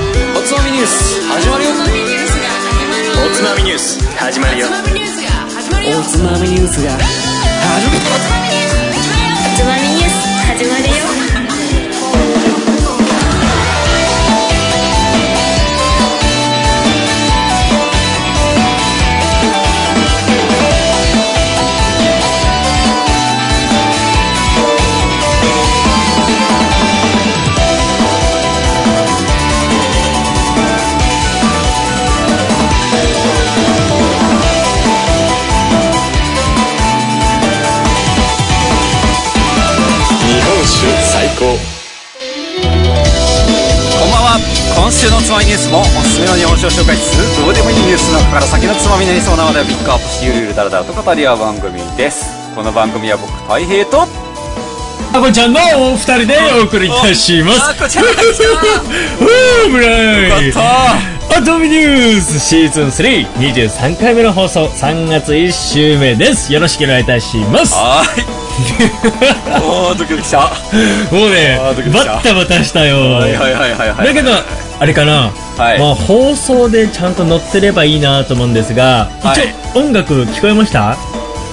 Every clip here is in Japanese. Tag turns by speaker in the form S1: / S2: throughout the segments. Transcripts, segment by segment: S1: ュース始まるよおつまみニュース始まるよ
S2: おつまみニュースが
S3: つまみニュース始まるよ
S1: 日本酒最高
S4: こんばんは今週のつまみニュースもおすすめの日本酒を紹介するどうでもいいニュースの中から先のつまみになりそうな話題をピックアップしてゆるゆるだらだらと語り合う番組ですこの番組は僕たい平と
S5: タコちゃんのお二人でお送りいたします。
S4: こちゃん
S5: ふうむらい。
S4: た
S5: アトミニュースシーズン3、23回目の放送、3月1週目です。よろしくお願いいたします。
S4: はーいおードキドキしたは
S5: もうね
S4: あードキ、ドキした
S5: バッタバタしたよ。
S4: いはいはいはいはい
S5: だけど、あれかな、
S4: はい
S5: まあ放送でちゃんと載ってればいいなと思うんですが、
S4: はい
S5: 一応音楽聞こえました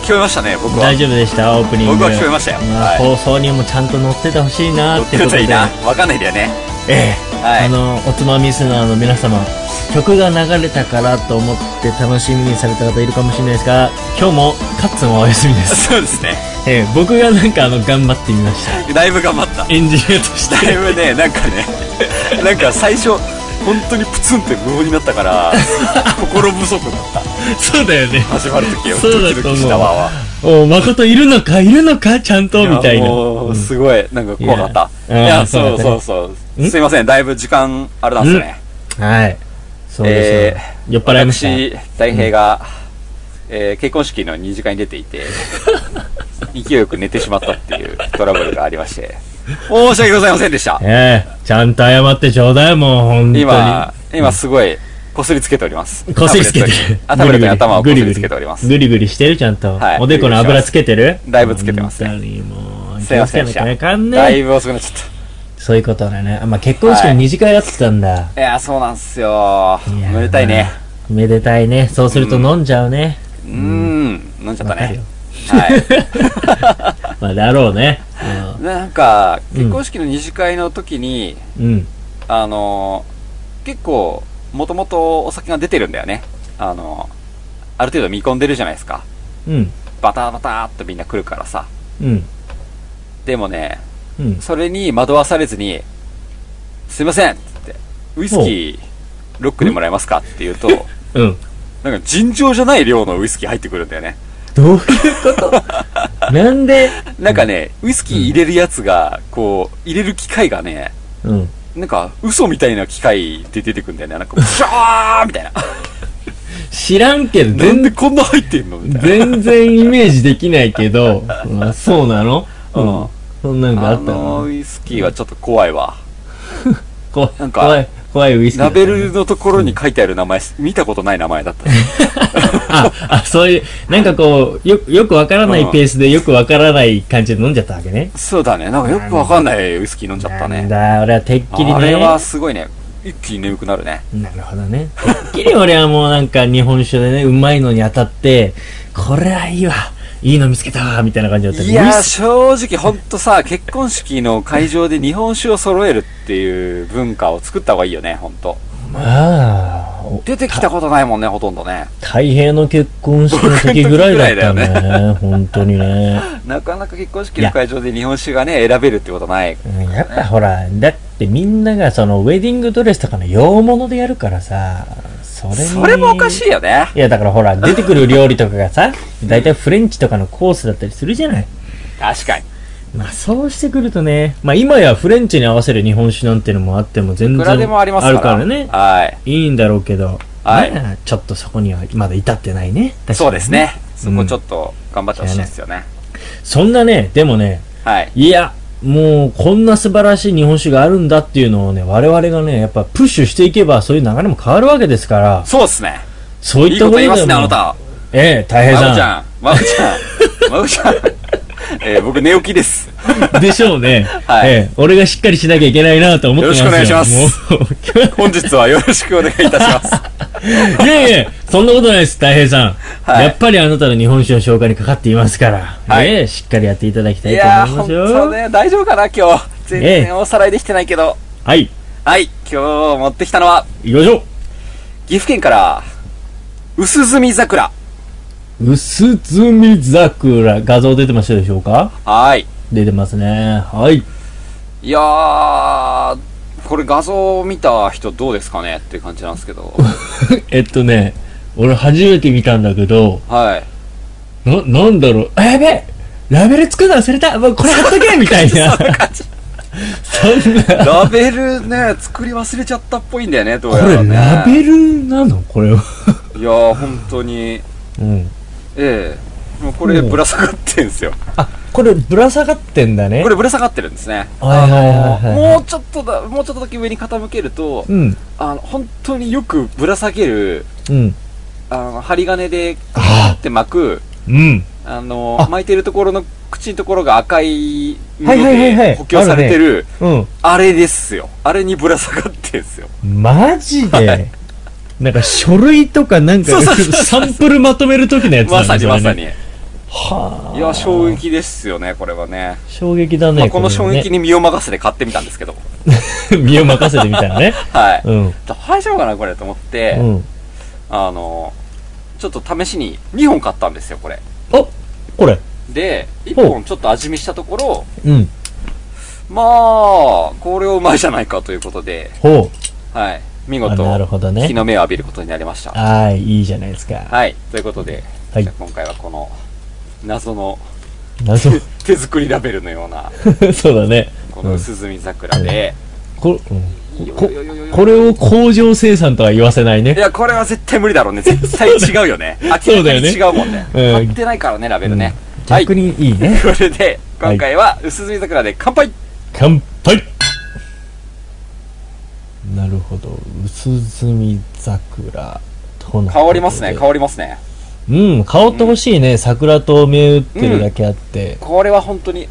S4: 聞こえましたね僕は
S5: 大丈夫でしたオープニング。
S4: 僕は聞こえましたよ
S5: まあ
S4: はい
S5: 放送にもちゃんと載っててほしいな
S4: ど
S5: っ
S4: ってちか
S5: こと
S4: と
S5: で。
S4: いいなわかんないんだよね
S5: ええ、
S4: はい
S5: あのおつまみリスナーの皆様曲が流れたからと思って楽しみにされた方いるかもしれないですが今日もカッツンはお休みです、
S4: そうですね
S5: ええ、僕がなんかあの頑張ってみました
S4: だいぶ頑張った
S5: エンジニアとして
S4: だいぶねなんかね なんか最初本当にプツンって無音になったから心細くなった
S5: そうだよね
S4: 始まる時よ
S5: そうだと
S4: ド
S5: 思う
S4: キドキしたわ
S5: お誠いるのかいるのかちゃんとみたいな
S4: もうすごいなんか怖かったい
S5: いや
S4: や
S5: あー
S4: そう
S5: そうだ
S4: そ
S5: っ
S4: うそうすいませんだいぶ時間あれなんですね
S5: はいそうですよ、酔っ払いました
S4: 私大平が、えー結婚式の二次会に出てい て勢いよく寝てしまったっていうトラブルがありまして申し訳ございませんでした
S5: ええちゃんと謝ってちょうだいもう本当に
S4: 今今すごいこすりつけております
S5: こすりつけてる
S4: タブレットにあタブレットに頭をこ
S5: ぐ
S4: す
S5: りぐ
S4: りつけております
S5: ぐりぐりしてるちゃんと、
S4: はい
S5: おでこの油つけてる
S4: だいぶつけてますね
S5: 本当にもう
S4: すいませんで
S5: 気
S4: し
S5: をつけ
S4: た
S5: なきゃいかん
S4: だい
S5: ね
S4: ぶ遅くなっちゃっ
S5: そういうことだねあまあ結婚式の二次会やってたんだ、
S4: たいやそうなんすよ
S5: いやー
S4: めでたいね
S5: めでたいねそうすると飲んじゃうね、
S4: うーん飲んじゃっ
S5: わ
S4: た
S5: か
S4: ね
S5: るよ
S4: は
S5: まあだろうね
S4: いなんか結婚式の二次会の時に
S5: うんうん
S4: あのー結構、もともとお酒が出てるんだよね。あのーある程度見込んでるじゃないですか。
S5: うん
S4: バタバターっとみんな来るからさ。
S5: うん
S4: でもね、
S5: うん
S4: それに惑わされずに、すいませんっつって、ウイスキー、ロックでもらえますかって言うと、
S5: うん
S4: なんか尋常じゃない量のウイスキー入ってくるんだよね。
S5: どういうこと なんで
S4: なんかね、ウイスキー入れるやつが、こう、入れる機械がね、
S5: うん
S4: なんか、嘘みたいな機械で出てくんだよね。なんか、ブシャーみた いな。
S5: 知らんけど
S4: なん
S5: 全
S4: でこんな入ってんのみたいな。
S5: 全然イメージできないけど、まあ、そうなの
S4: うん
S5: そんなんがあ
S4: あ
S5: ったの
S4: のウイスキーはちょっと怖いわ。
S5: 怖い
S4: なんか
S5: 怖い怖いウイスキーだ
S4: ラ
S5: ったね
S4: ベルのところに書いてある名前、見たことない名前だった。
S5: あ、あ、そういう、なんかこう、よ、よくわからないペースでよくわからない感じで飲んじゃったわけね。
S4: そうだね。なんかよくわかんないウイスキー飲んじゃった
S5: なん
S4: ね。
S5: だ、俺はてっきりね。
S4: あれはすごいね。一気に眠くなるね。
S5: なるほどね。てっきり俺はもうなんか日本酒でね、うまいのに当たって、これはいいわ、いいの見つけたわ、みたいな感じだった
S4: いや
S5: ウ
S4: ー、
S5: イス
S4: 正直ほんとさ、結婚式の会場で日本酒を揃えるっていう文化を作った方がいいよね、ほんと。
S5: まあ、お
S4: 出てきたことないもんね、ほとんどね。
S5: 太平の結婚式の時ぐらいだっ た
S4: 僕の時ぐらい
S5: ね。本当にね。
S4: なかなか結婚式の会場で日本酒がね、選べるってことない。
S5: うんやっぱほら、だってみんながそのウェディングドレスとかの洋物でやるからさ、それに
S4: それもおかしいよね。
S5: いや、だからほら、出てくる料理とかがさ、大体フレンチとかのコースだったりするじゃない。
S4: 確かに。
S5: まあ、そうしてくるとね、まあ今やフレンチに合わせる日本酒なんてのもあっても全
S4: い
S5: 然
S4: くらでもありますから。
S5: るからね。
S4: はい。
S5: いいんだろうけど、
S4: はい
S5: まあ、ちょっとそこにはまだ至ってないね。確かにね
S4: そうです。ね。そ
S5: うん
S4: こちょっと頑張ってほしいですよね。
S5: そんなね、でもね、
S4: はい。
S5: いや、もうこんな素晴らしい日本酒があるんだっていうのをね、我々がね、やっぱプッシュしていけばそういう流れも変わるわけですから、
S4: そうですね。
S5: そう
S4: い
S5: いっ
S4: い
S5: た
S4: こと
S5: こ
S4: 言いま
S5: と
S4: す
S5: で
S4: ね、あ
S5: も
S4: な、た。
S5: ええ、大
S4: ま
S5: 平
S4: おち
S5: さん。
S4: ゃん。まおちゃん。まおちゃん。えー僕寝起きです。
S5: でしょうね。
S4: はい
S5: ええ俺がしっかりしなきゃいけないなと思ってますよ。
S4: よろしくお願いし
S5: もう
S4: 本日はよろしくお願いいたします。
S5: いやいや、そんなことないです、大平さん。
S4: はい
S5: やっぱりあなたの日本酒の紹介にかかっていますから、
S4: はい
S5: ねえしっかりやっていただきた
S4: い
S5: い
S4: やー、本
S5: と思いますよ。
S4: 当ね、大丈夫かな、今日。全
S5: ええ
S4: 然おさらいできてないけど。
S5: はい、
S4: はい、今日持ってきたのは、
S5: 行きましょ
S4: 岐阜県から、薄墨桜。
S5: う。薄摘桜、画像出てましたでしょうか
S4: はい。
S5: 出てますね。はい。
S4: いやー、これ画像を見た人どうですかねっていう感じなんですけど。
S5: えっとね、俺初めて見たんだけど、
S4: はい。
S5: な、なんだろう、あやべえラベル作るの忘れたもうこれ貼 っとけみたいな。そんな。
S4: ラベルね、作り忘れちゃったっぽいんだよね、どう
S5: こ
S4: や
S5: れ、
S4: らね。
S5: ラベルなのこれは。
S4: いやー、本当に。
S5: うん。
S4: ええもうこれ
S5: おう
S4: ぶら下がってんすよ。
S5: あ、これ、ぶら下がってんだね
S4: こ。れぶら下がってるんですね。
S5: はいはいはいはい
S4: もうちょっとだ、もうちょっとだけ上に傾けると、
S5: うん。
S4: あの、本当によくぶら下げる、
S5: うん。
S4: あの、針金で、
S5: あ
S4: って巻く、
S5: うん。
S4: あの、
S5: あ
S4: 巻いてるところの口のところが赤い布
S5: はいはいはいはい
S4: で補強されてる、
S5: うん。
S4: あれですよ。あれにぶら下がってんすよ。
S5: マジで。なんか書類とかなんか、サンプルまとめる時のやつ
S4: ま
S5: なん
S4: さ
S5: だ
S4: に
S5: よ
S4: まさに。い
S5: はあ。
S4: や、衝。撃ですよね、これはね。
S5: 衝撃だね。
S4: まあ、この衝撃
S5: に。
S4: に身を任せて買ってみたんですけど。
S5: 身を任せてみたいなね。
S4: はい。
S5: うん。
S4: 大丈夫かな、これと思って、
S5: うん。
S4: あの、ちょっと試しに2本買ったんですよ、これ。
S5: あ、これ。
S4: で、1
S5: ほう
S4: 本ちょっと味見したところ、
S5: うん。
S4: まあ、これをうまいじゃないかということで、
S5: ほう。
S4: はい。見
S5: あな
S4: 事、
S5: るほどね
S4: 日。の目を浴びることになりました。
S5: ああ、いいじゃないですか。
S4: はい。ということで、
S5: はい
S4: じゃあ今回はこの、謎の
S5: 謎。
S4: 手作りラベルのような、
S5: そうだね。
S4: こ
S5: う
S4: の
S5: ん
S4: 薄墨桜で、
S5: こ、うんこ、
S4: よよよよよ
S5: これを工場生産とは言わせない
S4: い
S5: ね。
S4: や、これは絶対無理だろうね。絶対違うよ ね。
S5: そ
S4: 明
S5: う
S4: らか
S5: だよ
S4: に
S5: ね
S4: 違うもんね。
S5: うん
S4: 買ってないからね、ラベルね。はい。
S5: 逆にいいね。
S4: ということで、今回は薄墨桜で乾杯
S5: 乾杯なるほど。薄墨桜との。
S4: 香りますね、香りますね。
S5: り。うん、香ってほしいね。桜と銘打ってるだけあって。
S4: これは本当に、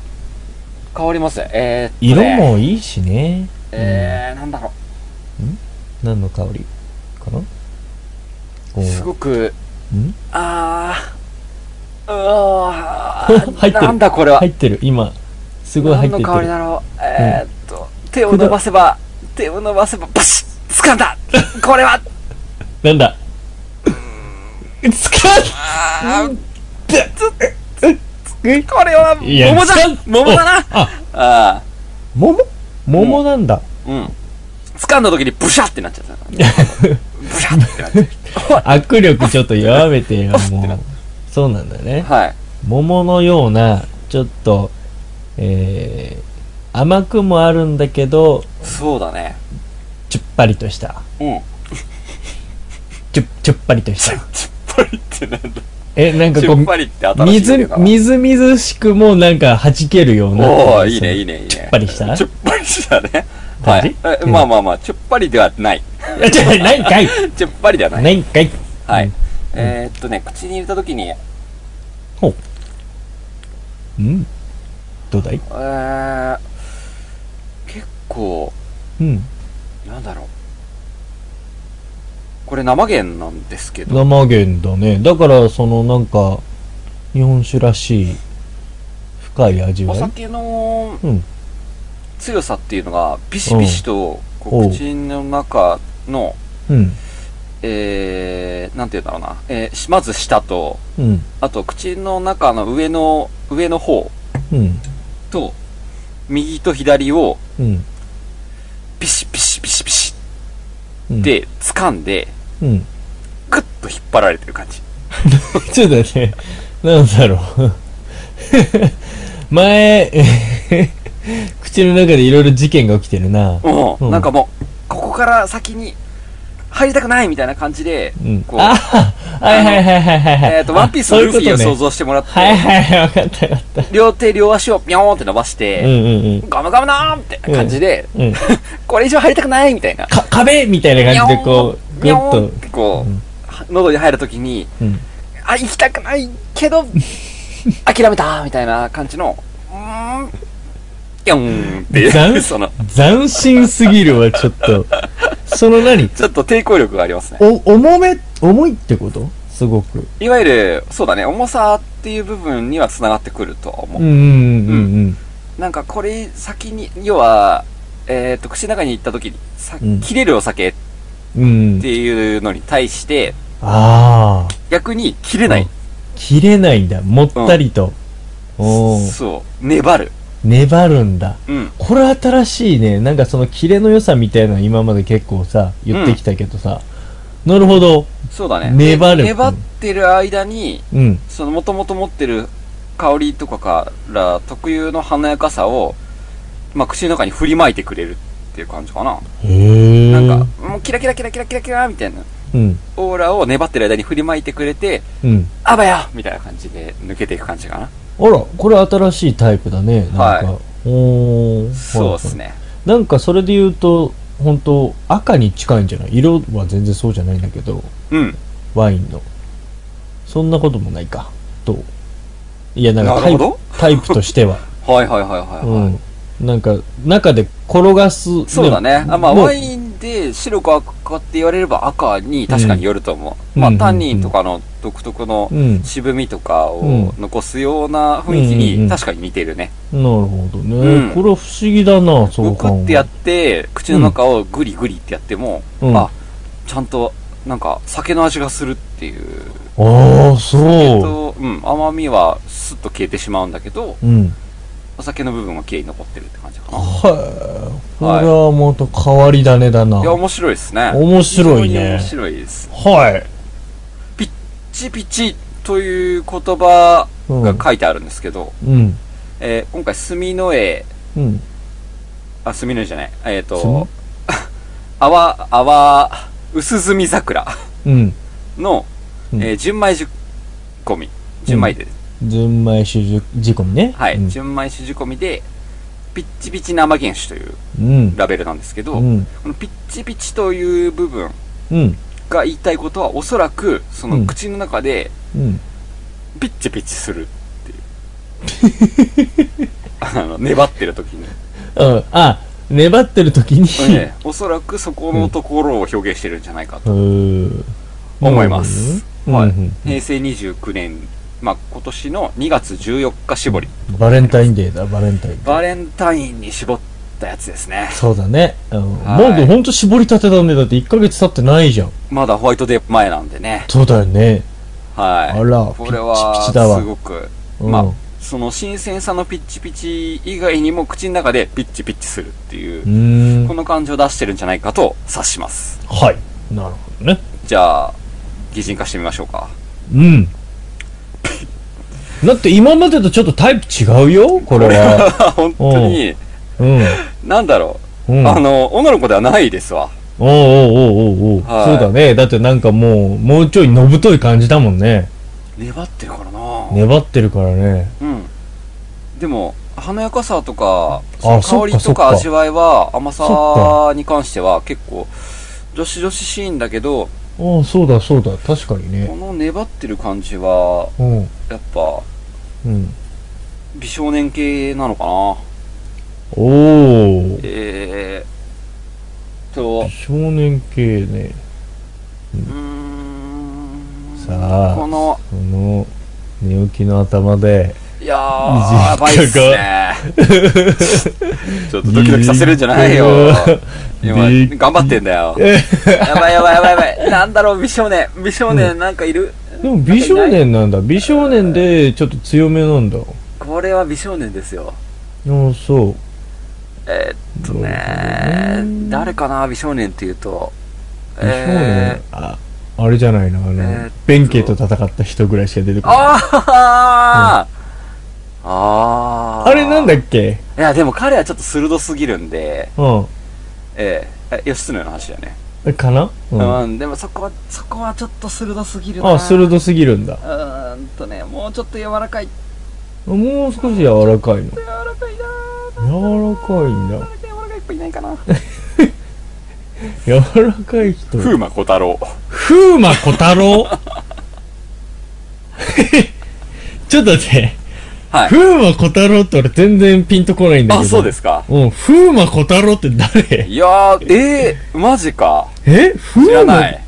S4: 香りますね。えー、
S5: 色。もいいしね。
S4: えー、なんだろ
S5: うん。何の香りかなこ
S4: う。
S5: う
S4: すごく、
S5: ん
S4: あー、うわ
S5: 入って
S4: ー、
S5: る
S4: なんだこれは
S5: 入。ってる、今。すごい入ってって
S4: 何の香り
S5: る
S4: だ。ろうえー、っと、手を伸ばせば、手を伸ばせば、バシッ掴ん だこれは
S5: なんだつか
S4: あー
S5: え
S4: これはい
S5: や
S4: 桃だ
S5: 掴ん
S4: 桃だな
S5: あ、
S4: あ
S5: 桃桃なんだ。
S4: ーうん。掴んだ時にブシャってなっちゃ った。ブシャってなっちゃっ
S5: 握力ちょっと弱めてよ、もう。そうなんだね。
S4: た。はい。
S5: 桃のような、ちょっと、えー、甘くもあるんだけど、
S4: そうだね。
S5: ちゅっぱりとした。
S4: うん。
S5: ちゅ、ちゅっぱりとし
S4: ち
S5: た。
S4: っぱりってなんだ。
S5: え、なんか
S4: ち
S5: こ
S4: っぱ
S5: う、
S4: りって新
S5: み
S4: しい
S5: ず
S4: のか、な
S5: みずみずしくもなんか弾けるような。
S4: おおいいね、いいね、いいね。
S5: ちゅっぱりした
S4: ちっぱりしたね。はい
S5: 感じ。
S4: え
S5: うん
S4: まあまあまあ、ちっぱりではない。
S5: いや、 ちょ、ないんかい
S4: ちっぱりではない。
S5: ないんかい
S4: は
S5: う
S4: い
S5: ん。
S4: えー、っとね、口に入れた時に、え
S5: ほう。うん。どうだい
S4: ー、結構、
S5: うん。
S4: なんだろう。これ生源なんですけど、
S5: 生源だね。だから、そのなんか、日本酒らしい、深い味
S4: お
S5: わい。
S4: 酒の
S5: うん。
S4: 強さっていうのが、ビシビシと、こ
S5: お
S4: う
S5: う
S4: 口の中の、
S5: うん。
S4: えー、なんて言うんだろうな。えーしまず舌と、
S5: うん。
S4: あと口の中の上の、上の方
S5: うん。
S4: と、右と左を、
S5: うん。
S4: ビシビシビシビシ
S5: うん
S4: っ、て掴んで、
S5: うん。
S4: グッと引っ張られてる感じ。
S5: ちょっと待って、なんだろう。 前、 口の中でいろいろ事件が起きてるな。
S4: う、
S5: うんん
S4: なんかもう、ここから先に入りたくないみたいな感じで、
S5: うん。
S4: こう、
S5: あはいはいはいはいはいはい。
S4: えっ、と、ワンピースの
S5: あ
S4: ルフィを
S5: そ
S4: 想
S5: ういうことね
S4: 像してもらって、
S5: はいはいはい、わかったわかった。
S4: 両手両足をピョーンって伸ばし
S5: うん
S4: て、
S5: うんうん。
S4: ガムガムなーみたいな感じで、
S5: うん、
S4: これ以上入りたくないみたいな。
S5: か壁みたいな感じでこう
S4: ピ
S5: グ
S4: ョ
S5: ッ
S4: ーンっ
S5: と
S4: てこう、
S5: うん
S4: 喉に入るときに、
S5: うん
S4: あ、行きたくないけど、諦めたみたいな感じの、うーん、ぴょんってい
S5: 斬
S4: う、その、
S5: 斬新すぎるわ、ちょっと。 その何
S4: ちょっと抵抗力がありますね。
S5: お、重め、重いってことすごく。
S4: いわゆる、そうだね、重さっていう部分には繋がってくるとは思う。
S5: うんうんうん
S4: なんかこれ先に、要は、えっ、と、口の中に行った時に、さ
S5: うん
S4: 切れるお酒っ
S5: うん。うん
S4: て。いうのに対して、
S5: ああ。
S4: 逆に切れない。
S5: 切れないんだ。もったりと。おー
S4: そう。粘る。
S5: 粘るんだ。
S4: うん。
S5: これ新しいね。なんかそのキレの良さみたいなの今まで結構さ、言ってきたけどさ。なるほど。
S4: そうだね。
S5: 粘
S4: で
S5: る
S4: 粘ってる間に、
S5: うん。
S4: その元々持ってる香りとかから特有の華やかさを、まあ、口の中に振りまいてくれるっていう感じかな。
S5: へえ。
S4: なんか、もうキラキラキラキラキラキラみたいな
S5: うん。
S4: オーラを粘ってる間に振りまいてくれて、
S5: うん。
S4: あばやみたいな感じで抜けていく感じかな。
S5: あら、これ新しいタイプだね。なんか。
S4: は
S5: おー。
S4: そうですね。
S5: なんかそれで言うと、本当赤に近いんじゃない色は全然そうじゃないんだけど、
S4: うん。
S5: ワインの。そんなこともないか。どういや、なんか
S4: な
S5: タ
S4: る
S5: イ
S4: ほ
S5: プ
S4: ど
S5: タイプとしては。
S4: はいはいはいはい、
S5: う
S4: はい
S5: ん。なんか、中で転がす。
S4: そうだね。あまあ、
S5: もう
S4: ワインで白か赤かって言われれば赤に確かによると思う。
S5: うん
S4: まあ、
S5: うん
S4: タンニンとかの独特の
S5: うん。
S4: 渋みとかを
S5: う
S4: 残すような雰囲気
S5: うんうんう
S4: に
S5: ん
S4: 確かに似てるね。
S5: なるほどね。
S4: うん
S5: これは不思議だな、そう
S4: ご
S5: 考
S4: くっ
S5: え
S4: てやって、口の中をグリグリってやっても、
S5: うん
S4: あ、ちゃんとなんか酒の味がするっていう。
S5: ああ、そ
S4: と、うん、甘みはスッと消えてしまうんだけど、
S5: う。うん。
S4: お酒の部分は綺麗に残ってるって感じかな。
S5: はい。これはまた変わり種だな。
S4: いや、面白いですね。
S5: 面白い
S4: 非常に
S5: ね
S4: 面。白いです。
S5: はい。
S4: ピッチピチという言葉
S5: うん
S4: が。書いてあるんですけど、
S5: うん。
S4: えー今回、墨の絵、
S5: うん。
S4: あ、墨の絵じゃない、えっ、と
S5: 墨、
S4: あわ、あわ、薄墨桜
S5: うん。
S4: の、
S5: うん
S4: えー純米仕込み、純米で、
S5: 純米酒じ仕込みね。
S4: はい、
S5: うん。
S4: 純米酒仕込みで、ピッチピチ生原酒という
S5: うん。
S4: ラベルなんですけど、
S5: うん。
S4: このピッチピチという部分
S5: うん。
S4: が言いたいことは、おそらく、そうの
S5: ん
S4: 口の中で、
S5: うん。
S4: ピッチピチするってい う。あの、粘ってる時に。
S5: うん。あ、粘ってる時に。
S4: ええおそらくそこのところを表現してるんじゃないかと
S5: うん。
S4: 思います。
S5: うん
S4: はい
S5: うん。
S4: 平成29年、まあ、今年の2月14日絞り。
S5: バレンタインデーだ、バレンタインデー。
S4: バレンタインに絞ったやつですね。
S5: そうだね。うん。
S4: はい
S5: もうほんと絞りたてだね。だって1ヶ月経ってないじゃん。
S4: まだホワイトデー前なんでね。
S5: そうだよね。
S4: はい。
S5: あら
S4: これ
S5: ピ
S4: は、
S5: チピチ
S4: す
S5: だわ
S4: ごく、
S5: うん
S4: まあ、その新鮮さのピッチピチ以外にも口の中でピッチピッチするって
S5: う
S4: いう、
S5: ーん
S4: こ。の感じを出してるんじゃないかと察します。
S5: はい。なるほどね。
S4: じゃあ、擬人化してみましょうか。
S5: うん。だって今までとちょっとタイプ違うよこれ は。
S4: 本当に、
S5: うん。
S4: なんだろ
S5: う
S4: う、
S5: ん。
S4: あの、女の子ではないですわ。
S5: おうおうおうおうおう、
S4: はい
S5: そうだね。だってなんかもう、もうちょいのぶとい感じだもんね。
S4: 粘ってるからな、
S5: 粘ってるからね。
S4: うん。でも、華やかさとか、その香
S5: あそっか
S4: り
S5: そ
S4: と
S5: っか
S4: か味わいは、甘
S5: そ
S4: さに関しては結構、どしどしシーンだけど、
S5: ああ、そうだそうだ。確かに
S4: こ
S5: ね。
S4: の粘ってる感じは、
S5: うん。
S4: やっぱ、
S5: うん。
S4: 美少年系なのかな
S5: おお。
S4: えーと、
S5: 少年系ね。
S4: うーん。
S5: さあ
S4: この、
S5: この、寝起きの頭で。
S4: いや
S5: 擬人
S4: ー、
S5: 化
S4: やばいっすね。 ちょっとドキドキさせるんじゃないよ。今、
S5: 擬人
S4: 頑張ってんだよ。やばいやばいやばいやばい。なんだろう、美少年。美少年なんかいる、
S5: でも美少年なんだ。美少年でちょっと強めなんだ。
S4: これは美少年ですよ。
S5: ああ、そう。
S4: えーっとね、誰かな、美少年っていうと。
S5: 美少年
S4: えー、
S5: あ、あれじゃないの。あの、
S4: えーっと
S5: 弁慶と戦った人ぐらいしか出てこない。
S4: ああ、ああ。
S5: あれなんだ
S4: い
S5: っけ
S4: や、でも彼はちょっと鋭すぎるんで、
S5: うん。
S4: えー、え義経の話だよね。
S5: えかなうん。
S4: うん、でもそこは、そこはちょっと鋭すぎるな。
S5: あ、鋭すぎるんだ。
S4: うーんとね、もうちょっと柔らかい、
S5: もう少し柔らか
S4: 柔らか
S5: いの。
S4: いなー
S5: 柔らかいんだ。
S4: 柔らかい人いないかな。
S5: 柔らかい人。
S4: 風魔小太郎。
S5: 風魔小太郎ち ちょっと待って。
S4: はい。
S5: 風魔小太郎って俺全然ピンとこないんだけど。
S4: あ、そうですか。
S5: うん、風魔小太郎って誰
S4: いやー、えー、マジか。
S5: え
S4: 知
S5: 風
S4: ら
S5: 魔
S4: ない。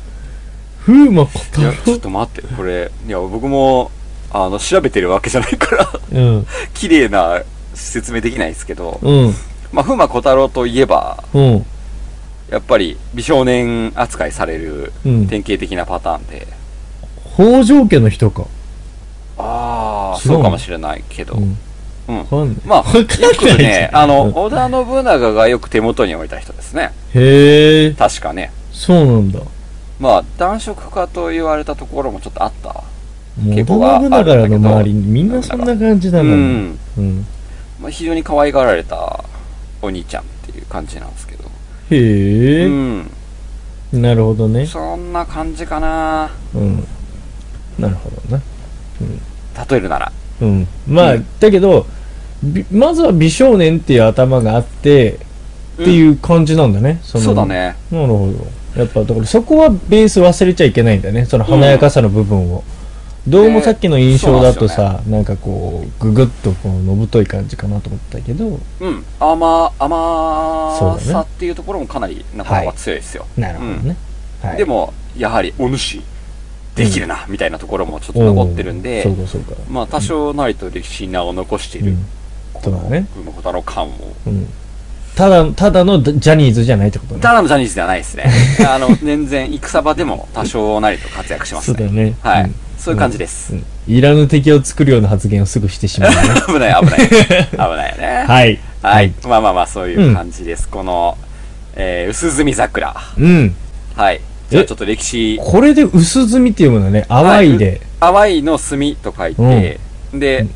S5: 風魔小
S4: い
S5: 太
S4: や、ちょっと待って、これ、いや、僕も、あの、調べてるわけじゃないから、
S5: 郎
S4: 綺麗な説明できないですけど、
S5: うん、うん、
S4: まあ、風磨小太郎といえば、
S5: うん、
S4: やっぱり美少年扱いされる
S5: うん。
S4: 典型的なパターンで、
S5: 北条家の人か。
S4: ああ、
S5: 違うの
S4: そうかもしれないけど、
S5: うん。
S4: うん
S5: わかんない。
S4: ま
S5: わ
S4: あ、
S5: か
S4: よ
S5: ん ない
S4: くね、あの、
S5: うん
S4: 織田信長がよく手元に置いた人ですね。
S5: へえ、
S4: 確かね。
S5: そうなんだ。
S4: まあ、男色化と言われたところもちょっとあった。
S5: もう、
S4: 結
S5: 織
S4: 構は
S5: 田信長の周り
S4: あるんだけ
S5: に
S4: ど
S5: みんなそんな感じだ
S4: う
S5: な。うん。
S4: ん。まあ、非常に可愛がられたお兄ちゃんっていう感じなんですけど。
S5: へえ、
S4: うん。
S5: なるほどね。
S4: そんな感じかな
S5: うん。なるほどな。
S4: 例えるなら。
S5: うん。まあ、
S4: うん
S5: だけど、びまずは美少年っていう頭があって、っていう感じなんだね。その
S4: そうだ。ね。
S5: なるほど。やっぱ、だからそこはベース忘れちゃいけないんだね。その華やかさの部分を。どうもさっきの印象だとさ、なんかこう、ぐぐっとこう、のぶとい感じかなと思ったけど、
S4: うん。甘、甘
S5: そうだ
S4: さ
S5: ね
S4: っていうところもかなり仲間は強いですよ。
S5: なるほどね。はい。
S4: でも、やはり、お主、できるな、みたいなところもちょっと残ってるんで、
S5: そうかそうか。
S4: まあ、多少なりと歴史に名を残していうる
S5: ん、。そうだね。
S4: この小太郎感を。
S5: うん。ただ、ただのジャニーズじゃないってことね。
S4: ただのジャニーズではない ですね。あの、全然、戦場でも多少なりと活躍しま
S5: そ
S4: す
S5: うだ
S4: ね。
S5: よね。
S4: はい、
S5: うん
S4: そういう感じです。
S5: うんいらぬ敵を作るような発言をすぐしてしまうね。
S4: 危ない、危 ない。危ないよね。はい。
S5: はい。
S4: まあまあまあ、そういう感じです。この、えー、薄墨桜。
S5: うん。
S4: はい。じゃあちょっと歴史、
S5: これで薄墨っていうものはね、淡いで。
S4: 淡いの墨と書いて、で、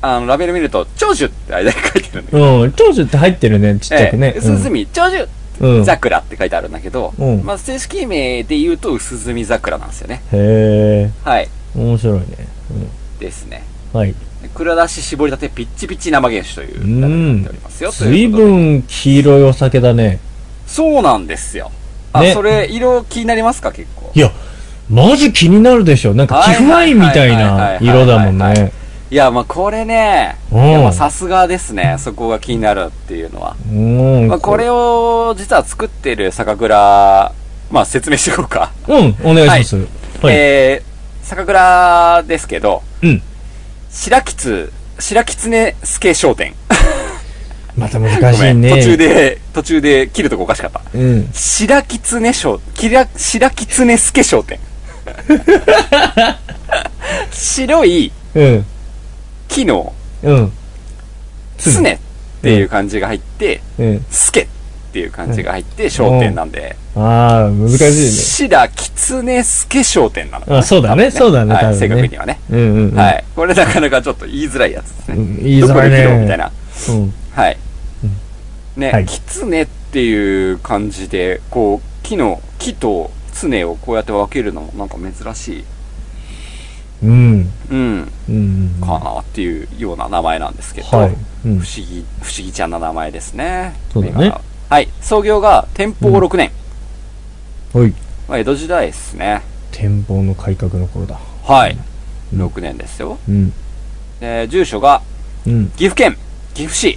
S4: あの、ラベル見ると、長寿って間に書いてるんだけど、
S5: うん。長寿って入ってるね、ちっちゃく
S4: え
S5: ね。
S4: え薄墨、長寿
S5: うん。うん。へ
S4: 桜って書いてあるんだけど、
S5: うん
S4: まあ正式名で言うと薄墨桜なんですよね。
S5: え。
S4: はい。
S5: 面白いね。
S4: ですね。
S5: うん。はい。
S4: 蔵出し絞りたてピッチピチ生原酒という
S5: う
S4: 名前になっており
S5: ん
S4: ますよ。。とい
S5: 随
S4: うことで
S5: 分黄色いお酒だね。
S4: そうなんですよ。あ、
S5: ね
S4: それ、色気になりますか結構
S5: い。や、マジ気になるでしょ。なんか、
S4: は
S5: 寄
S4: い
S5: 付ワインみたいな色だもん
S4: はいはいはいはい
S5: ね。
S4: いや、まあこれね、い
S5: うん
S4: やまあさすがですね。そこが気になるっていうのは。
S5: うん。
S4: まあこれを、実は作ってる酒蔵、まあ説明していこうか。
S5: うん、お願いします。はい。
S4: えー、酒蔵ですけど、
S5: うん。
S4: 白きつ、白きつねすけ商店。
S5: また難
S4: ご
S5: し
S4: め
S5: い
S4: ん、
S5: ね。
S4: 途中。で、途中で切るとこおかしかった。
S5: うん。
S4: 白きつね商、きら、白きつねすけ商店。白い
S5: うん。
S4: 木の
S5: うん。
S4: つねっていう漢字が入って、
S5: うん。
S4: すけっていう漢字が入って商店なんで。
S5: ああ、難し
S4: 白きつねすけ商店なのかな。
S5: あそうだね
S4: 多分
S5: そうだね
S4: はい
S5: 多分ね
S4: 正確にはね。
S5: いね。うんうんうん。
S4: はい。これなかなかちょっと言いづらいやつです
S5: う
S4: ね。
S5: ん。言いづ
S4: どこ
S5: らい
S4: で切ろう
S5: ね。
S4: みたいな。
S5: うん。
S4: はい。ね、
S5: はい
S4: きつねっていう感じで、こう、木の、木と常をこうやって分けるのもなんか珍しい、
S5: うん。
S4: うん、
S5: うん。
S4: かなっていうような名前なんですけど、
S5: はい
S4: 不。
S5: うん。
S4: 思議、不思議ちゃんな名前ですね。
S5: そうだね
S4: 銘柄はい。創業が天保6年。
S5: はい。
S4: まあ江戸時代ですね。
S5: 展望の改革の頃だ。
S4: はい。
S5: うん
S4: 6年ですよ。
S5: うん。
S4: で、住所が
S5: うん。
S4: 岐阜県、岐阜市。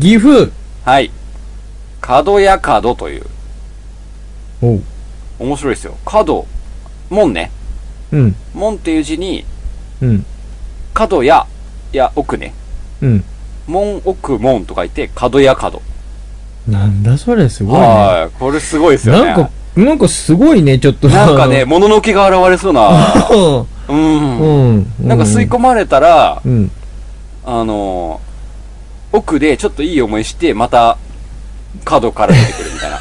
S5: 岐阜
S4: はい。角屋角という、
S5: おう。
S4: 面白いですよ。角、門ね。
S5: うん。
S4: 門っていう字に、
S5: うん。
S4: 角や、いや、奥ね。
S5: うん。
S4: 門奥門と書いて、角や角。
S5: なんだそれ、すごいね。
S4: はい。これすごいですよね。
S5: なんか、なんかすごいね、ちょっと。
S4: なんかね、、 もののけが現れそうな。う。
S5: うんん。う
S4: なんか吸い込まれたら、
S5: うん。
S4: あのー、奥でちょっといい思いして、また、角から出てくるみたいな。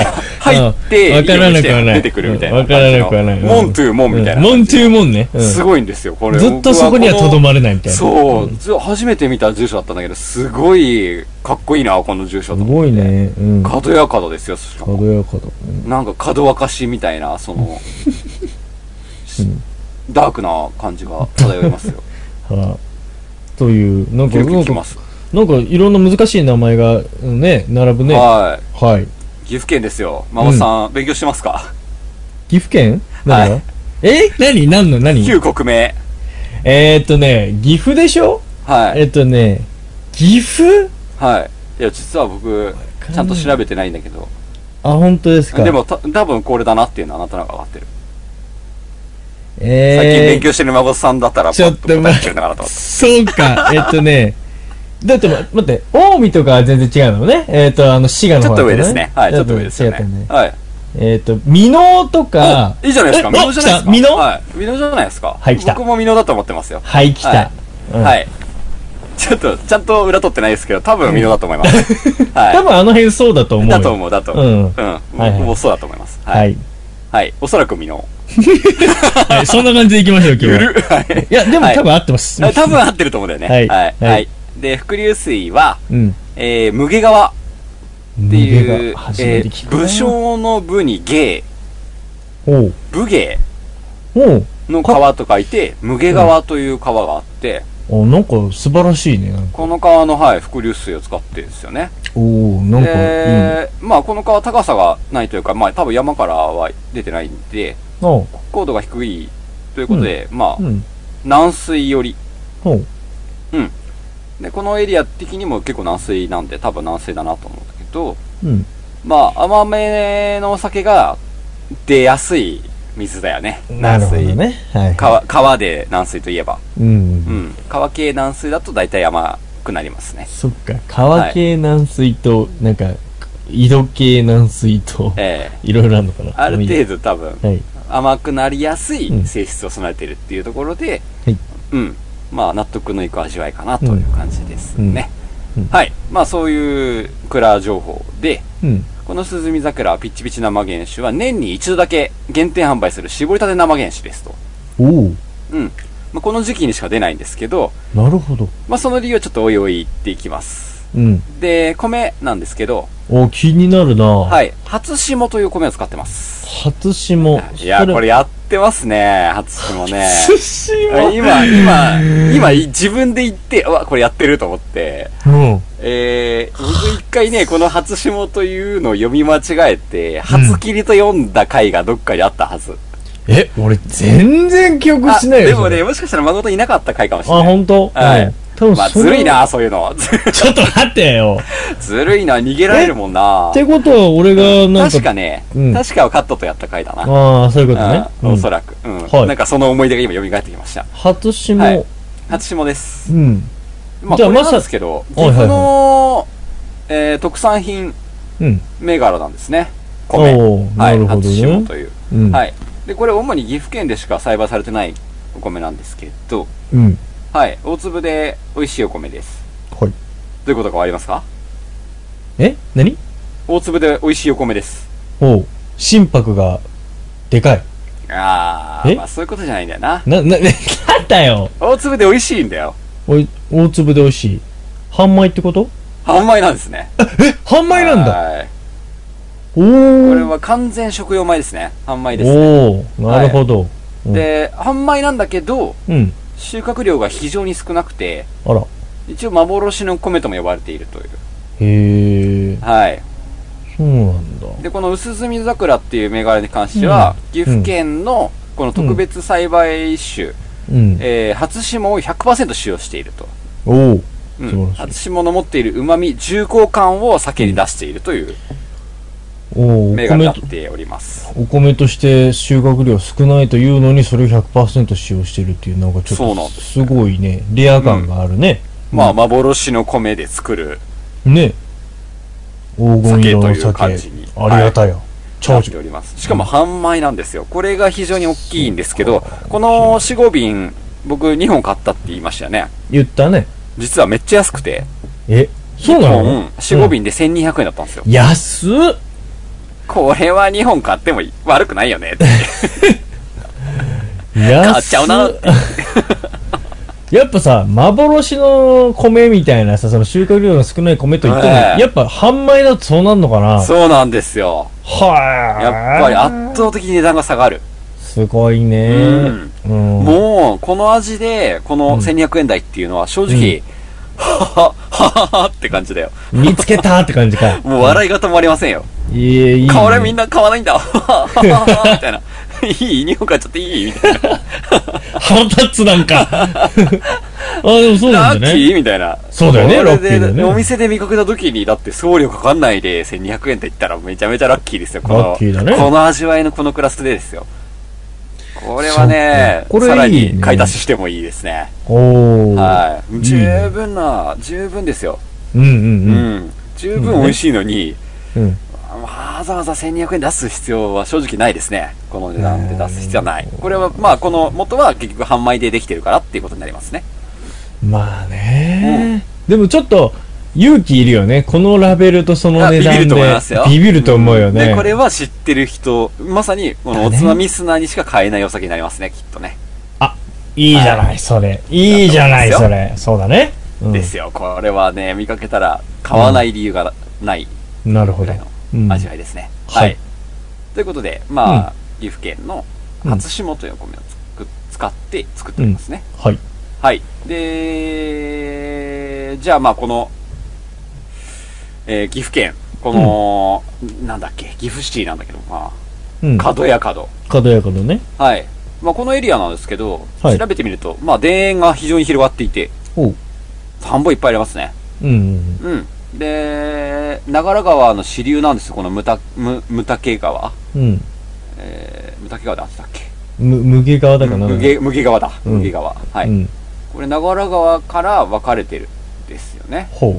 S5: ああ。
S4: 入って、
S5: わからなくはない。
S4: 出てくるみたいな
S5: わ
S4: 感じの。
S5: からなくはない。
S4: 門トゥ門みたいな。
S5: 門トゥ門ね。うん
S4: すごいんですよ、これ。
S5: ずっとそこにはとど
S4: ま
S5: まれないみたいな。
S4: そう、ず初めて見た住所だったんだけど、すごい、かっこいいな、この住所
S5: す
S4: と思って
S5: ごい。ね。うん。か
S4: 角や角ですよ、しかも。
S5: どやかと。
S4: なんか角沸かしみたいな、その、ダークな感じが漂います よ。
S5: はあという、なんか、
S4: よ
S5: な
S4: く
S5: ん
S4: 来
S5: か
S4: ま、す。
S5: なんかいろんな難しい名前がうんね、並ぶね。は。
S4: はいい。岐阜県ですよ。孫さん、勉強してますか
S5: 岐阜県何
S4: は
S5: がえ何何の何
S4: 旧国名。
S5: えーっとね、岐阜でしょ
S4: はい
S5: えーっとね、岐阜
S4: はいいや実は僕
S5: かんない
S4: ちゃんと調べてないんだけど
S5: あ、本当ですか。
S4: でもた多分これだなっていうのはあなたの方が分かってる、
S5: えー、
S4: 最近勉強してる孫さんだったら
S5: ちょっと
S4: 待
S5: 待
S4: っ
S5: って
S4: るのかなと思って
S5: そう か、えっとね、だってま待って、近江とかは全然違うのね。えっと、あの、滋賀
S4: ち
S5: の
S4: ょ
S5: 方
S4: っと上ですねはいちょっと上ですよ
S5: だいぶ違った
S4: ねはい
S5: えっと、美濃とか、
S4: いいじゃないですか。
S5: え
S4: 美濃じゃないですか。
S5: お来た美濃
S4: はい。美濃じゃないですか。
S5: はい来た
S4: 僕も美濃だと思ってますよ。
S5: はい、来た。うん
S4: はい。ちょっと、ちゃんと裏取ってないですけど、多分美濃だと思います。
S5: 多
S4: は
S5: 分あの辺そうだと思
S4: い。
S5: う。
S4: だと思う、だと思う。
S5: うん
S4: うん。
S5: は
S4: 僕
S5: い
S4: もそうだと思います。
S5: は
S4: はい。
S5: い。
S4: はい。おそらく美濃。
S5: はい、そんな感じでいきましょう、今日
S4: ゆ
S5: は。
S4: る。はい。
S5: いや、でも
S4: はい
S5: 多分合ってます。
S4: あ多分合ってると思うんだよね。
S5: はい
S4: はい。
S5: はい
S4: はいで、伏流水は、
S5: うん。
S4: えー、無毛川ってい
S5: 腕
S4: う
S5: が、初
S4: え
S5: めて聞
S4: ー、
S5: くな
S4: 武将の武に芸、
S5: おう。
S4: 武芸
S5: おう。
S4: の川と書いて、無毛川という川があって、
S5: あ、なんか素晴らしいね。なんか
S4: この川の、はい、伏流水を使ってですよね。
S5: おおなんか、いいね。
S4: で、まあ、この川高さがないというか、まあ、多分山からは出てないんで、
S5: おう
S4: 高度が低いということで、まあ
S5: う、ん。
S4: 南水寄り。
S5: おう
S4: で、このエリア的にも結構南水なんで、多分南水だなと思うんだけど、
S5: うん。
S4: まあ、甘めのお酒が出やすい水だよね。
S5: なるほど
S4: 軟水。
S5: ね。はい。
S4: 川、川で南水といえば。
S5: う。
S4: うんん。川系南水だと大体甘くなりますね。
S5: そっか、川系軟水と、なんか、井戸系軟水と、
S4: ええ
S5: いろいろあるのかな。
S4: ある程度
S5: 度。
S4: 多分、
S5: はい。
S4: 甘くなりやす
S5: う
S4: い
S5: ん
S4: 性質を備えてるっていうところで、
S5: はい
S4: うん、まあ納得のいく味わいかなという感じですね、
S5: うんうん
S4: はいまあそういう蔵情報で
S5: うん。
S4: この涼み桜ピッチピチ生原酒は年に一度だけ限定販売する絞りたて生原酒ですと、
S5: おお
S4: うんまあ、この時期にしか出ないんですけど、
S5: なるほど。
S4: まあ、その理由はちょっとおいおい言っていきます
S5: うん。
S4: で米なんですけど、
S5: お気になるな。
S4: はいい、初霜という米を使ってます
S5: 初霜。
S4: いや
S5: そ
S4: これやってますね初霜 ね
S5: 初 霜
S4: 今、今、今、自分で言って、うわ、これやってると思って、
S5: うん。
S4: えー、僕一回ね、この初霜というのを読み間違えて、初切りと読んだ回がどっかにあったはず。
S5: え、俺全然記憶
S4: あ
S5: しないよ。
S4: でも
S5: それ
S4: ね、、もしかしたら誠いなかった回かもしれ
S5: あ、
S4: ない。
S5: ほんと
S4: はい。
S5: 多分
S4: まあ、
S5: それ
S4: ずるい。な、そういうの。
S5: ちょっと待ってよ。
S4: ずるいな、逃げられるもんな
S5: っ。てことは俺がなん
S4: 確
S5: か、
S4: かね、
S5: うん
S4: 確かはカットとやった回だな。
S5: ああ、そういうことね。
S4: うん
S5: うん
S4: おそらく。うん、
S5: はい
S4: なんかその思い出が今蘇ってきました。
S5: 初
S4: は
S5: 霜
S4: い。初霜です
S5: う。ん。
S4: まあ、
S5: じゃあ
S4: これ
S5: ま
S4: な
S5: さ
S4: んですけど、岐
S5: はいはいは
S4: 阜
S5: い
S4: の、えー特産品、
S5: うん。
S4: 銘柄なんですね。米。
S5: おー
S4: はい、
S5: なるほどね
S4: 初霜という、
S5: うん。。
S4: はいい。で、これ主に岐阜県でしか栽培されてないお米なんですけど、
S5: うん。
S4: はい。大粒で美味しいお米です。
S5: はい。
S4: どういうことかわかりますか
S5: え何
S4: 大粒で美味しいお米です。
S5: おう心拍が、でかい。
S4: あー、
S5: え
S4: まあそういうことじゃないんだよな。
S5: な、な、な、なん だよ。
S4: 大粒で美味しいんだよ。
S5: おい、大粒で美味しい。半米ってこと
S4: 半米なんですね。
S5: え半米なんだ
S4: はい。こ
S5: お
S4: れ
S5: ー。
S4: は完全食用米ですね。半米ですね。
S5: おー、なるほど。うん
S4: で、半米なんだけど、
S5: うん。
S4: 収穫量が非常に少なくて、
S5: あら。
S4: 一応幻の米とも呼ばれているという。
S5: へえ、
S4: はい。
S5: そうなんだ。
S4: で、この薄墨桜っていう銘柄に関しては、岐阜県のこの特別栽培種、
S5: うん。
S4: えー、初霜を100%使用していると。
S5: おー。
S4: うん
S5: 素晴らしい
S4: 初霜の持っている旨味、重厚感を酒に出しているという
S5: お
S4: 銘
S5: ー、お
S4: 柄にな
S5: 米
S4: っ
S5: と、
S4: ております。
S5: お米として収穫量少ないというのにそれを100%使用してるっていうなんかちょっ
S4: そうなん
S5: と
S4: です
S5: ごいねレア感があるね、
S4: まあ、幻の米で作る、
S5: ね黄金色
S4: 酒
S5: の
S4: という
S5: 酒
S4: 感じに
S5: ありがたいよ、
S4: な
S5: 長
S4: って
S5: 寿
S4: おります。しかも半米なんですよ。これが非常に大きいんですけど、この4、5瓶、僕2本買ったって言いましたよね。
S5: 言ったね
S4: 実はめっちゃ安くて、
S5: えそうな
S4: うん
S5: の
S4: 4、5瓶で1200円だったんですよ。
S5: 安っ
S4: これは2本買ってもいい悪くないよねって。
S5: 安
S4: 買っちゃうなって
S5: やっぱさ幻の米みたいなさその収穫量の少ない米といっても、
S4: ええ
S5: やっぱ半米だとそうなんのかな
S4: そうなんですよ。
S5: はあ
S4: やっぱり圧倒的に値段が下がる。
S5: すごいねうん
S4: もう、この味で、この1200円台っていうのは正直、はははははって感じだよ。
S5: 見つけたって感 じか
S4: もう笑いが止まりませんよ。
S5: いえいいね
S4: これみんな買わないんだ。はははははみたいな。いい ?2 本買っちゃっていいみたいな。
S5: 腹立つな んか。あ、でもそうな
S4: ラ
S5: ん
S4: ッ
S5: だ
S4: キ
S5: ね。
S4: ーみたいな。
S5: そうだよね
S4: これで
S5: ラッキーだよね
S4: お店で見かけた時に、だって送料かかんないで1200円って言ったらめちゃめちゃラッキーですよ。この、
S5: ラッキーだね
S4: この味わいのこのクラスでですよ。これはね、
S5: そっかこれいいね
S4: さらに買い足ししてもいいですね。
S5: おー。
S4: はい。
S5: いい
S4: 十
S5: ね
S4: 分な、十分ですよ。
S5: うんうん
S4: う
S5: うん。
S4: ん。十分美味しいのに、
S5: うん。
S4: わざわざ1200円出す必要は正直ないですね。この値段で出す必要はない。これは、まあ、この元は結局販売でできてるからっていうことになりますね。
S5: まあね、でもちょっと勇気いるよねこのラベルとその
S4: あビ
S5: 値
S4: ビ
S5: 段で
S4: ると思いますよ。
S5: ビビると思うよね、
S4: で、これは知ってる人、まさに、このおつまみ砂にしか買えないお酒になりますね、きっとね。
S5: いいじゃないそれいいじゃない
S4: だと
S5: そ
S4: 思
S5: れそうだね、うん
S4: ですよ。これはね、見かけたら買わない理由がない
S5: なるほ
S4: ぐ
S5: ど
S4: らいの
S5: うん
S4: 味わいですね。
S5: はい
S4: はい。ということで、ま
S5: う
S4: あ、岐阜県の
S5: うん
S4: 初霜というお米をつく使って作っておりますね。
S5: はい
S4: はい。で、じゃあまあこの、えー岐阜県、この、なんだっけ、岐阜市なんだけど、ま
S5: うん
S4: あ、角屋角。
S5: 角やかどね
S4: はい。まあこのエリアなんですけど、
S5: はい
S4: 調べてみると、まあ田園が非常に広がっていて、
S5: おう
S4: 田んぼいっぱいありますね。
S5: うんうん
S4: うん。で、長良川の支流なんですよ、このむた、む、むたけ川。
S5: うん
S4: えー、むたけ川であってたっけ
S5: む無毛側だかな
S4: むげ、むげ川だ。
S5: うん
S4: むげ川。は
S5: う
S4: い。
S5: ん
S4: これ長良川から分かれてるんですよね。
S5: ほ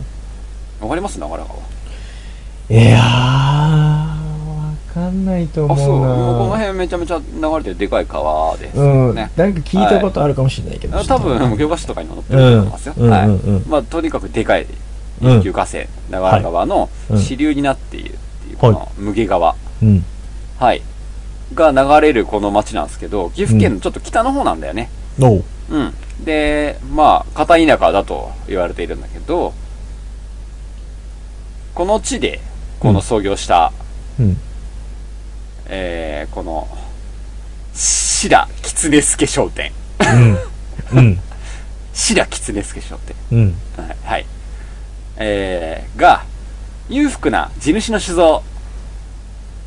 S4: わかります長良川。
S5: ういやーわかんないと思
S4: あそう
S5: うな
S4: もうこの辺めちゃめちゃ流れてるでかい川です
S5: うん、
S4: ね、
S5: なんか聞いたことあるかもしれないけど、
S4: あ
S5: ちょ
S4: 多
S5: っと
S4: 分教科書とかにも載ってると思いますよ、
S5: うん
S4: はい
S5: うんうんうん
S4: まあ、とにかくでかい
S5: うん
S4: 一級河川、長良川の
S5: うん
S4: 支流になっているっていうこの無毛川、
S5: うん
S4: はい、が流れるこの町なんですけど岐阜県のちょっと北の方なんだよね、
S5: どう
S4: うんでまあ片田舎だと言われているんだけどこの地でこの創業した、
S5: うん
S4: えー、この、白狐助商店。
S5: うんうん
S4: 白狐助商店。
S5: うん
S4: はいはい。えー、が、裕福な地主の酒造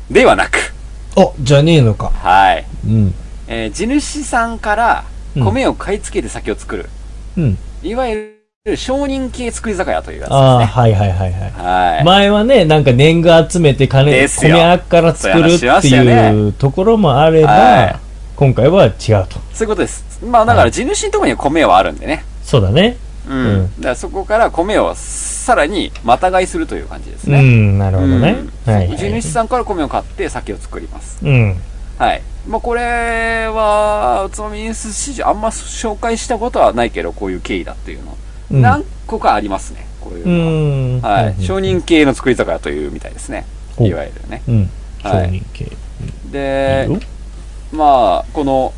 S4: ではなく、
S5: あじゃねえのか
S4: はい。
S5: うん
S4: えー、地主さんから
S5: うん
S4: 米を買い付けて酒を作る。
S5: うん
S4: いわゆる商人系作り酒屋というやつですね。
S5: ああはいはいはいはい
S4: はい。
S5: 前はね、なんか年貢集めて金、
S4: ですよ
S5: 米あっから作るっ
S4: そういう話し
S5: て
S4: ましたよ
S5: いうところもあれば、
S4: はい
S5: 今回は違うと。
S4: そういうことです。まあだから地主のところには米はあるんでね。
S5: そうだね。
S4: うん。
S5: うん
S4: だからそこから米をさらにまた買いするという感じです
S5: う
S4: ね。
S5: ん、なるほどね。
S4: うん
S5: はい、はい。
S4: 地主さんから米を買って酒を作ります。
S5: うん。
S4: はい。まあ、これは、宇都宮ニュース史上あんま紹介したことはないけど、こういう経緯だっていうの。
S5: うん
S4: 何個かありますね、こういう
S5: う
S4: のは。
S5: ん。
S4: はい。商人系の作り酒屋というみたいですね。
S5: お
S4: いわゆるね。
S5: うん。
S4: はい
S5: 商人系。
S4: で
S5: いいよ、
S4: まあ、この、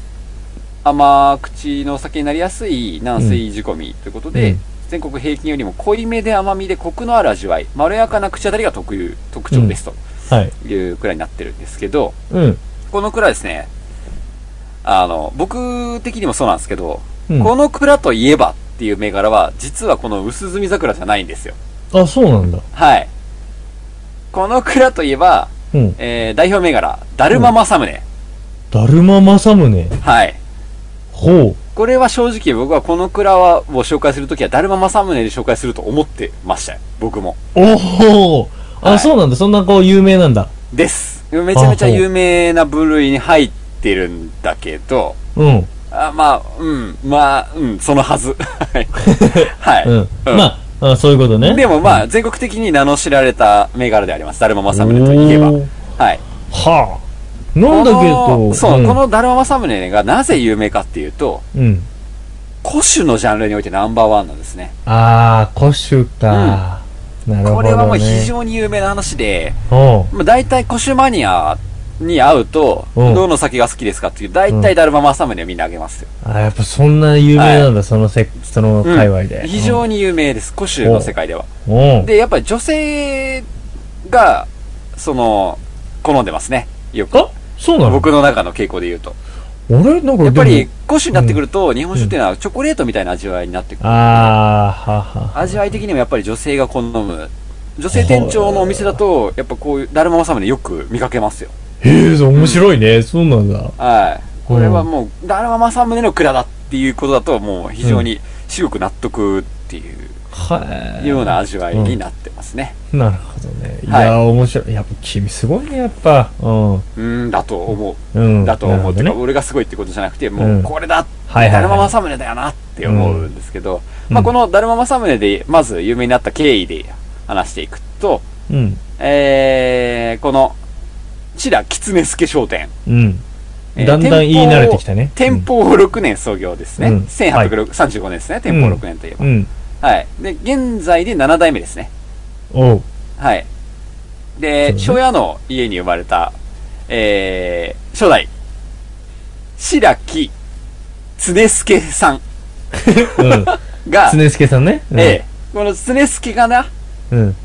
S4: 甘口のお酒になりやすい軟水仕込みということで、
S5: うん
S4: 全国平均よりも濃いめで甘みでコクのある味わい、まろやかな口当たりが特有、特徴ですと。
S5: はい。
S4: いうくらいになってるんですけど、
S5: うん。
S4: この蔵ですね、あの、僕的にもそうなんですけど、
S5: うん
S4: この蔵といえばっていう銘柄は、実はこの薄墨桜じゃないんですよ。
S5: あ、そうなんだ。
S4: はい。この蔵といえば、
S5: うん。
S4: えー代表銘柄、だるま政宗、
S5: だるま正宗。
S4: はい。
S5: ほ
S4: これは正直僕はこの蔵はを紹介するときは、だるま政宗で紹介すると思ってましたよ。僕も。
S5: う。おほあ、
S4: はい
S5: そうなんだ。そんなこう有名なんだ。
S4: です。めちゃめちゃ有名な部類に入ってるんだけど、
S5: うん。
S4: あまあ、うん、まあ、うん、そのはず。 はい。はい。
S5: うん。まあ、あそういうことね。
S4: でもまあ、全国的に名の知られた銘柄であります。だるま政宗といえば
S5: おー。
S4: はい。
S5: はあ。なんだけ
S4: こ
S5: ど。
S4: のそう、
S5: ん
S4: こ。のだるま政宗がなぜ有名かっていうと、
S5: うん。
S4: 古酒のジャンルにおいてナンバーワンなんですね。
S5: ああ、古酒か。なるほど、ね。
S4: これはもう非常に有名な話で、
S5: おう
S4: まあ、大体古酒マニアに会うと、
S5: うん
S4: どの酒が好きですかっていう、大体だるま政宗をみんなあげますよ。
S5: あやっぱそんな有名なんだ、そのせそ
S4: う
S5: の
S4: ん
S5: 界隈で、
S4: 非常
S5: に
S4: に有名です。古酒の世界では。
S5: おう
S4: で、やっぱり女性が、その、好んでますね。よく。
S5: あそうなの
S4: 僕の中の傾向で言うと。
S5: 俺なんか
S4: やっぱ
S5: で
S4: り
S5: も、
S4: 古酒になってくると、日本酒っていうのはチョコレートみたいな味わいになってくる。
S5: ああはは
S4: 味わい的にもやっぱり女性が好む。女性店長のお店だと、やっぱこういう、だるままさまでよく見かけますよ。
S5: へえ面白いね、そうなんだ
S4: はい。これはもう、だるま政宗の蔵だっていうことだと、もう非常に至極納得っていう
S5: は
S4: ような味わいになってますね。
S5: い。なるほどね。い
S4: はい
S5: やー、面白い。やっぱ君すごいね、やっぱ。うん。
S4: うん、だと思
S5: うん。
S4: う。だと思う。てか、
S5: なるほどね。
S4: 俺がすごいってことじゃなくて、
S5: う
S4: も
S5: ん
S4: うこれだ
S5: はいはいは
S4: だ
S5: い
S4: るま政宗だよなって思うんですけど、
S5: うん
S4: まあこのだるま政宗で、まず有名になった経緯で話していくと、
S5: うん。
S4: えー、この、千田狐助商店。
S5: う
S4: え
S5: ん。
S4: ー
S5: だんだん言い慣れてきたね。
S4: 店舗を店舗を6年創業ですね。
S5: うん
S4: 1835年ですね、店舗を6年といえば
S5: う。ん。
S4: はい。で、現在で7代目ですね。
S5: おう。
S4: はい。
S5: そう
S4: で、
S5: ね
S4: 庄屋の家に生まれた、えー、初代、白木常助さん
S5: うん。
S4: が、
S5: 常助さんね。うん
S4: ええこの常助がな、
S5: うん。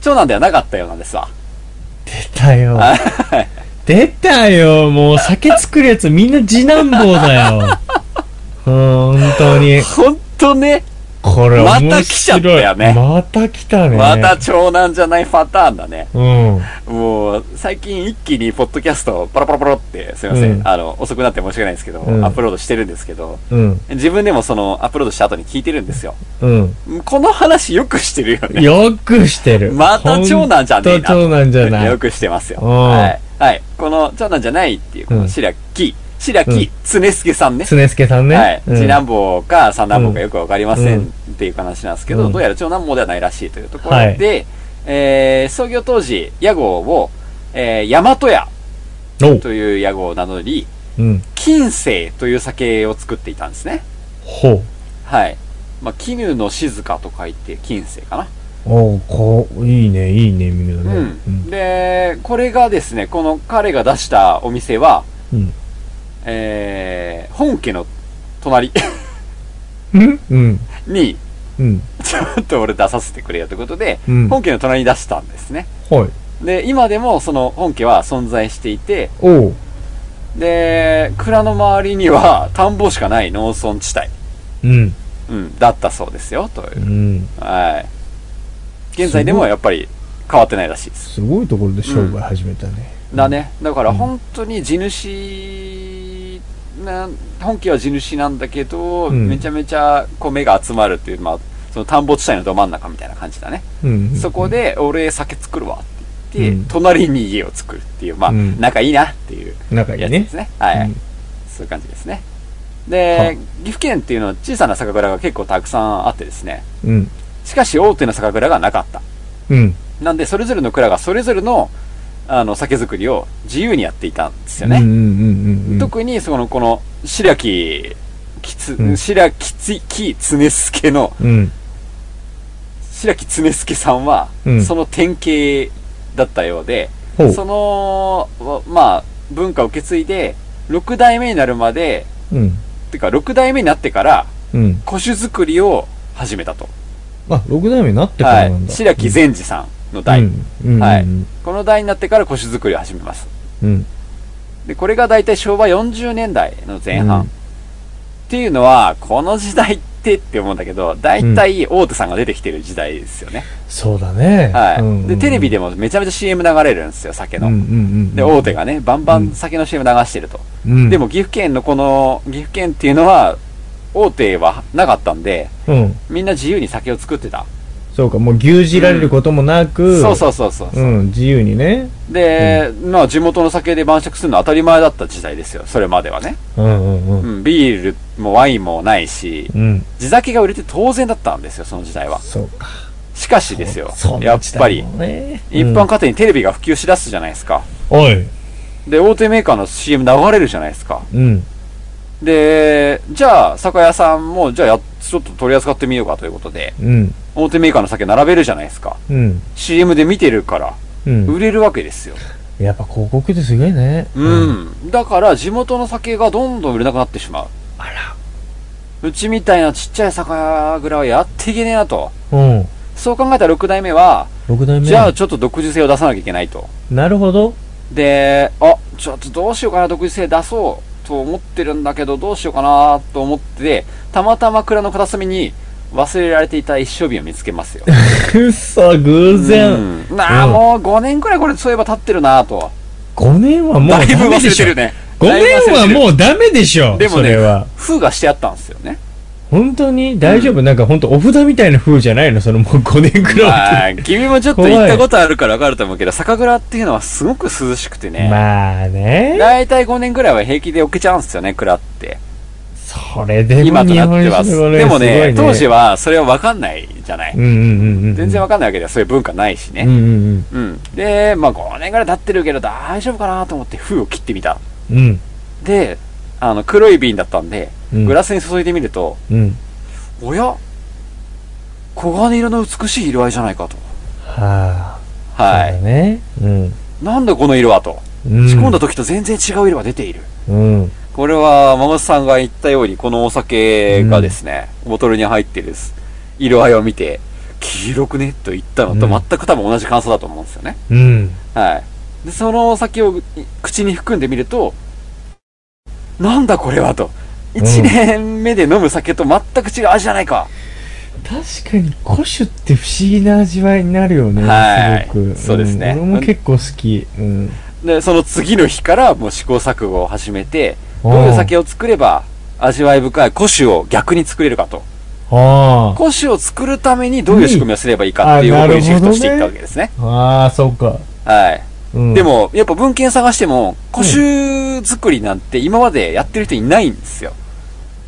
S4: 長男ではなかったようなんですわ。
S5: 出たよ。出たよ。もう酒作るやつみんな次男坊だよ。ほんとに。
S4: ほんとね、
S5: これ面白い。
S4: また来ちゃったよね
S5: また来たね。
S4: また長男じゃないパターンだね。
S5: うん。
S4: もう、最近一気にポッドキャストをパラパラパラって、すいません、
S5: うん
S4: あの、遅くなって申し訳ないんですけど、
S5: うん
S4: アップロードしてるんですけど、
S5: うん。
S4: 自分でもその、アップロードした後に聞いてるんですよ。
S5: うん。
S4: この話よくしてるよね。
S5: よくしてる。
S4: また長男じゃねえな
S5: ほんと長男じゃない。
S4: よくしてますよ。
S5: うん
S4: はい。はい。この長男じゃないっていう、こ
S5: う
S4: の
S5: ん
S4: 白木、白木常助さんね。
S5: 常助さんね。
S4: はい。
S5: うん
S4: 次男坊か三男坊かよくわかりませ
S5: う
S4: ん
S5: ん
S4: っていう話なんですけど、
S5: うん
S4: どうやら長男坊ではないらしいというところ
S5: はい
S4: で、えー創業当時、屋号を、えー、大和屋
S5: おう
S4: という屋号を名乗り、
S5: うん。
S4: 金星という酒を作っていたんですね。
S5: ほう。
S4: はい。まあ、絹の静かと書いて金星かな。
S5: おう、こう、いいね、いいね、みんなね。
S4: うん。で、これがですね、この彼が出したお店は、
S5: うん。
S4: えー、本家の隣
S5: うん。うん。
S4: に、
S5: うん。
S4: ちょっと俺出させてくれよということで、
S5: うん
S4: 本家の隣に出したんですね。
S5: はい。
S4: で、今でもその本家は存在していて、
S5: おう。
S4: で、蔵の周りには田んぼしかない農村地帯、
S5: うん。
S4: うん、だったそうですよ、というう。
S5: ん。
S4: はい。現在でもやっぱり変わってないらしいです。
S5: すごいところで商売始めたね。
S4: だね。だから本当に地主な、本家は地主なんだけど、
S5: うん
S4: めちゃめちゃ米が集まるっていう、まあ、その田んぼ地帯のど真ん中みたいな感じだね。
S5: うん。
S4: そこで、俺酒作るわって言って、
S5: うん
S4: 隣に家を作るっていう、まあ、
S5: うん
S4: 仲いいなっていう
S5: 仲い
S4: や
S5: い
S4: つで
S5: ね
S4: す。ね。はい、
S5: うん
S4: そういう感じですね。
S5: は
S4: で、岐阜県っていうのは小さな酒蔵が結構たくさんあってですね。
S5: うん。
S4: しかし大手の酒蔵がなかった。
S5: うん。
S4: なんで、それぞれの蔵がそれぞれの、あの、酒造りを自由にやっていたんですよ
S5: うんうん
S4: ね。
S5: うんうん。
S4: 特に、その、この、白木、きつ、
S5: うん
S4: 白木つ、きつねすけの、
S5: うん。
S4: 白木常助さんは、
S5: うん
S4: その典型だったようで、
S5: ほう
S4: その、わまあ、文化を受け継いで、6代目になるまで、
S5: うん。
S4: てか6代目になってから、
S5: うん。
S4: 古酒作りを始めたと。
S5: あ、6代目になってから
S4: は
S5: なん
S4: い。
S5: だ。
S4: 白木善治さんの代。
S5: うん。うん。
S4: はい。この代になってから古酒作りを始めます。
S5: うん。
S4: で、これが大体昭和40年代の前半。
S5: うん
S4: っていうのは、この時代ってって思うんだけど、大体大手さんが出てきてる時代ですよね。
S5: そうだね。
S4: はい、
S5: うんうん
S4: で、テレビでもめちゃめちゃ CM 流れるんですよ、酒の。
S5: うんうんうん。
S4: で、大手がね、バンバン酒の CM 流してると。
S5: うん。
S4: でも、岐阜県のこの、岐阜県っていうのは、大手はなかったんで、
S5: うん。
S4: みんな自由に酒を作ってた。
S5: そうか、もう牛耳られることもなく、
S4: そうそうそうそう。
S5: うん、自由にね。
S4: で、まあ、地元の酒で晩酌するのは当たり前だった時代ですよ、それまではね。
S5: うんうんう。
S4: うんん、ビールもワインもないし、
S5: うん。
S4: 地酒が売れて当然だったんですよ、その時代は。
S5: そうか。
S4: しかしですよ
S5: そ、ん
S4: や
S5: な
S4: っ
S5: 時
S4: ぱり
S5: 代、もね
S4: 一般家庭にテレビが普及しだすじゃないですか。
S5: うんおい。
S4: で、大手メーカーの CM 流れるじゃないですか。
S5: うん。
S4: で、じゃあ、酒屋さんも、じゃあや、ちょっと取り扱ってみようかということで、
S5: うん。
S4: 大手メーカーの酒並べるじゃないですか。
S5: うん。
S4: CM で見てるから、
S5: うん。
S4: 売れるわけですよ。
S5: やっぱ広告ってすごいね。
S4: うん。だから、地元の酒がどんどん売れなくなってしまう。
S5: あら。
S4: うちみたいなちっちゃい酒屋ぐらいはやっていけねえなと。
S5: うん。
S4: そう考えたら6代目は、
S5: 6代目。
S4: じゃあちょっと独自性を出さなきゃいけないと。
S5: なるほど。
S4: で、あ、ちょっとどうしようかな、独自性出そうと思ってるんだけど、どうしようかなと思って、たまたま蔵の片隅に忘れられていた一生瓶を見つけますよ。
S5: くっそ、偶然。
S4: うんなあ、
S5: うん
S4: もう5年くらいこれそういえば経ってるなと。
S5: 5年はもう
S4: だいぶ
S5: ダ
S4: 忘
S5: メで
S4: れ
S5: してょ。
S4: るね。
S5: 5ごめんはもうダメでしょ、
S4: でも
S5: それは
S4: ね。、封がしてあったんですよ ね。
S5: 本当に大丈夫、なんか本当お札みたいな風じゃないのそのもう5年く
S4: ま
S5: らい。
S4: あ、君もちょっと行ったことあるから分かると思うけど、酒蔵っていうのはすごく涼しくてね。
S5: まあね。
S4: だいたい5年ぐらいは平気で置けちゃうんですよね、蔵って。
S5: それでも
S4: 今と
S5: 日
S4: なって
S5: 本
S4: は。
S5: 酒のね
S4: でもね、
S5: すごい
S4: 当時はそれは分かんないじゃない。
S5: うんうんうんうん。
S4: 全然分かんないわけではそういう文化ないし
S5: うん
S4: ね。
S5: うん
S4: うん。で、まあ5年ぐらい経ってるけど大丈夫かなと思って封を切ってみた。
S5: うん。うん。
S4: で、あの、黒い瓶だったんで、
S5: うん
S4: グラスに注いでみると、
S5: うん。
S4: おや黄金色の美しい色合いじゃないかと。
S5: はあ。
S4: は
S5: そう
S4: い。
S5: だね。うん。
S4: なんだこの色はと。
S5: うん
S4: 仕込んだ時と全然違う色が出ている。
S5: うん。
S4: これは、マモスさんが言ったように、このお酒がですね、ボトルに入ってるです色合いを見て、黄色くねと言ったのと
S5: うん
S4: 全く多分同じ感想だと思うんですよね。
S5: うん。
S4: はい。で、そのお酒をい口に含んでみると、なんだこれはと。
S5: ん
S4: 一年目で飲む酒と全く違う味じゃないか。
S5: 確かに古酒って不思議な味わいになるよね、
S4: はい
S5: すごく
S4: そうですね
S5: ん俺も結構好き、うん、
S4: で、その次の日からもう試行錯誤を始めて、どういう酒を作れば味わい深い古酒を逆に作れるかと。
S5: あ
S4: 古酒を作るためにどういう仕組みをすればいいかっていう
S5: うん
S4: 方向にシフト
S5: あ
S4: していっ
S5: な
S4: た
S5: るほどね
S4: わけですね。
S5: あああそうか、
S4: はい。
S5: うん、
S4: でも、やっぱ文献探しても、古酒作りなんて今までやってる人いないんですよ。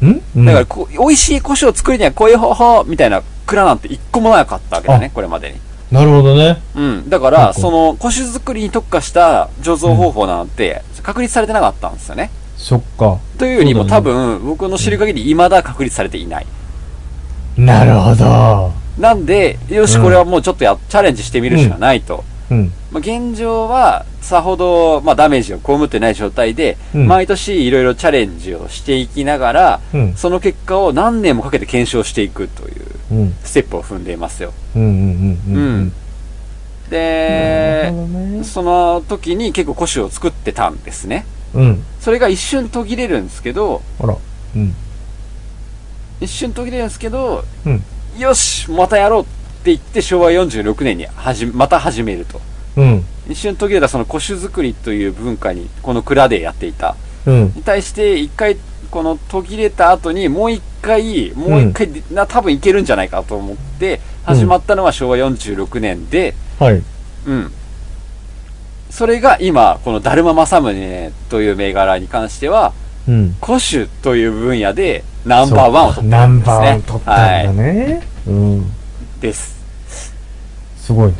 S5: ん、うん、
S4: だからこう、美味しい古酒を作るにはこういう方法みたいな蔵なんて一個もなかったわけだね、これまでに。
S5: なるほどね
S4: うん。だか
S5: な
S4: ら、
S5: んか
S4: その、古酒作りに特化した醸造方法なんて確立されてなかったんですよね。
S5: そっか
S4: というよりも
S5: そうだ
S4: 多
S5: ね
S4: 分、僕の知る限り未だ確立されていない。
S5: なるほど
S4: なんで、よし、これはもうちょっとや、チャレンジしてみるしかないと。
S5: うん
S4: まあ、現状はさほど、まあ、ダメージを被ってない状態で、
S5: うん
S4: 毎年いろいろチャレンジをしていきながら、
S5: うん
S4: その結果を何年もかけて検証していくという
S5: うん
S4: ステップを踏んでいますよ。
S5: うんうんうんうん
S4: で、
S5: うん
S4: その時に結構古酒を作ってたんですね。
S5: うん
S4: それが一瞬途切れるんですけど、
S5: あらうん
S4: 一瞬途切れるんですけど、
S5: うん
S4: よしまたやろうって言って昭和46年に始めまた始めると。
S5: うん
S4: 一瞬途切れたその古酒作りという文化に、この蔵でやっていた
S5: うん
S4: に対して一回この途切れた後にもう一回もう一回、な多分いけるんじゃないかと思って始まったのは昭和46年で
S5: はい
S4: うんそれが今この「だるま政宗」という銘柄に関しては
S5: うん
S4: 古酒という分野でナンバーワンを取っ
S5: ナ
S4: たん
S5: ン
S4: ですね
S5: バーワン取ったんだね、うん
S4: はい、です
S5: すごいね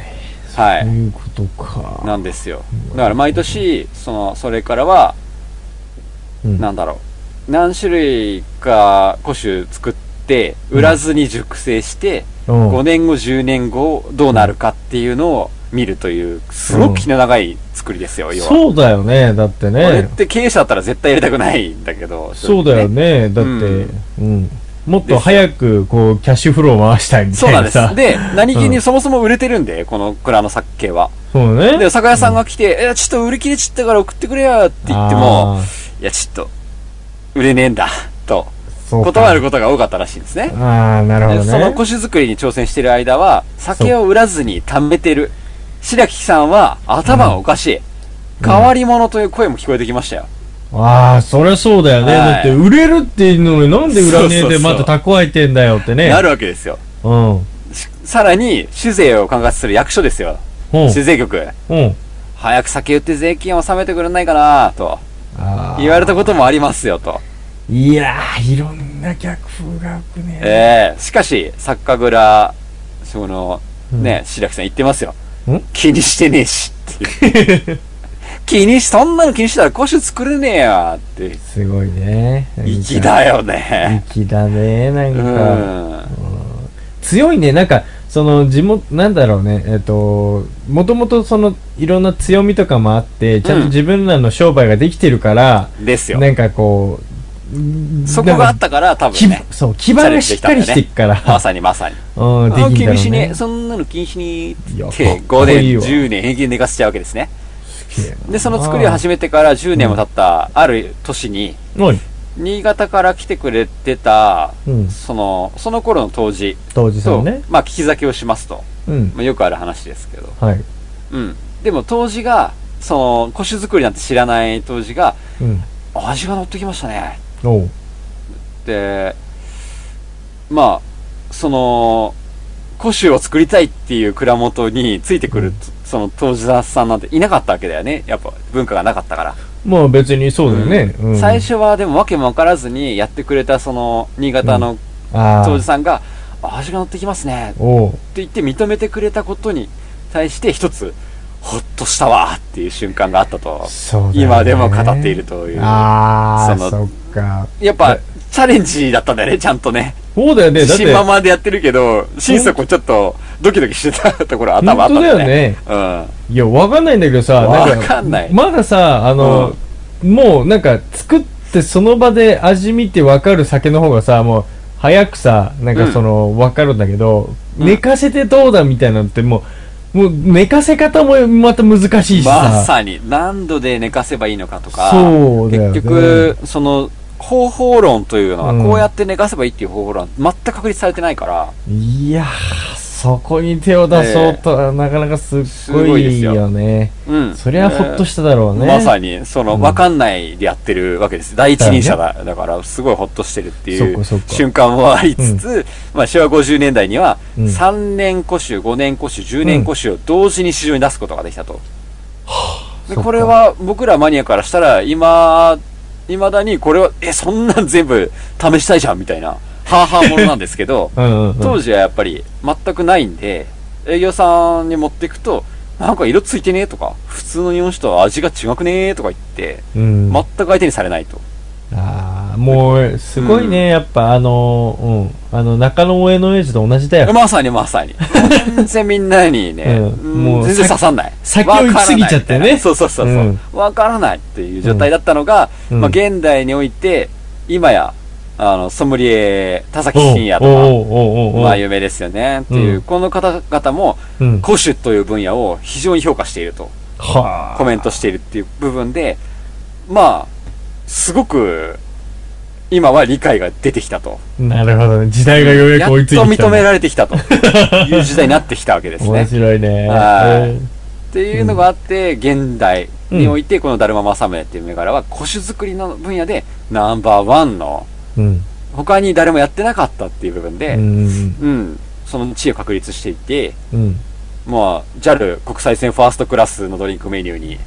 S4: は
S5: と
S4: い
S5: いうことか
S4: なんですよだから毎年そのそれからは
S5: うん
S4: なんだろう何種類か古酒作って売らずに熟成して、
S5: うん
S4: 5年後、10年後、どうなるかっていうのを見るという、すごく気の長い作りですよ、要は。
S5: そうだよねだって
S4: これっ
S5: ね
S4: て経営者だったら絶対やりたくないんだけど。
S5: そうだよ。ねだって、うん、もっと早くこうキャッシュフローを回したいみ
S4: そ
S5: た
S4: う
S5: い
S4: なん
S5: な
S4: です。
S5: さ
S4: で、何気にそもそも売れてるんで、この蔵の酒系は。
S5: そうね
S4: で、酒屋さんが来て、え、ちょっと売り切れちったから送ってくれよって言っても、
S5: あ
S4: いや、ちょっと、売れねえんだ、と、
S5: ーそうか
S4: 断ることが多かったらしいんですね。
S5: ああなるほど
S4: で
S5: ね
S4: その腰作りに挑戦してる間は、酒を売らずに貯めてる。白木さんは頭がおかしい。変わり者という声も聞こえてきましたよ。
S5: ああそりゃそうだよね、
S4: はい
S5: だって売れるっていうのになんで売らね
S4: そ
S5: え
S4: うそう
S5: で
S4: そう
S5: また蓄えてんだよってね
S4: なるわけですよ。
S5: うんうん
S4: しさらに、酒税を管轄する役所ですよ。酒税局。
S5: うん
S4: 早く酒売って税金を納めてくれないかなと
S5: あ
S4: 言われたこともありますよと。
S5: ーいやーいろんな逆風が吹くね
S4: ええしかし、作家蔵、その、ね、白木さん言ってますよ
S5: ん。
S4: 気にしてねえしっていう。 気にし、そんなの気にしたら腰作れねえよって。
S5: すごいね
S4: 粋だよね。
S5: 粋だねなん
S4: う
S5: か、
S4: ん。
S5: 強いねなんかその地元なんだろうねえっ、ともともとそのいろんな強みとかもあってちゃんと自分らの商売ができてるから、
S4: ですよ。
S5: なんかこう
S4: そこがあっ
S5: なんか
S4: たから、多
S5: 基
S4: 分ね。
S5: そう基盤がしっかりしていくから、
S4: まさにまさに。
S5: うんでき
S4: あ
S5: んだ
S4: 気
S5: ろう
S4: にしね
S5: ね
S4: え。そんなの気にしねえって
S5: い
S4: 言
S5: や
S4: っ
S5: か
S4: て、
S5: っこ
S4: 5年
S5: いい、わ
S4: 10年平均寝かせちゃうわけですね。
S5: すげえな
S4: で、その作りを始めてから10年も経った、ある年に、
S5: おい
S4: 新潟から来てくれてた、
S5: うん
S4: その、その頃の当時
S5: 当時さ
S4: と、
S5: んね
S4: まあ、聞き酒をしますと。
S5: うん
S4: まあ、よくある話ですけど。
S5: はい
S4: うん。でも当時が、その、古酒作りなんて知らない当時が、
S5: うん
S4: 味が乗ってきましたね
S5: おう
S4: でまあその古酒を作りたいっていう蔵元についてくる、
S5: うん
S4: その当時さんなんていなかったわけだよねやっぱ文化がなかったから
S5: まあ別にそうだよね。うん
S4: 最初はでも訳も分からずにやってくれたその新潟の
S5: あ
S4: 長
S5: あ
S4: 寿さんが「あ味が乗ってきますね」って
S5: おう
S4: 言って認めてくれたことに対して一つほっとしたわっていう瞬間があったと
S5: そうだよね
S4: 今でも語っているというや
S5: あ
S4: そ
S5: あ
S4: の
S5: そっか
S4: っぱチャレンジだったんだねちゃんとね
S5: そうだよねだ
S4: 自
S5: って
S4: 信満々でやってるけど心底ちょっとドキドキしてたところ頭あったんだね
S5: いやわかんないんだけどさなん
S4: わ
S5: か
S4: かんない
S5: まださあの、もうなんか作ってその場で味見てわかる酒の方がさもう早くさなんかその、わかるんだけど、
S4: うん
S5: 寝かせてどうだみたいなのってもうもう寝かせ方もまた難し
S4: う
S5: い
S4: ん
S5: し
S4: ま
S5: さ、
S4: さに何度で寝かせばいいのかとか
S5: そうだよね
S4: 結局その方法論というのは
S5: うん
S4: こうやって寝かせばいいっていう方法論は全く確立されてないから
S5: いやーそこに手を出そうとは、なかなかすっ
S4: す
S5: ご
S4: ごいで
S5: い
S4: すよ
S5: よね
S4: うん
S5: そりゃほっとしただろうね、
S4: まさに、その、わかんないでやってるわけです。第一人者だ。だから、すごいほっとしてるってい
S5: そっ
S4: う
S5: かそっか
S4: 瞬間もありつつ、まあ、昭和50年代には、
S5: うん
S4: 3年古酒、5年古酒、10年古酒を同時に市場に出すことができたと。で
S5: そっか
S4: これは、僕らマニアからしたら、今、いまだにこれは、え、そんなん全部試したいじゃん、みたいな、はあはあものなんですけど、
S5: うんうんうん、
S4: 当時はやっぱり全くないんで、営業さんに持っていくと、なんか色ついてねえとか、普通の日本酒とは味が違くねえとか言って、
S5: うん、
S4: 全く相手にされないと。
S5: ああもうすごいね、
S4: う
S5: やっぱあのうんあの中野上のエイジと同じだよ
S4: まさにまさに。全然みんなにね、
S5: うん
S4: うん
S5: もう
S4: 全然刺さんない。
S5: 先先を行き過ぎちゃって
S4: わか
S5: ね
S4: らないみたいなそうそうそうそ
S5: うん
S4: う。わ、からないっていう状態だったのが、
S5: うん
S4: まあ現代において、今や、あの、ソムリエ、田崎真也と
S5: お
S4: か、
S5: うおうおうおうおう
S4: まあ有名ですよね。っていう、
S5: うん
S4: この方々も、
S5: うん
S4: 古酒という分野を非常に評価していると。
S5: はあ
S4: コメントしているっていう部分で、まあ、すごく、今は理解が出てきたと。
S5: なるほどね時代がようや
S4: やっ
S5: く
S4: と
S5: 追いついてきた
S4: 認
S5: ね
S4: められてき たという時代になってきたわけですね。
S5: 面
S4: っ
S5: 白いね
S4: はい
S5: うん
S4: ていうのがあって、現代において、このだるま正宗っていう銘柄は、古酒作りの分野でナンバーワンの、
S5: うん
S4: 他に誰もやってなかったっていう部分
S5: う
S4: で、
S5: ん
S4: うん、その地位を確立していて、
S5: うん
S4: まあ、JAL 国際線ファーストクラスのドリンクメニューに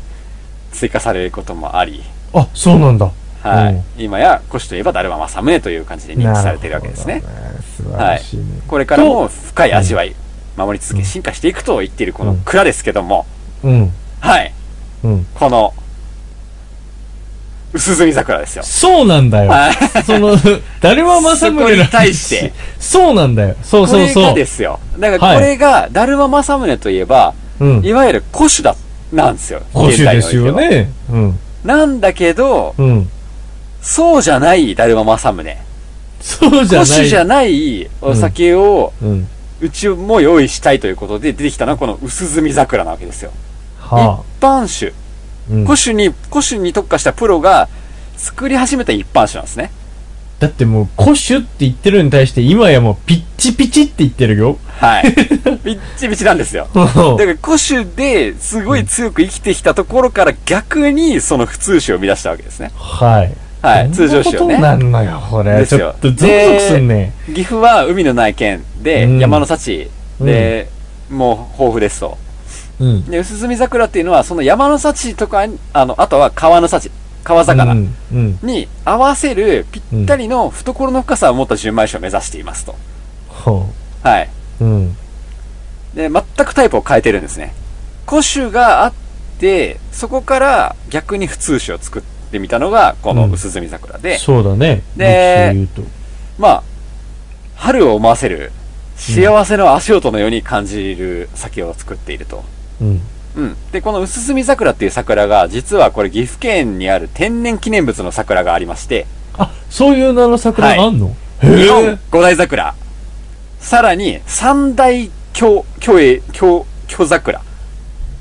S4: 追加されることもあり、
S5: あそうなんだ
S4: はい、
S5: うん
S4: 今や古酒といえばだるま正宗という感じで認知されているわけですね
S5: なるほど素晴らしいね、
S4: これからも深い味わい守り続け進化していくと言っているこの蔵ですけども、
S5: うん
S4: はい
S5: うん
S4: この薄墨桜ですよ
S5: そうなんだよ
S4: はい
S5: その 誰は正宗
S4: そこ
S5: の
S4: に対して
S5: そうなんだよそう
S4: こ
S5: そう
S4: れ
S5: そ
S4: が
S5: う
S4: ですよだからこれがだるま正宗といえば
S5: うん
S4: いわゆる古酒だなんですよ
S5: 古酒ですよ
S4: 現代において
S5: ねうん
S4: はなんだけど
S5: うん
S4: そうじゃないだるま正宗
S5: そうじゃ
S4: 古
S5: ない
S4: 酒じゃないお酒を
S5: うん
S4: うちも用意したいということで出てきたのはこの薄墨桜なわけですよ
S5: はあ
S4: 一般酒。
S5: うん
S4: 古酒に、古酒に特化したプロが作り始めた一般酒なんですね。
S5: だってもう、古酒って言ってるのに対して、今やもう、ピッチピチって言ってるよ。
S4: はい。びっちびちなんですよ。
S5: だ
S4: だから古酒ですごい強く生きてきたところから逆にその普通酒を生み出したわけですね。
S5: はい。
S4: はい。通常
S5: 酒
S4: 酒を
S5: な
S4: ね。
S5: んのよ、こ
S4: で
S5: れ。
S4: す
S5: ち
S4: よ
S5: ょっとゾクゾクすんね。
S4: 岐阜は海のない県で、
S5: うん
S4: 山の幸で、もう豊富ですと。
S5: うん。
S4: で、薄墨桜っていうのはその山の幸とかに、あの、あとは川の幸、川
S5: う
S4: 魚
S5: ん。うん。
S4: に合わせるぴったりの懐の深さを持った純米酒を目指していますと。
S5: ほ
S4: はい。
S5: う。うん。
S4: で、全くタイプを変えてるんですね。古酒があって、そこから逆に普通酒を作ってみたのが、この
S5: うん
S4: 薄墨桜で、
S5: そうだね。
S4: で
S5: どっちか言う
S4: まあ、春を思わせる、幸せの足音のように感じる酒を作っていると。
S5: と。うん。
S4: うん。で、この薄墨桜っていう桜が、実はこれ岐阜県にある天然記念物の桜がありまして、
S5: あ、そういう名の桜があんの
S4: 日
S5: へ
S4: 本
S5: え。
S4: 五大桜、さらに三大巨、巨栄、巨、巨桜。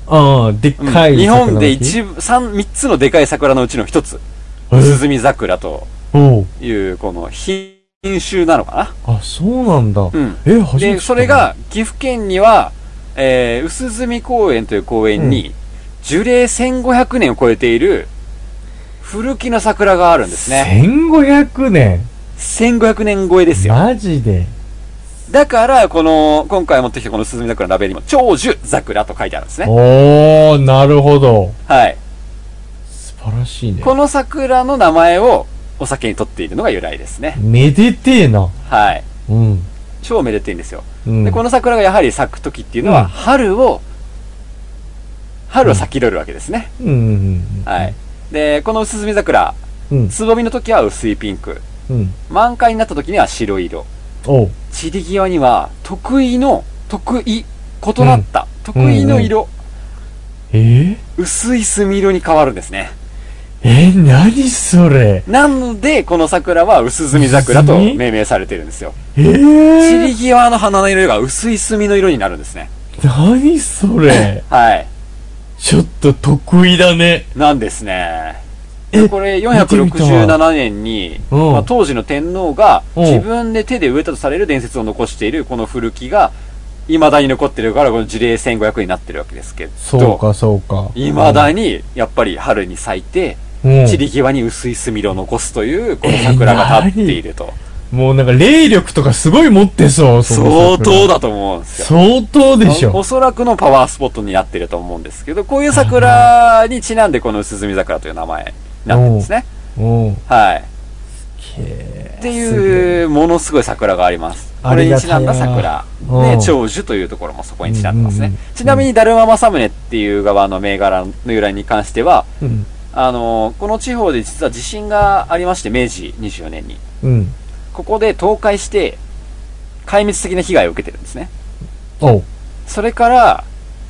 S5: ああ、でっかい。
S4: 日本で一部、三、三つのでかい桜のうちの一つ。
S5: へえ
S4: 涼み桜と
S5: おう
S4: いう、この品種なのか
S5: あ、そうなんだ。
S4: なうん。
S5: え、初めて知った
S4: で、それ、が、岐阜県には、えー、薄住公園という公園に、樹齢1500年を超えている、古きな桜があるんですね。
S5: 1500年
S4: 1500年超えですよ。
S5: マジで
S4: だから、この、今回持ってきたこのスズミ桜のラベルにも、長寿桜と書いてあるんですね。
S5: おーなるほど
S4: はい。
S5: 素晴らしいね
S4: この桜の名前をお酒にとっているのが由来ですね。
S5: めでてえな
S4: はい。
S5: うん、
S4: 超めでていいんですよ。
S5: うん、
S4: で、この桜がやはり咲く時っていうのは、
S5: うん
S4: 春を、春を咲き取るわけですね。
S5: うんうんうん
S4: はい。で、この薄墨桜、
S5: うん
S4: つぼみの時は薄いピンク、
S5: うん
S4: 満開になった時には白色、
S5: おう
S4: 散り際には得意の、得意、異なった、得意の色、
S5: えー、
S4: 薄い墨色に変わるんですね。
S5: えー、何それ
S4: なので、この桜は薄墨桜と
S5: 薄墨
S4: 命名されてるんですよ。
S5: え
S4: 散
S5: ー、
S4: り際の花の色が薄い墨の色になるんですね。
S5: 何それ
S4: はい。
S5: ちょっと得意だね
S4: なんですね。
S5: え
S4: これ
S5: 見てみた
S4: 467年に、
S5: うん
S4: まあ、当時の天皇が
S5: うん
S4: 自分で手で植えたとされる伝説を残しているこの古木が未だに残ってるからこの樹齢1500になってるわけですけ
S5: そう
S4: ど
S5: かそうか
S4: 未だにやっぱり春に咲いて
S5: うん
S4: 散り際に薄い墨色を残すというこの桜が立っていると
S5: もうなんか霊力とかすごい持ってそうその
S4: 相
S5: 桜
S4: 当だと思うんですよ
S5: 相当でし
S4: お
S5: ょ
S4: そらくのパワースポットになってると思うんですけどこういう桜にちなんでこの薄墨桜という名前になってるんですね
S5: うん
S4: はい
S5: へー
S4: っていう、ものすごい桜があります。こ
S5: あ
S4: れ
S5: り
S4: に
S5: が
S4: ち
S5: た
S4: ないん
S5: な
S4: だ桜。
S5: う
S4: で
S5: ん、
S4: 長寿というところもそこにちなんでます
S5: うんう
S4: ね
S5: んうん。
S4: ちなみに、だるま政宗っていう側の銘柄の由来に関しては、
S5: すげえうん
S4: あの、この地方で実は地震がありまして、明治24年に。
S5: うん
S4: ここで倒壊して、壊滅的な被害を受けてるんですね。
S5: おう
S4: それから、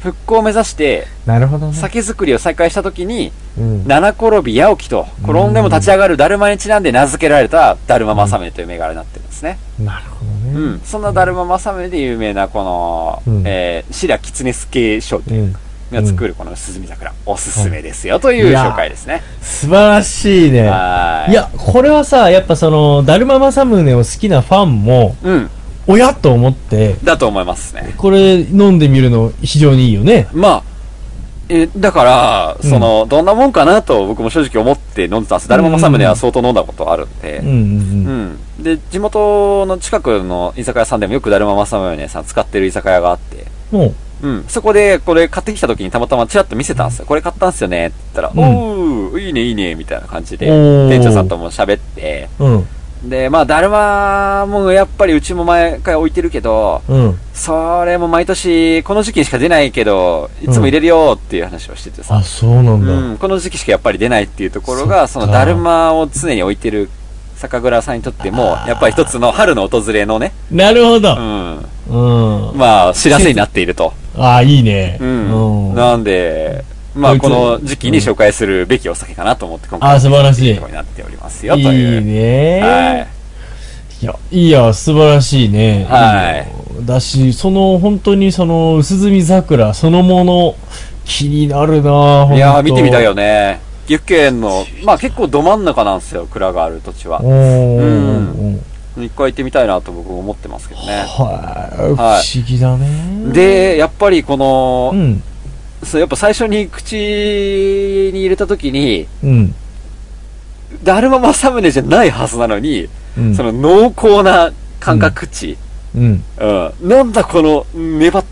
S4: 復興を目指して、
S5: なるほどね
S4: 酒造りを再開した時に、
S5: うん
S4: 七転び八起きと、転んでも立ち上がるだるまにちなんで名付けられた、だるま政宗という銘柄になってるんですね。
S5: なるほどね
S4: うん、そんなだるま政宗で有名なこの、
S5: うん
S4: えー、シラキツネス系商店
S5: うん
S4: が作るこの鈴見桜、おすすめですよという紹介ですね。
S5: 素晴らしいね
S4: はーい。
S5: い、やこれはさやっぱそのだるま政宗を好きなファンも
S4: うん、
S5: おやと思って
S4: だと思いますね。
S5: これ飲んでみるの非常にいいよね
S4: まあ、えーだから、
S5: うん
S4: その、どんなもんかなと僕も正直思って飲んでたんです。だるま政宗は相当飲んだことあるんで
S5: うん。うん
S4: う
S5: うん
S4: ん。で、地元の近くの居酒屋さんでもよくだるま政宗さん使ってる居酒屋があって、
S5: もう
S4: うん、そこでこれ買ってきた時にたまたまチラッと見せたんですよ。これ買ったんすよねって言ったら、
S5: うん
S4: おー、いいねいいね、みたいな感じで、
S5: おー
S4: 店長さんとも喋って、
S5: うん
S4: で、まあ、だるまもやっぱりうちも毎回置いてるけど、
S5: うん
S4: それも毎年この時期にしか出ないけど、いつも入れるよっていう話をしてて
S5: あ
S4: さ、
S5: そうな
S4: うん
S5: だ、
S4: ん、この時期しかやっぱり出ないっていうところが、そ
S5: そっか
S4: のだるまを常に置いてる酒蔵さんにとっても、やっぱり一つの春の訪れのね、
S5: なるほど
S4: う、ん、
S5: うん
S4: まあ、知らせになっていると。
S5: ああいいね
S4: うん。
S5: あ
S4: なんで、まあ、
S5: こ
S4: この
S5: いつ
S4: 時期に紹介するべきお酒かなと思って、今回。
S5: あー素晴らしい
S4: ところになっておりますよ、と
S5: い
S4: いう。
S5: いね、
S4: はい。
S5: いや、いや、素晴らしいね。
S4: はい
S5: いよだし、その、本当にその、薄墨桜そのもの、気になるなぁ、
S4: いやー、
S5: 本当
S4: 見てみたい。よね。岐阜県の、まあ結構ど真ん中なんですよ、蔵がある土地は
S5: お。ー。
S4: うん
S5: うん
S4: 一回行ってみたいなと僕思ってますけどね。
S5: は
S4: はい
S5: い。不思議だね。、
S4: で、やっぱりこ
S5: う
S4: の、
S5: ん。
S4: そう、やっぱ最初に口に入れた時に、
S5: うん。
S4: だるま政宗じゃないはずなのに、
S5: うん。
S4: その濃厚な感覚値、
S5: うん。
S4: うん、なんだこの、粘っ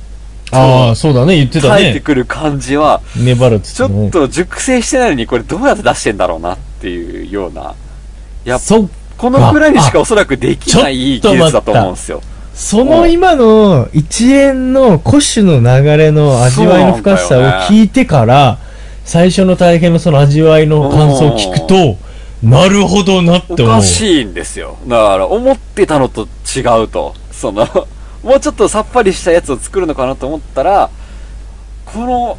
S5: ああ、そうだね。言ってた
S4: 入って
S5: ね。
S4: くる感じは、
S5: 粘るっつ
S4: ち
S5: って
S4: ょ
S5: ね
S4: っ。と熟成してないのに、これどうやって出してんだろうなっていうような、やっぱ、
S5: そ、
S4: このくらいにしかおそらくできない
S5: あちょ
S4: 技
S5: っ
S4: 術だ
S5: と待った
S4: と思うんですよ。
S5: その今の一円の古酒の流れの味わいの深さ
S4: そうなん
S5: を
S4: だよね
S5: 聞いてから、最初の体験のその味わいの感想を聞くと、なるほどなっ
S4: お
S5: て思う
S4: か。しいんですよ。だから、思ってたのと違うと。その、 もうちょっとさっぱりしたやつを作るのかなと思ったら、この、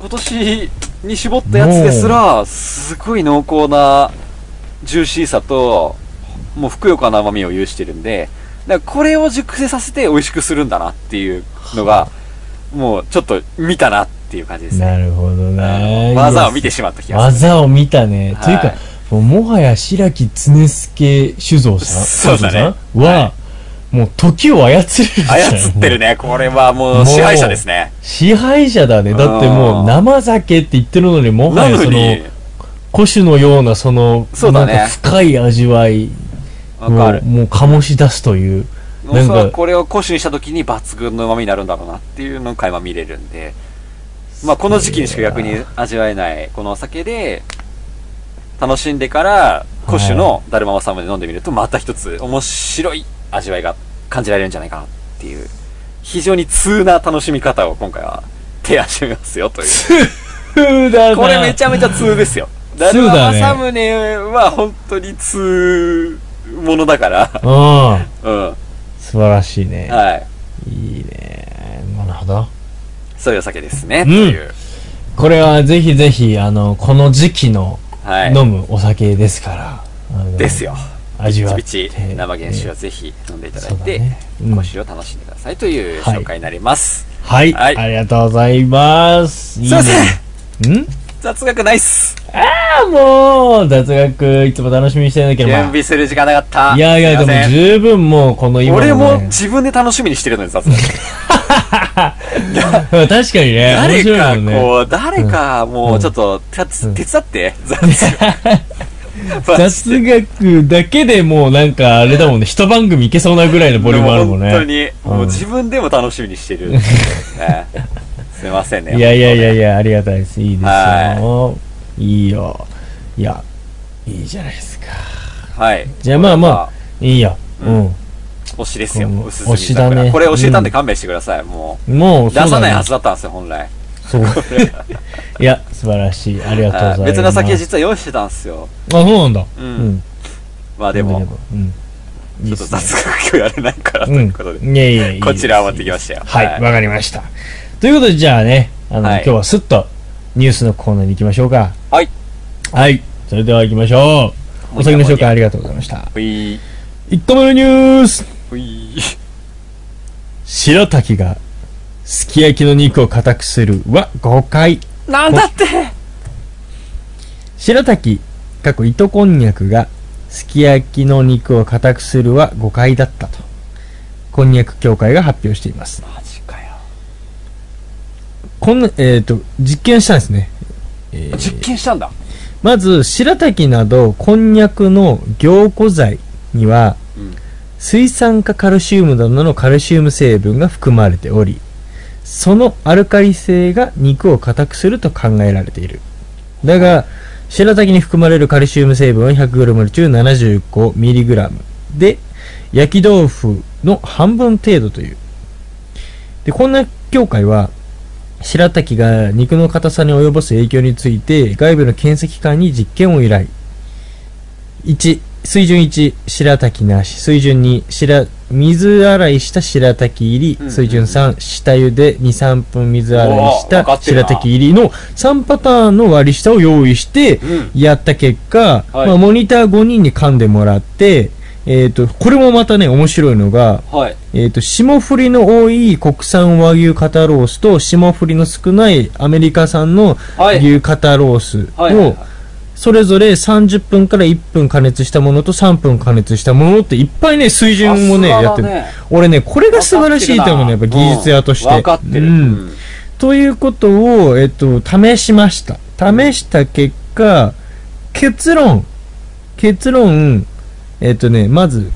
S4: 今年に絞ったやつですら、すごい濃厚なジューシーさと、もうふくよかな甘みを有してるんで、だからこれを熟成させて美味しくするんだなっていうのが、もうちょっと見たなっていう感じですね。
S5: なるほどな。
S4: 技を見てしまった気がする。
S5: 技を見たね。
S4: はい
S5: というか、もうもはや白木常助酒造さん
S4: そうだね
S5: 酒造さんは、もう時を操れるじゃん。
S4: 操ってるね。これはもう支配者ですね。
S5: 支配者だね。だっても
S4: あー
S5: う生酒って言ってるのにもは
S4: な
S5: や
S4: の
S5: その
S4: に、
S5: 古酒のようなその
S4: そうだね
S5: なんか深い味わいを
S4: わかる。
S5: もう醸し出すという
S4: おそら
S5: なん
S4: く
S5: か
S4: これを古酒にした時に抜群の旨味になるんだろうなっていうのを垣間見れるんで、まあこの時期にしか逆に味わえないこのお酒で、楽しんでから古酒のだるまさむで飲んでみるとまた一つ面白い味わいが感じられるんじゃないかなっていう、非常に通な楽しみ方を今回は提案してみますよという。
S5: 風だな
S4: これめちゃめちゃ通ですよ。だるま
S5: だね
S4: 政宗は本当に通ものだから。
S5: うん
S4: うん。は
S5: 素晴らしいね
S4: い。
S5: いいねなるほど
S4: そういうお酒ですね。
S5: ん
S4: という。
S5: これはぜひぜひあのこの時期の
S4: はい。
S5: 飲むお酒ですから、あの
S4: ですよ。
S5: 味わ
S4: ち
S5: って
S4: びち生原酒はぜひ飲んでいただいて、
S5: そうだねうん
S4: 今週を楽しんでくださいという
S5: はい
S4: 紹介になります。
S5: はい、
S4: はい
S5: ありがとうございますいい
S4: すいません
S5: ねん
S4: 雑学ないっす
S5: あもう雑学いつも楽しみにしてるんだけど、
S4: 準
S5: まあ
S4: 備する時間なかった。
S5: いやいや
S4: す
S5: で
S4: ませ
S5: も
S4: ん
S5: 十分もうこの今の、ね、
S4: 俺も自分で楽しみにしてるのに雑学。
S5: うん 確かにね面
S4: 誰
S5: 白
S4: か
S5: いもんね
S4: こう、誰かもうちょっと手伝手伝って、雑学。
S5: 雑学だけでもうなんかあれだもんね一番組いけそうなぐらいの ボリュームあるもんね
S4: で本当に、もう
S5: うん
S4: 自分でも楽しみにして る。ねすいませんね。
S5: いやいやいやいや、ありがたいです。いいですよ
S4: は。
S5: いいよ。いや、いいじゃないですか。
S4: はい。
S5: じゃあまあまあ、いいよ。うん。
S4: 推しですよ。
S5: うん
S4: 薄墨桜
S5: 推しだね
S4: これ教えたんで勘弁してください。も
S5: もう、
S4: う、出
S5: そうだ
S4: さ
S5: ね
S4: ないはずだったんですよ、本来。
S5: そう。いや、素晴らしい。ありがとうございます。
S4: 別の酒は実は用意してたんですよ。
S5: あ、そうなんだ。
S4: う
S5: うんん。
S4: まあでも、、
S5: うん。い
S4: ち
S5: い
S4: ょ
S5: っ
S4: っと雑
S5: すね
S4: 学今日やれないからということで。
S5: うん。いやいやいや。
S4: こちらを持ってきましたよ。
S5: はい、わかりました。ということで、じゃあね、あの、
S4: はい
S5: 今日はすっとニュースのコーナーに行きましょうか。
S4: はい。
S5: はい。それでは行きましょう。お酒の紹介ありがとうございました。
S4: ほい
S5: 1個目のニュース
S4: ほい
S5: 白滝がすき焼きの肉を硬くするは誤解
S4: なんだって
S5: 白滝過去糸こんにゃくがすき焼きの肉を硬くするは誤解だったとこんにゃく協会が発表しています
S4: マジかよ。
S5: こんなえっ、と実験したんですね
S4: 実験したんだ。
S5: まず白滝などこんにゃくの凝固剤には
S4: うん。
S5: 水酸化カルシウムなどのカルシウム成分が含まれておりそのアルカリ性が肉を硬くすると考えられているだが白滝に含まれるカルシウム成分は 100g 中 75mg で焼き豆腐の半分程度というでこんな協会は白滝が肉の硬さに及ぼす影響について外部の検査機関に実験を依頼1水準1白滝なし水準2白水洗いした白滝入
S4: うん
S5: り水準3下茹で23分水洗いし
S4: おーわか
S5: た
S4: ってるな
S5: 白滝入りの3パターンの割り下を用意して
S4: うん
S5: やった結果、
S4: はい
S5: まあ、モニター5人に噛んでもらって、えっとこれもまたね面白いのが、
S4: はい。
S5: えっと霜降りの多い国産和牛肩ロースと霜降りの少ないアメリカ産の
S4: はい
S5: 牛肩ロース
S4: はいはいはい
S5: をそれぞれ30分から1分加熱したものと3分加熱したものっていっぱいね水準をね
S4: さすがだね
S5: やってる俺ねこれが素晴らしいと思うねやっぱ技術屋として、
S4: 分かってる。
S5: うん、ということを、えっと、試しました。試した結果、結論、結論、えっとね、まず、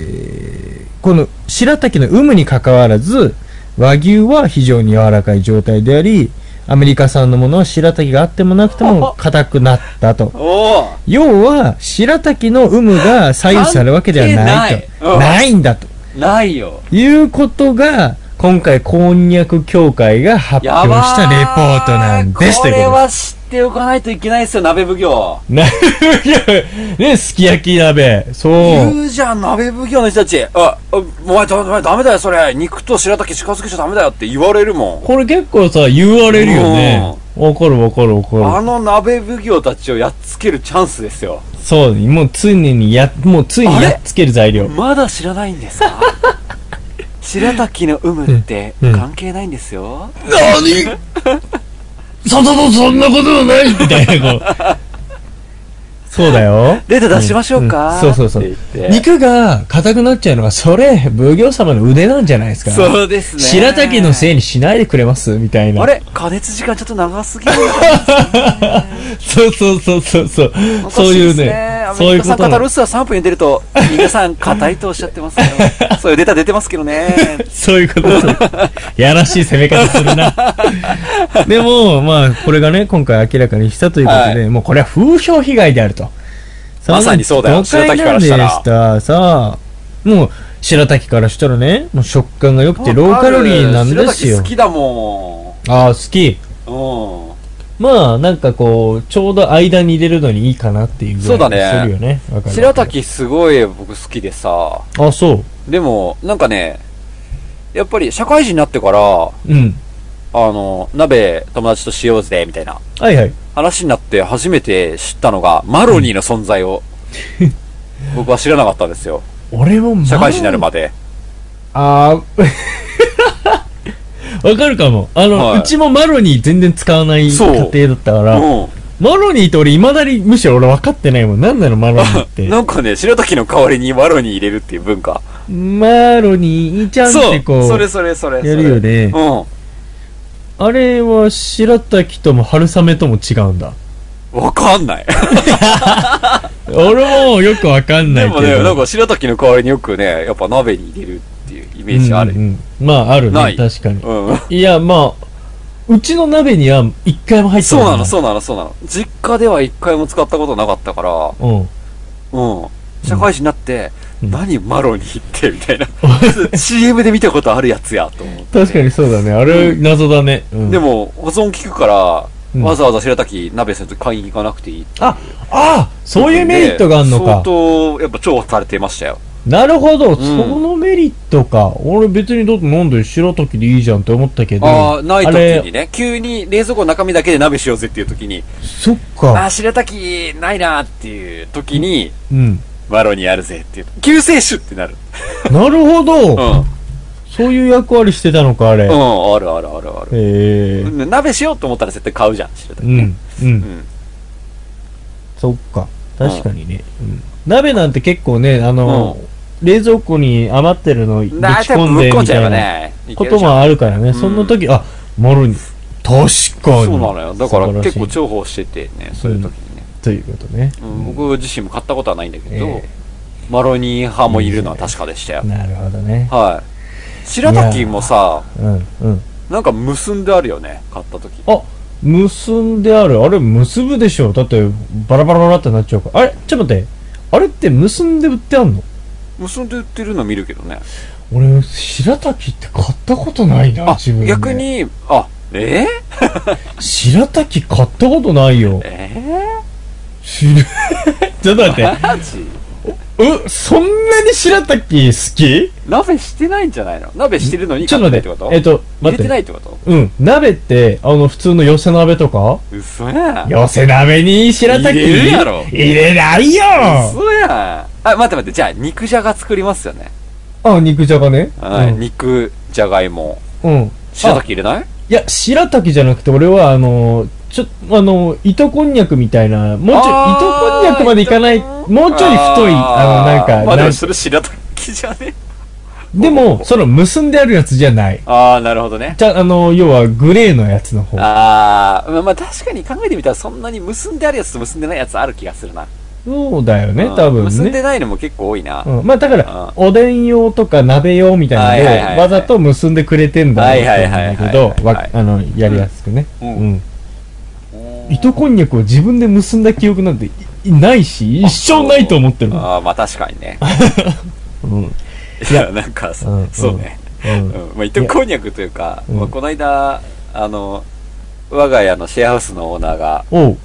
S5: えーこの白滝の有無にかかわらず、和牛は非常に柔らかい状態であり、アメリカ産のものは白滝があってもなくても硬くなったと。
S4: おお
S5: 要は、白滝の有無が左右されるわけではない
S4: 関係ないうん
S5: と。ないんだと。
S4: ないよ。
S5: いうことが、今回、こんにゃく協会が発
S4: や
S5: 表
S4: ば
S5: したレポートなんです。
S4: こと
S5: いう
S4: れ
S5: こ
S4: は知っておかないといけないですよ、鍋奉行。
S5: とです。ね、すき焼き鍋。そう。
S4: 言うじゃん、鍋奉行の人たち。あ、あお前だ、お前ダメだよ、それ。肉と白滝近づけちゃダメだよって言われるも
S5: これ結構さ、言われるよね。わかるわかるわ
S4: ん。あ
S5: か
S4: の鍋奉行たちをやっつけるチャンスですよ。
S5: る。そう、もうついにや、もうついにやっつける材料。
S4: まだ知らないんです か白滝の有無って
S5: うん
S4: 関係ないんですよ。
S5: なにそんなことはないみたいな、こう。 そうだよ。
S4: データ出しましょうか、
S5: んんそうそうそ
S4: って
S5: う。
S4: 言って
S5: 肉が硬くなっちゃうのは、それ、奉行様の腕なんじゃないですか。
S4: そうですね
S5: 白滝のせいにしないでくれますみたいな。
S4: あれ加熱時間ちょっと長すぎる
S5: そうそうそうそうそう。 そういうね
S4: ア、
S5: そ
S4: メ
S5: うい
S4: リ
S5: う
S4: カ
S5: こ
S4: さん
S5: とな
S4: 語
S5: の
S4: るスは3分茹でると、皆さん硬いとおっしゃってますけ ど、そういうデータ出てますけどね。
S5: そういうことする。やらしい攻め方する な。でも、まあ、これがね、今回明らかにしたということで、もうこれは風評被害であると。
S4: まさにそうだよ
S5: 誤解なんでしたさあ、もう、白滝からしたらね、もう食感が良くてローカロリーなんで
S4: 白
S5: す
S4: 滝
S5: よ
S4: 好。きだも
S5: ああ、好き。
S4: ん。うん。
S5: まあ、なんかこう、ちょうど間に入れるのにいいかなっていうぐらい
S4: そうだね
S5: するよね。わかる
S4: 白。滝すごい僕好きでさ、
S5: あ、そ
S4: でも、なんかね、やっぱり社会人になってから、
S5: う。うん。
S4: あの、鍋友達としようぜ、みたいな
S5: はいはい。
S4: 話になって初めて知ったのが、マロニーの存在 を、僕は知らなかったんですよ。
S5: 俺も
S4: 社会人になる
S5: ま
S4: まで。
S5: あ ーわかるかも。あの、
S4: はいう
S5: ちもマロニー全然使わない家
S4: そう
S5: 庭だったか
S4: う
S5: ら、
S4: ん。
S5: マロニーって俺未だにむしろ俺分かってないもん。なんなのマロニーって。
S4: なんかね、白滝の代わりにマロに入れるっていう文化。
S5: マロニーちゃんっ
S4: そ
S5: て
S4: う、
S5: こう、
S4: それそれそれそれ。
S5: やるよね
S4: う
S5: あれは白滝とも春雨とも違うんだ。
S4: ん。わかんない。
S5: 俺もよく分かんな
S4: で
S5: いけど。
S4: もね、なんか白滝の代わりによくね、やっぱ鍋に入れるっていうイメージある
S5: うん。うんうんまあある
S4: な
S5: ね、
S4: い
S5: 確かに。
S4: うん。
S5: いや、まあ、うちの鍋には一回も入って
S4: そうなの、
S5: う
S4: そうなの、そうなの。実家では一回も使ったことなかったから、
S5: なの。うん。
S4: うん。社会人になって、
S5: うん
S4: 何マロに行って、みたいな。CM で見たことあるやつや、と思って。
S5: 確かにそうだね。あれ、
S4: う
S5: 謎だね。うん
S4: でも、保存効くから、
S5: うん
S4: わざわざ白滝鍋すると買いに行かなくていいって
S5: あ、ああそういうメリットがあるの
S4: 相
S5: か。
S4: 当、やっぱ重宝されてましたよ。
S5: なるほど、そのメリットか。俺別にだってなんで白時でいいじゃんって思ったけど。
S4: ああ、ない
S5: あ
S4: 時に
S5: れ
S4: ね、急に冷蔵庫の中身だけで鍋しようぜっていう時に、
S5: そっ
S4: あ
S5: か。
S4: あ、白滝ないなーっていう時に、
S5: うん。
S4: マロにやるぜっていう。救世主ってなる。
S5: なるほ
S4: う
S5: ど、
S4: ん。うん、
S5: そういう役割してたのか、あれ。へ
S4: あるあるあるある。
S5: え。
S4: うん鍋しようと思ったら絶対買うじゃん、白
S5: う
S4: 滝ね。
S5: ん。う。
S4: うんん。
S5: そっか。確かにね。うん鍋なんて結構ね、あの
S4: う、
S5: 冷蔵庫に余ってるのぶち
S4: だいたい
S5: 込ん
S4: ぶっ
S5: で
S4: こん
S5: み
S4: じゃ
S5: た
S4: えば
S5: いな
S4: ね。いけ
S5: こ
S4: る
S5: と
S4: じゃん
S5: もあるからね。
S4: ん
S5: そんな時、あ、もろに。確かに。
S4: そうなのよ。だから
S5: 素晴し
S4: 結
S5: い
S4: 構重宝しててね、そういう時にね。
S5: ということね。
S4: うん僕自身も買ったことはないんだけ
S5: え
S4: ど、マロニー派もいるのは確かでしたよ。
S5: なるほどね。
S4: はい。白滝もさ、
S5: うんうん。
S4: なんか結んであるよね、買った時。
S5: あ、結んである。あれ、結ぶでしょ。だって、バラバラバラってなっちゃうから。あれ、ちょっと待って。あれって結んで売ってあんの
S4: 結んで売ってるの見るけどね。
S5: 俺、白滝って買ったことないな、
S4: あ
S5: 自分、で。
S4: 逆。に、あ、えー、
S5: 白滝買ったことないよ。
S4: え
S5: 知る ちょっと待っ
S4: ー、マジ
S5: て。う、そんなに白滝好き
S4: 鍋してないんじゃないの鍋してるのに
S5: ちょ
S4: 買
S5: っ
S4: っ
S5: と
S4: てないってこと。
S5: 待ってえっと、
S4: 入
S5: 待
S4: れ
S5: って
S4: ない
S5: て。
S4: ってこと
S5: うん。鍋って、あの、普通の寄せ鍋とか
S4: うそやん。
S5: 寄せ鍋に白滝
S4: 入れるやろ
S5: 入れないよ
S4: 嘘やん。あ、待って待って、じゃあ肉じゃが作りますよね。
S5: あ、肉じゃがね。
S4: はい、
S5: うん
S4: 肉じゃがいも。
S5: うん。
S4: 白滝入れない
S5: いや、白滝じゃなくて、俺は、あのー、ちょ、あのー、糸こんにゃくみたいな、もうちょい、糸
S4: あー
S5: こんにゃくまでいかない、もうちょい太い、あの、なんか、
S4: まあで
S5: な
S4: も
S5: ん
S4: それ白滝じゃね
S5: でも、その結んであるやつじゃない。
S4: ああ、なるほどね。
S5: じゃ、あのー、要は、グレーのやつの方。
S4: ああ、まあまあ確かに考えてみたらそんなに結んであるやつと結んでないやつある気がするな。
S5: そうだよね、
S4: うん
S5: 多分
S4: 結ん
S5: ね。
S4: でないのも結構多いな。
S5: うん、まあ、だから、おでん用とか鍋用みたい
S4: はいはいはいは
S5: なの
S4: い
S5: で、わざと結んでくれてんだろうと思
S4: はいは
S5: う
S4: い
S5: ん
S4: はい
S5: だけ
S4: はいはい
S5: ど、わあの、やりやすくね。
S4: うん
S5: うん糸こんにゃくを自分で結んだ記憶なんていいないし、一生ないと思ってるもん。
S4: ああ、まあ確かにね。
S5: うん
S4: いや、 なんかさ、
S5: うん
S4: そうね。
S5: うん
S4: うんまあ、糸こんにゃくというか、
S5: うん
S4: まあ、この間、あの、我が家のシェアハウスのオーナーが、
S5: おう。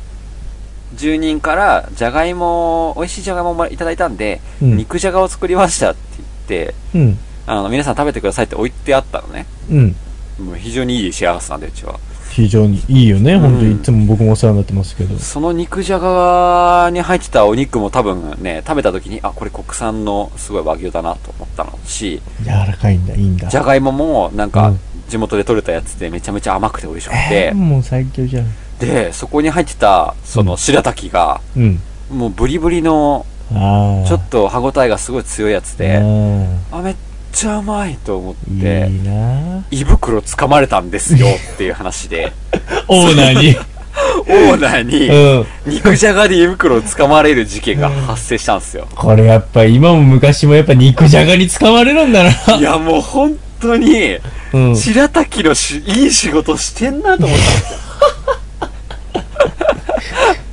S4: 住人から、じゃがいも、美味しいじゃがいもをいただいたんで、
S5: うん
S4: 肉じゃがを作りましたって言って、
S5: うん。
S4: あの、皆さん食べてくださいって置いてあったのね。
S5: うん。
S4: もう非常にいいシェアハウスなんで、うちは。
S5: 非常にいいよね。
S4: ん
S5: 本当にいつも僕もお世話になってますけど。
S4: その肉じゃがに入ってたお肉も多分ね、食べた時に、あ、これ国産のすごい和牛だなと思ったのし、
S5: 柔らかいんだ、いいんだ。
S4: じゃがいももなん
S5: う
S4: か
S5: ん
S4: 地元で採れたやつでめちゃめちゃ甘くて美味しく
S5: えー
S4: て、
S5: もう最強じゃん。
S4: で、そこに入ってたその白滝が
S5: うん。
S4: もうブリブリの
S5: ああ
S4: ちょっと歯応えがすごい強いやつ
S5: う
S4: で、
S5: ん
S4: あめっちゃうまいと思っ
S5: い
S4: て
S5: いな
S4: 胃袋掴まれたんですよっていう話 で
S5: オーナ ーに
S4: オーナーに
S5: うん
S4: 肉じゃがで胃袋を掴まれる事件が発生したんですよ
S5: これやっぱ今も昔もやっぱ肉じゃがに使われるんだな、
S4: いやもう本当に
S5: うん、
S4: 白滝のしいい仕事してんなと思っ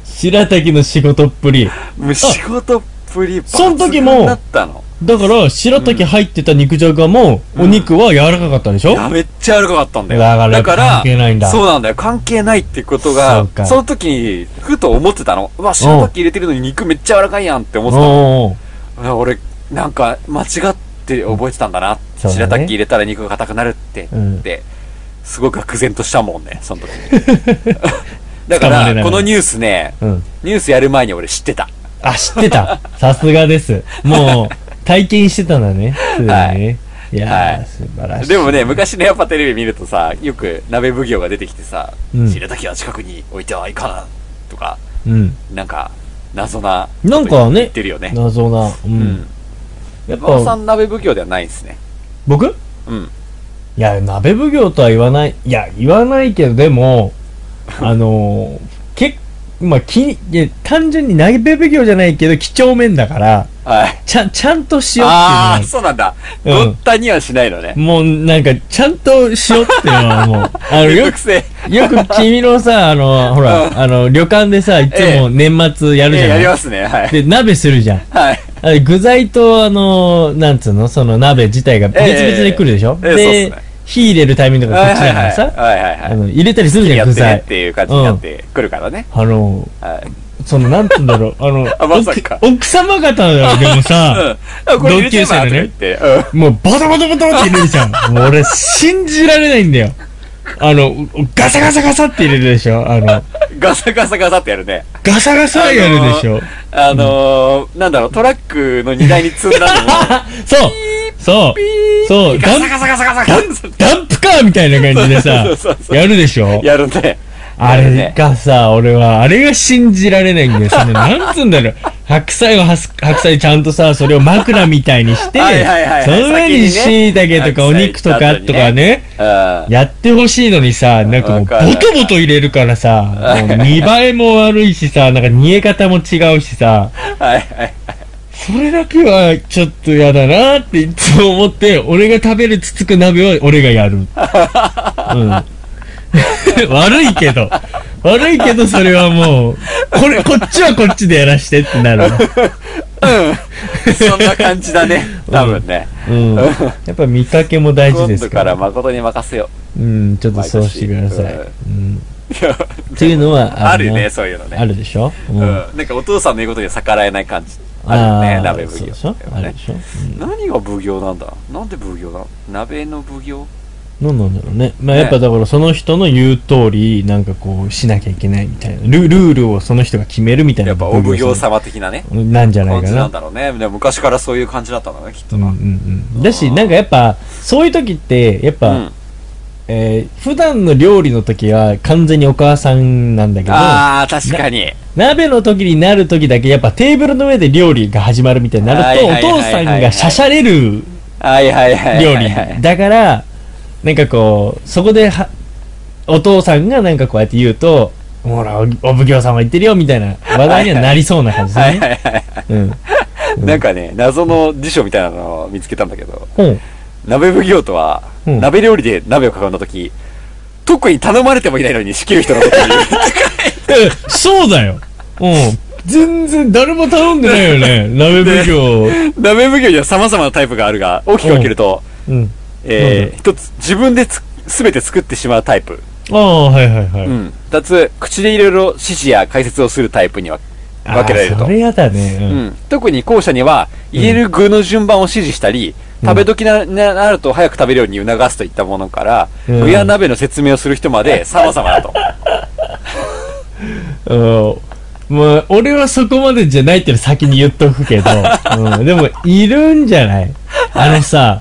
S5: 白滝の仕事っぷり
S4: たもう仕事っぷり
S5: その
S4: 抜
S5: 時
S4: 群
S5: も
S4: だったの
S5: だから白滝入ってた肉じゃがも、お肉は柔らかかったんでしょ、
S4: いやめっちゃ柔らかかったんだよ
S5: だから関係ないんだ
S4: そうなんだよ関係ないってこと
S5: そう
S4: が
S5: か
S4: その時にふと思ってたのうわ白滝入れてるのに肉めっちゃ柔らかいやんって思ってたの
S5: おうおう
S4: あ俺なんか間違って覚えてたんだな、
S5: そうだね
S4: 白滝入れたら肉が硬くなるって、
S5: うん
S4: ってすごく愕然としたもんねその 時にだか
S5: 捕まれな
S4: ら
S5: い
S4: このニュースね
S5: うん
S4: ニュースやる前に俺知ってた
S5: あ知ってたさすがですもう体験してたんだねすでにね、、
S4: はい
S5: やー、
S4: はい
S5: 素晴らしい
S4: でもね昔のやっぱテレビ見るとさよく鍋奉行が出てきてさ「
S5: うん
S4: 白滝は近くに置いてはいかん」とか
S5: うん
S4: なんか謎な
S5: なんかね
S4: 言ってるよね
S5: 謎なう、
S4: うんん
S5: やっ
S4: 馬場さ
S5: ぱ
S4: ん鍋奉行ではないんですね
S5: 僕い
S4: うん
S5: や鍋奉行とは言わないいや言わないけどで もあのー、けまあ気にいや単純に鍋奉行じゃないけど几帳面だから
S4: はい
S5: ちゃんちゃんとしようっていうのは
S4: ああーそうなんだ
S5: うん
S4: ごったにはしないのね
S5: もうなんか、ちゃんとしろっていうの はもう、あの、
S4: めん
S5: よ
S4: どくせえ
S5: く、よく君のさ、あの、ほ
S4: うん
S5: ら、あの、旅館でさ、いつも年末やるじ
S4: え
S5: ゃ
S4: え
S5: な
S4: や
S5: い、
S4: りますねはい
S5: で、鍋するじゃん。
S4: はい
S5: あれ具材と、あの、なんつうの、その鍋自体が別々で来るでしょ、
S4: ええええ
S5: で、
S4: そうっすね
S5: 火入れるタイミングとかこ
S4: は
S5: っ
S4: い
S5: ち
S4: はい
S5: だか
S4: は
S5: ら
S4: い
S5: さ、
S4: はいはい
S5: あ
S4: は
S5: の入れたりする
S4: い
S5: じ
S4: や
S5: ゃん、
S4: っ
S5: 具
S4: てね
S5: 材
S4: っ。ていう感じになってくるからね
S5: あの、
S4: はい
S5: その、なんつうんだろう、あの、
S4: あまさか
S5: 奥奥様方だよ、でもさ、
S4: うんあこれ入れちゃえばとか言ってうん
S5: もうバタバタバタバタって入れるじゃん。もう俺信じられないんだよ。あの、ガサガサガサって入れるでしょあの、
S4: ガサガサガサってやるね
S5: ガサガサやるでしょ
S4: あのーなんだろうトラックの荷台に積んだの も
S5: そうそうそう
S4: ガ
S5: ダ
S4: サ
S5: ン
S4: ガサガサガサガサ
S5: ダンプカーみたいな感じでさ
S4: そうそうそう、そう
S5: やるでしょ
S4: やるね
S5: あ
S4: やる
S5: れ
S4: ね
S5: がさ、俺は、あれが信じられないんだ よ。その、なんつうんだろう。白菜をはす、白菜ちゃんとさ、それを枕みたいにして、
S4: はいはいはいはい
S5: その上に
S4: 先にね
S5: 椎茸とかお肉とか
S4: 白菜
S5: とかね、
S4: うん
S5: やってほしいのにさ、なんかもう
S4: わ
S5: ボ
S4: かる
S5: トボト入れるからさ、もう見栄えも悪いしさ、なんか煮え方も違うしさ、
S4: はいはい
S5: それだけはちょっと嫌だなっていつも思って、俺が食べるつつく鍋は 俺がやる。うん。 悪いけど、悪いけどそれはもう、これ、こっちはこっちでやらしてってなる。
S4: そんな感じだね多分ね
S5: うん。やっぱ見かけも大事
S4: 今
S5: です
S4: 度
S5: か。
S4: からら誠に任せよ
S5: うん、ちょっとそうしてください。
S4: 毎年
S5: うん。
S4: ういや
S5: っていうのは
S4: あ
S5: の
S4: るよねそういうのね
S5: あるでしょ
S4: うん、なんかお父さんの言うことには逆らえない感じあるよね
S5: ー
S4: 鍋奉
S5: そうでし
S4: 行
S5: ょ
S4: って
S5: あ
S4: ね
S5: るでしょ、
S4: 何が奉行なんだなんで奉行なの鍋の奉行
S5: うん、何なんだろうねまあ
S4: ね
S5: やっぱだからその人の言う通りなんかこうしなきゃいけないみたいなルルールをその人が決めるみたいな
S4: やっぱお奉行様的なね
S5: なんじゃない
S4: 感
S5: か
S4: じ
S5: な
S4: なんだろうねでも昔からそういう感じだったんだねきっと
S5: うんうんうん、だしなんかやっぱそういう時ってやっぱ、
S4: うん
S5: えー普段の料理の時は完全にお母さんなんだけど
S4: ああ確かに
S5: 鍋の時になる時だけやっぱテーブルの上で料理が始まるみたいになるとお
S4: はいはいはい
S5: 父
S4: はいは
S5: さ
S4: い
S5: んがしゃしゃれる
S4: はいはいはい
S5: 料
S4: は
S5: 理
S4: いはい
S5: だからなんかこうそこではお父さんがなんかこうやって言うと「ほらおお奉行様言ってるよ」みたいな話題にはなりそうな感じ
S4: は
S5: だ
S4: いはい
S5: ね
S4: はい
S5: うん
S4: なんかね謎の辞書みたいなのを見つけたんだけど
S5: うん
S4: 鍋奉行とは、
S5: うん
S4: 鍋料理で鍋を囲んだ時特に頼まれてもいないのに仕切る人のことを言う
S5: えそうだようん全然誰も頼んでないよ ね鍋奉 行
S4: 鍋奉行には様々なタイプがあるが大きく分けると、
S5: うん
S4: えー一つ自分でつ全て作ってしまうタイプ、
S5: ああはいはいはい、
S4: うん、二つ口でいろいろ指示や解説をするタイプには
S5: あー
S4: 分けられると
S5: それやだねうん、
S4: うん、特に後者には入れる具の順番を指示したり、食べ時なななると早く食べるように促すといったものから、
S5: うん
S4: 親鍋の説明をする人まで様々だと
S5: うんまあ、俺はそこまでじゃないっての先に言っとく けど、うん、でも、いるんじゃないあのさ、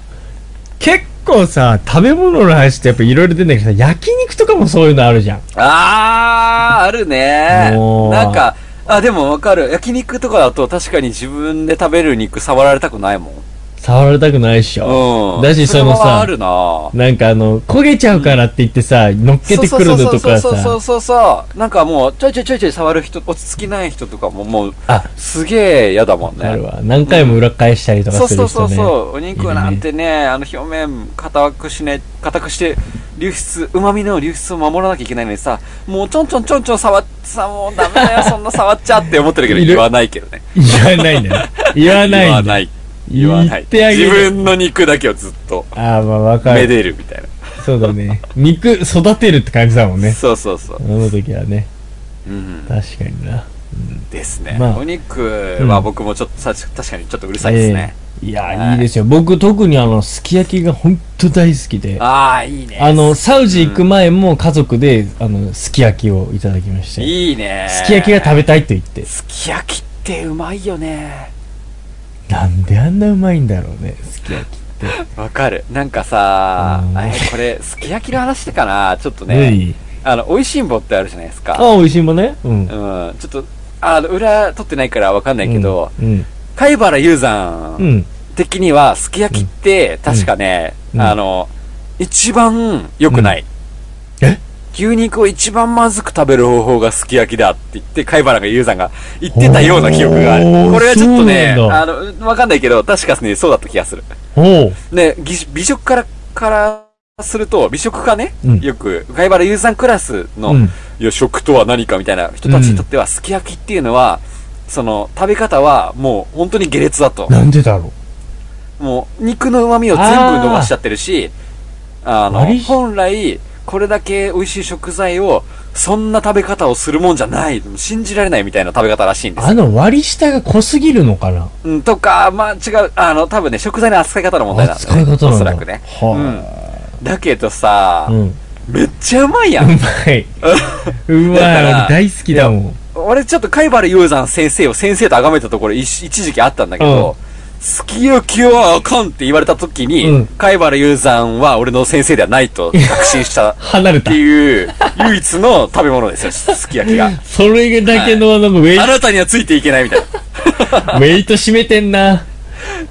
S5: 結構さ、食べ物の話ってやっぱいろいろ出てんだけどさ、焼肉とかもそういうのあるじゃん。
S4: あーあるね
S5: もう
S4: なんかあ、でもわかる。焼肉とかだと確かに自分で食べる肉触られたくないもん。
S5: 触られたくないっしょ。
S4: うん。
S5: だし、その
S4: れは
S5: さ
S4: あ、るな
S5: なんかあの、焦げちゃうからって言ってさ、乗っけてくるのとか
S4: そうそうそう
S5: さ、
S4: そうそう。なんかもう、ちょいちょいちょいちょい触る人、落ち着きない人とかももう、
S5: あ、
S4: すげえ嫌だもんね。
S5: なるわ。何回も裏返したりと
S4: そ
S5: か
S4: う
S5: す
S4: そ
S5: る
S4: うそ
S5: 人
S4: う
S5: ね。
S4: そう、お肉なんてね、あの表面硬くしね、硬くして流出、旨味の流出を守らなきゃいけないのにさ、もうちょんちょんちょんちょん触っ、さ、もうダメだよ、そんな触っちゃって思ってるけど
S5: いる
S4: 言わないけどね。
S5: 言わないんだよ。言わ
S4: 言
S5: ない
S4: わ
S5: んだ
S4: な
S5: よ。
S4: い。言わない。
S5: 言ってあげる
S4: 自分の肉だけをずっと、
S5: ああ、まあわか
S4: め
S5: る。
S4: でるみたいな。
S5: そうだね。肉育てるって感じだもんね。
S4: そうそうそう
S5: あ。の時はね。
S4: うん。
S5: 確かにな。
S4: ですね。
S5: まあ
S4: お肉は僕もちょっと、さ確かにちょっとうるさいですね。
S5: ええいや、
S4: はい
S5: い、いですよ。僕特にあの、すき焼きが本当大好きで。あ
S4: ああ、いいね。
S5: の、サウジ行く前も家族で、あの、すき焼きをいただきまして。
S4: いいね。
S5: すき焼きが食べたいと言って。
S4: すき焼きってうまいよね。
S5: なんであんなうまいんだろうね、すき焼き。
S4: わかる。なんかさ
S5: う、ん
S4: あこれ、すき焼きの話かなちょっと
S5: う
S4: ね、
S5: い
S4: あの、美味しんぼってあるじゃないですか。
S5: あ、美味しいもんね。うん。
S4: うん、ちょっと、あの、裏取ってないからわかんないけど、
S5: うん。
S4: 貝原雄
S5: う
S4: 山
S5: ん。
S4: 的には、すき焼きって、確かね、
S5: うん
S4: あの、一番良くない。
S5: うんえ
S4: 牛肉を一番まずく食べる方法がすき焼きだって言って、貝原が雄山が言ってたような記憶がある。
S5: おー
S4: これはちょっとね、
S5: そうな
S4: あの、わかんないけど、確かね、そうだった気がする。
S5: おう。
S4: ね、ぎ美食から、からすると、美食かね、
S5: うん
S4: よく、貝原雄山クラスの、
S5: うん。
S4: いや、食とは何かみたいな人たちにとっては、すき焼きっていうのは、その、食べ方は、もう、本当に下劣だと。
S5: なんでだろ
S4: もう、肉の旨味を全部伸ばしちゃってるし、あの
S5: 割、り
S4: 本来、これだけ美味しい食材を、そんな食べ方をするもんじゃない、信じられないみたいな食べ方らしいん
S5: う。
S4: ですよ
S5: あの、割り下が濃すぎるのかな
S4: うん、とか、まあ違う、あの、多分ね、食材の扱い方の問題なんだ、ね。
S5: 扱い方なんだ
S4: おそらくね。
S5: は
S4: うん。だけどさ、
S5: うん。う
S4: めっちゃうまいやん。
S5: ま い。うまい。
S4: だから
S5: 俺大好きだもん。
S4: 俺ちょっと貝原雄山先生を先生と崇めたところ一一時期あったんだけど、すき焼きはあかんって言われた時に、
S5: うん
S4: 貝原雄山は俺の先生ではないと確信 したっ
S5: 離れ
S4: て
S5: た。
S4: いう、唯一の食べ物ですよ、すき焼きが。
S5: それだけの、なんかウェイ
S4: あなたにはついていけないみたいな。
S5: ウェイト締めてんな。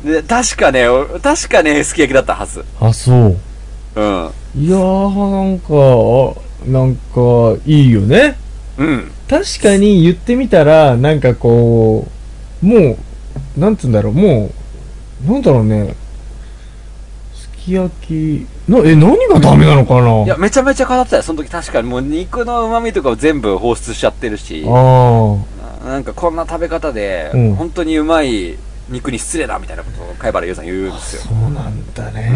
S4: で確かね、お確かね、すき焼きだったはず。
S5: あ、そう。
S4: うん。
S5: いやー、なんか、あなんか、いいよね。
S4: うん。
S5: 確かに言ってみたら、なんかこう、もう、なんつうんだろう、もう、なんだろうね。すき焼き、な、え、何がダメなのかない
S4: や、めちゃめちゃ語ってたよ、その時確かに。もう肉の旨味とかを全部放出しちゃってるし、
S5: あ
S4: なんかこんな食べ方で、
S5: うん
S4: 本当にうまい肉に失礼だみたいなことを貝原優さん言うんで
S5: あ、
S4: すよ。
S5: そうなんだね。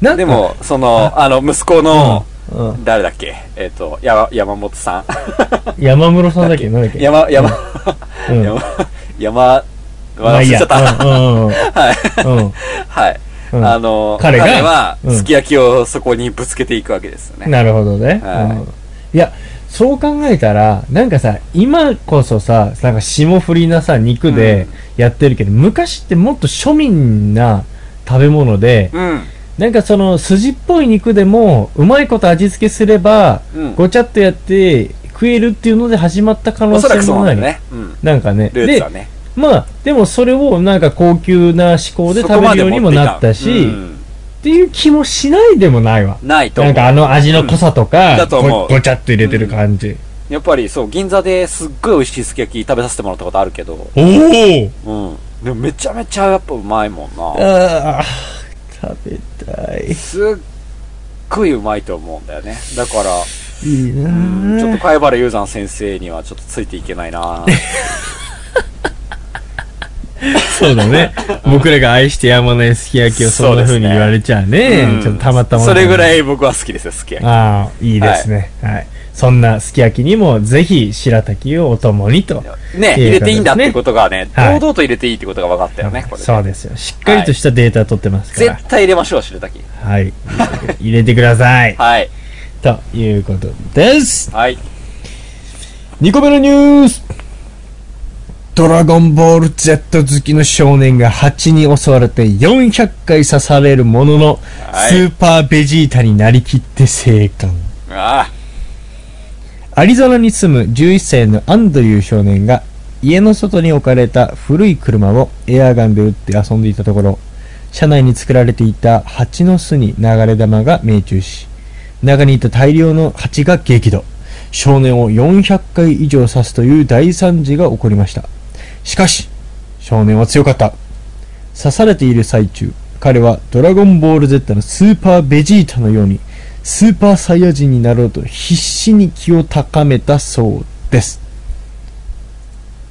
S5: なんか
S4: で、も、その、あの、息子の、
S5: うん、
S4: 誰だっけえっ、と、や、山本さ
S5: 山室さんだっけなんだっ
S4: ん。
S5: け
S4: 山、山、
S5: うん
S4: 山、山、
S5: まあ
S4: 忘
S5: い
S4: れ
S5: いや
S4: ちゃった。
S5: うんうんうん
S4: はい。
S5: う んうん
S4: はい。
S5: うん
S4: あの、
S5: 彼が
S4: は、
S5: うん
S4: すき焼きをそこにぶつけていくわけですよね。
S5: なるほどね、
S4: はい
S5: うんいやそう考えたらなんかさ今こそさなんか霜降りなさ肉でやってるけど、昔ってもっと庶民な食べ物で、
S4: うん。
S5: なんかその筋っぽい肉でもうまいこと味付けすれば、
S4: うん。
S5: ごちゃっとやって食えるっていうので始まった可能
S4: おそらく
S5: 性
S4: そう
S5: もな
S4: ないんだよね。うん。
S5: なんかね
S4: ルーツ
S5: で
S4: はね。
S5: まあでもそれをなんか高級な思考で
S4: そ
S5: 食
S4: こ
S5: べ
S4: ま
S5: る
S4: で
S5: ようにもなったし
S4: 持ていかんうん
S5: っていう気もしないでもないわ
S4: ないと思
S5: な
S4: うん
S5: かあの味の濃さと
S4: うん
S5: か、
S4: だと思う
S5: ごごちゃっと入れてる感じ。
S4: やっぱりそう銀座ですっごい美味しいすき焼き食べさせてもらったことあるけど
S5: おお
S4: うんでもめちゃめちゃやっぱうまいもんな
S5: あー食べたい。
S4: すっごいうまいと思うんだよねだから
S5: いいな
S4: うんちょっと
S5: ー
S4: 貝原雄山先生にはちょっとついていけないな
S5: そうだね。僕らが愛してやまないすき焼きをそんな風に言われちゃうね。
S4: うん
S5: ちょっとたまったもん
S4: それぐら
S5: い。
S4: い僕は好きですよすき焼き
S5: ああ、いいですね。はい。そんなすき焼きにも、ぜひ、白滝をお供にと。
S4: ね
S5: いい
S4: 入れていいんだって
S5: ね
S4: ことがね
S5: はい
S4: 堂々と入れていいってことが分かったよねこれ
S5: そうですよ。しっかりとしたデータ取ってますから。
S4: 絶対入れましょう白滝
S5: はい。入れてください。
S4: はい
S5: ということです。
S4: はい
S5: 2個目のニュースドラゴンボール Z 好きの少年が蜂に襲われて400回刺されるものの、
S4: はい
S5: スーパーベジータになりきって生還
S4: あ
S5: アリゾナに住む11歳のアンドリュー少年が家の外に置かれた古い車をエアガンで撃って遊んでいたところ、車内に作られていた蜂の巣に流れ弾が命中し、中にいた大量の蜂が激怒。少年を400回以上刺すという大惨事が起こりました。しかし、少年は強かった。刺されている最中、彼はドラゴンボール Z のスーパーベジータのように、スーパーサイヤ人になろうと必死に気を高めたそうです。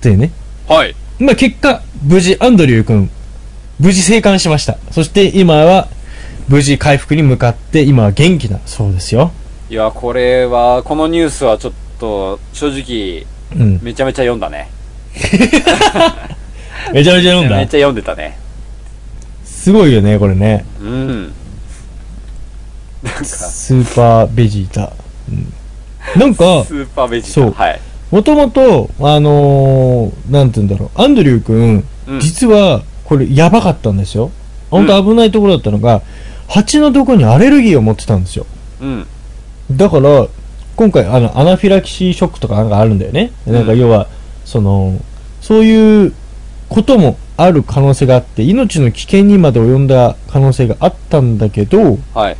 S5: でね。
S4: はい。
S5: まあ、結果、無事、アンドリュー君、無事生還しました。そして今は、無事回復に向かって、今は元気だそうですよ。
S4: いや、これは、このニュースはちょっと、正直、
S5: うん。
S4: めちゃめちゃ読んだね。
S5: めちゃめちゃ読ん
S4: めっ
S5: だ
S4: ち。ゃ読んでたね。
S5: すごいよね、これね。
S4: うん。なんか、ス
S5: スーパーベジータ。うん。なんか、
S4: ーパーベジータ。
S5: そう
S4: はい。
S5: もともと、あのー、なんて言うんだろう、アンドリュー君、
S4: うん
S5: 実は、これ、やばかったんですよ。本当危ないところだったのが、蜂のとこにアレルギーを持ってたんですよ。
S4: うん。
S5: だから、今回、あの、アナフィラキシーショックとかなんかあるんだよね。なんか、
S4: うん
S5: 要は、その、そういうこともある可能性があって、命の危険にまで及んだ可能性があったんだけど、
S4: はい。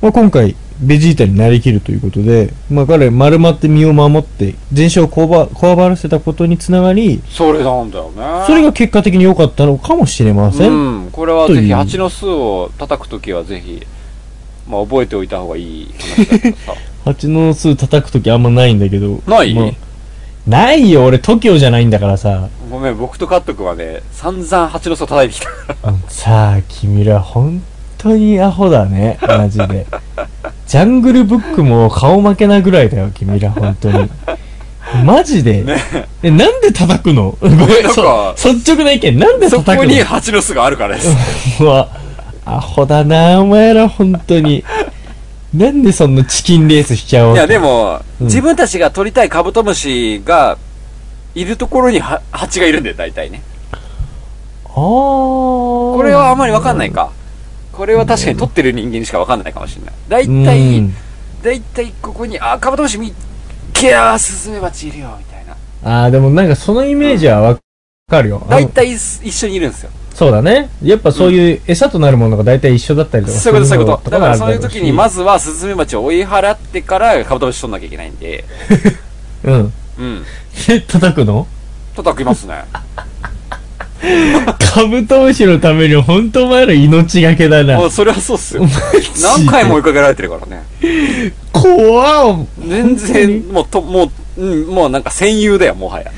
S5: まあ、今回、ベジータになりきるということで、まあ、彼、丸まって身を守って、全身をこわばこわばらせたことにつながり、
S4: それなんだよね。
S5: それが結果的に良かったのかもしれません。
S4: うん、これはぜ
S5: とい
S4: ひ
S5: う
S4: 蜂の巣を叩くときはぜひ、まあ、覚えておいた方がいい話だけ どさ
S5: 蜂の巣叩くときあんまないんだけど。
S4: ない
S5: まあないよ、俺、TOKIO じゃないんだからさ。
S4: ごめん僕とカット君はね散々蜂の巣を叩いてきた
S5: さあ、君ら、本当にアホだね、マジ で。ジャングルブックも顔負けなぐらいだよ、君ら、本当に。マジで、え、なんで叩くのごめん
S4: なん、か
S5: そ率直な意見、なんで
S4: そ
S5: 叩
S4: こ
S5: く
S4: に
S5: の
S4: 蜂の巣があるからです
S5: うわ、アホだな、お前ら、本当に。なんでそんなチキンレースしちゃお
S4: い
S5: うと
S4: やで、も、
S5: うん
S4: 自分たちが取りたいカブトムシがいるところには蜂がいるんだよ大体ね
S5: あこ
S4: これはあまりわかんないかこれは確かに取ってる人間にしかわかんないかもしれない大体、大体ここにあカブトムシ見ギャースズメバチいるよみたいな
S5: ああ、でもなんかそのイメージはわかるよ。あ
S4: 大
S5: の
S4: 体一緒にいるんですよ
S5: そうだね。やっぱそういう餌となるものが大体一緒だったりとか
S4: そういうこと、そういうこと。だからそういう時に、ま
S5: ず、
S4: ずはスズメバチを追い払ってから、カブトムシ取んなきゃいけないんで、
S5: うん。
S4: うん。
S5: え叩くの
S4: 叩きます ね。
S5: カブトムシのために本当お前ら命がけだな
S4: もう。それはそうっすよ。
S5: ジで
S4: 何回も追いかけられてるからね。
S5: 怖っ
S4: 全然
S5: 本、
S4: もう、と、もう、うん、もうなんか戦友だよ、もはや。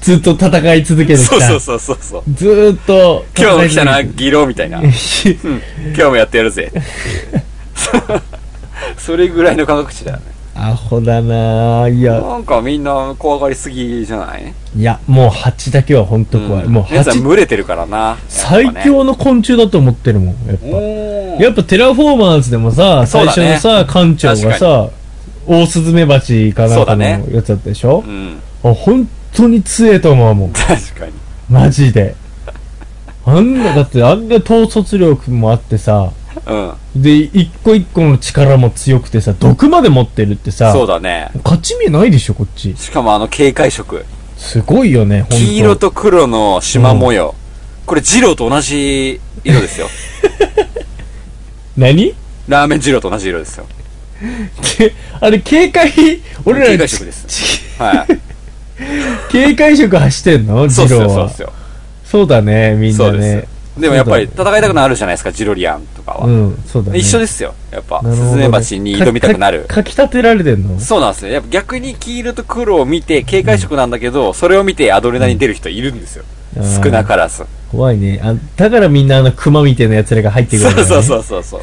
S5: ずっと戦い続けてきた。
S4: そうそうそうそうそう。
S5: ずーっと。
S4: 今日も来たな、
S5: 戦い続
S4: ギロみたいな。うん。
S5: けて
S4: 今日もやってやるぜ。 それぐらいの感覚値だよね。
S5: アホだなぁ。いや、
S4: なんかみんな怖がりすぎじゃない
S5: いや、もう蜂だけは本当怖い。
S4: ん
S5: もう
S4: 皆さん
S5: 蜂、
S4: 群れてるからな。
S5: 最強の昆虫だと思ってるもん、やっぱ。
S4: おー
S5: やっぱテラフォーマーズでもさ、
S4: そう
S5: 最
S4: だ
S5: 初
S4: ね
S5: のさ、館長が
S4: 確
S5: さ、オオスズメバチかなんかの
S4: そうだ
S5: やつだったでしょ、
S4: うん。
S5: あ本当に強えと思うもん。
S4: 確かに。
S5: マジで。あんな、だってあんな統率力もあってさ、
S4: うん。
S5: で、一個一個の力も強くてさ、毒まで持ってるってさ、
S4: そうだね。
S5: 勝ち目ないでしょ、こっち。
S4: しかもあの警戒色。
S5: すごいよね、ほんと。
S4: 黄色と黒の縞模様。これ、ジローと同じ色 ですよ。
S5: 何
S4: ラーメンジローと同じ色ですよ。
S5: あれ、警戒、俺ら
S4: 警戒色です
S5: ち
S4: はい。
S5: 警戒色走ってんのジ
S4: そう
S5: ロ
S4: っす
S5: ー
S4: よ、そう
S5: は
S4: っ。すよ。
S5: そうだね、みん
S4: そ
S5: な
S4: うで
S5: ね。
S4: す。でもやっぱり戦いたくなるじゃないですか、ジロリアンとかは。
S5: うん、そうだね。
S4: 一緒ですよ。やっぱ、
S5: なるほ
S4: ス
S5: どね
S4: ズメバチに挑みたくなる
S5: か。かかき立てられてんの
S4: そうなんですよ。やっぱ逆に黄色と黒を見て、警戒色なんだけど、それを見てアドレナリン出る人いるんですよ。
S5: うん
S4: 少なからず。
S5: 怖いね。あだからみんなあの熊みたいな奴らが入ってくるんだ
S4: そ
S5: ね、
S4: うそうそうそうそ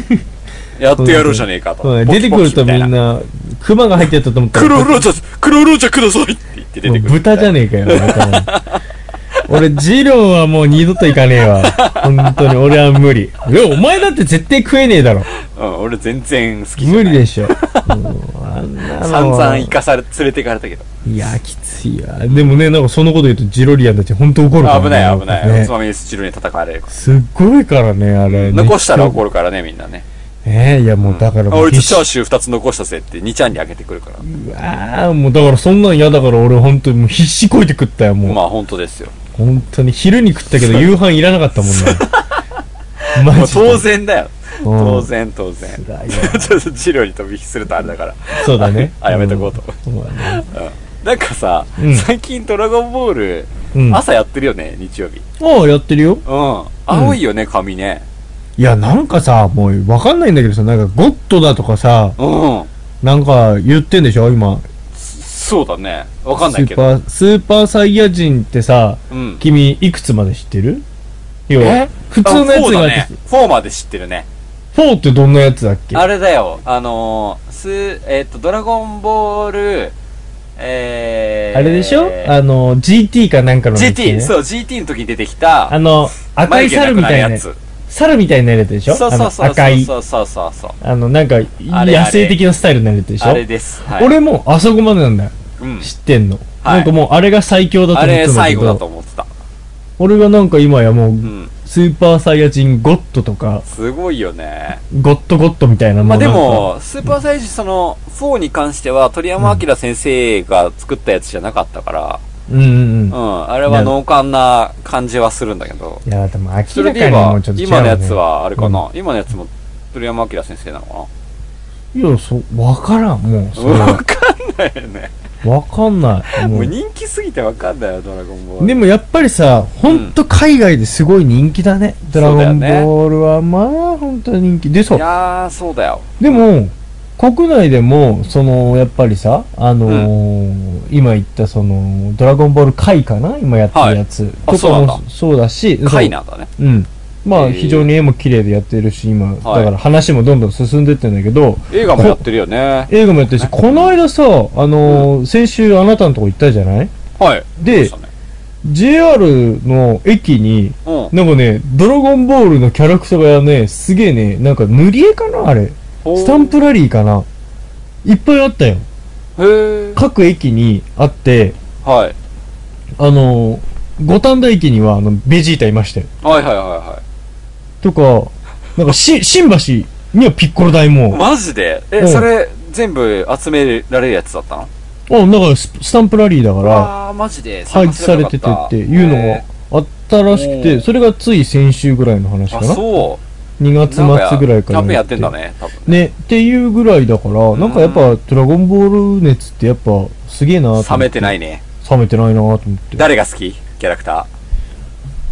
S4: う。 やっとやろうじゃねえかと。
S5: うん
S4: ポ
S5: 出
S4: キ
S5: て
S4: ポ
S5: く
S4: キ
S5: ると
S4: みたい
S5: みんな、熊が入ってたと思った
S4: 黒ローチャー、黒ローチャーくださいって言って出てくる。
S5: もう豚じゃ
S4: ね
S5: ねえか よ、豚俺、ジローはもう二度と行かねえわ。本当に、俺は無理。いや、お前だって絶対食えねえだろ。
S4: うん、俺全然好きじゃな
S5: 無
S4: い。
S5: 理でしょ。うんあんなのは
S4: 散々生かされ、連れてかれたけど。
S5: いや、きついわ。でもね、なんかそのこと言うとジロリアンたち本当怒るからね、
S4: 危ない危ない。お
S5: ね
S4: つまみにスチロに叩かれる。
S5: すっごいからね、あれ。
S4: 残したら怒
S5: る。
S4: るからね、みんなね。
S5: えー、いやもうだから
S4: あ
S5: もう
S4: 俺と
S5: 必
S4: チ
S5: 死
S4: ャーシュー2つ残したせって2ちゃんにあげてくるから。
S5: うわーもうだからそんなん嫌だから俺本当にもう必死こいて食ったよもう、
S4: まあ本当ですよ。
S5: 本当に昼に食ったけど夕飯いらなかったもんな
S4: ま
S5: マ
S4: あ
S5: ジで
S4: 当然だよ。
S5: うん
S4: 当然当然。
S5: 辛いわ
S4: ちょっと治療に飛び火するとあれだから。
S5: そうだね
S4: あやめとこうと
S5: うんまあね
S4: なんかさ、
S5: うん
S4: 最近ドラゴンボール、
S5: うん、あ
S4: 朝やってるよね、日曜日。
S5: あやってるよ
S4: うん。青いよね、髪ね。
S5: いやなんかさもうわかんないんだけどさなんかゴッドだとかさ
S4: うん。
S5: なんか言ってんでしょ今
S4: そうだね。わかんないけ
S5: ス
S4: ど。
S5: ーパースーパーサイヤ人ってさ
S4: うん。
S5: 君いくつまで知ってる要は
S4: え
S5: 普通のやつ
S4: あフォー
S5: が
S4: だね。フォーまで知ってるね。
S5: 4ってどんなやつだっけ
S4: あれだよ。あのー、す、えっ、と、ドラゴンボール、えー、
S5: あれでしょあの GT かなんかのやつね
S4: GT、そう、GT の時に出てきた、
S5: あの赤い
S4: 眉毛な
S5: 猿
S4: く
S5: み
S4: な
S5: た
S4: る
S5: いな
S4: や
S5: や
S4: つ
S5: つ猿みたいなやつでし
S4: そ
S5: ょ
S4: うそうそうそ
S5: あ
S4: う
S5: の赤い
S4: そうそうそうそう
S5: あのなんか
S4: あれ
S5: 野生的なスタイルになるやつでしょ
S4: あれです、はい、
S5: 俺もあそこまでなんだよ
S4: うん
S5: 知ってんの、
S4: はい
S5: なんかもうあれが最強だと
S4: あ
S5: 思って
S4: れ
S5: たんだ
S4: 最
S5: け
S4: 後だと
S5: ど
S4: 思ってた
S5: 俺がなんか今やもう
S4: うん
S5: スーパーサイヤ人ゴッドとか
S4: すごいよね
S5: ゴッドゴッドみたいな
S4: まあで
S5: もうなんか
S4: もスーパーサイジその4に関しては鳥山明先生が作ったやつじゃなかったから
S5: うんうん
S4: う
S5: うん
S4: んあれは濃厚な感じはするんだけど
S5: いやでも明ら
S4: それ
S5: か
S4: で言
S5: に
S4: え
S5: も
S4: ば
S5: うちょっと違う、ね、
S4: 今のやつはあれかな今のやつも鳥山明先生なのか
S5: いやそわからんもうそれ
S4: なわ
S5: は
S4: かんないよね
S5: わかんないも
S4: もう
S5: う
S4: 人気すぎてわかんないよドラゴンボール
S5: でもやっぱりさ、ほんと海外ですごい人気だね。ドラゴンボールは、まあ、ほんと人気。で、そ。
S4: いうやーそうだよ
S5: でも、国内でも、その、やっぱりさ、あのー今言った、その、ドラゴンボール回かな今やってるやつ。
S4: あ
S5: とか
S4: そう
S5: も
S4: なん
S5: そうだし、そう
S4: 回なんだね
S5: うん。ま
S4: へ
S5: あ、
S4: ー
S5: 非常に絵も綺麗でやってるし、今、だ
S4: はい
S5: から話もどんどん進んでってんだけど、
S4: 映画もやってるよね
S5: 映画もやってるし、この間さ、あのー先週あなたのとこ行ったじゃない
S4: はい
S5: で
S4: そうしたね
S5: ?JR の駅に、
S4: うん
S5: なんかね、ドラゴンボールのキャラクターがね、すげえね、なんか塗り絵かなあれ。スタンプラリーかないっぱいあったよ。
S4: へー
S5: 各駅にあって、
S4: はい
S5: あのー、五反田駅にはあの、ベジータいましたよ。
S4: はいはいはいは
S5: とか、なんかし、新橋にはピッコロ大
S4: い。
S5: も。
S4: マジでえ、
S5: うん
S4: それ、全部集められるやつだったの
S5: あ、なんかススタンプラリーだから、
S4: あー、マジで
S5: 配置されててっていうのがあったらしく
S4: お
S5: て、
S4: ー
S5: それがつい先週ぐらいの話か
S4: あ、
S5: な。
S4: そ
S5: 2
S4: う。
S5: 月末ぐらいから
S4: なんやキャンペーンやってんだね、多分ね。
S5: ね、っていうぐらいだから、なんかやっぱ、ドラゴンボール熱ってやっぱ、すげえなと
S4: 冷
S5: 思っ
S4: めてないね。
S5: 冷めてないなと思って。あ
S4: 誰が好きキャラクタ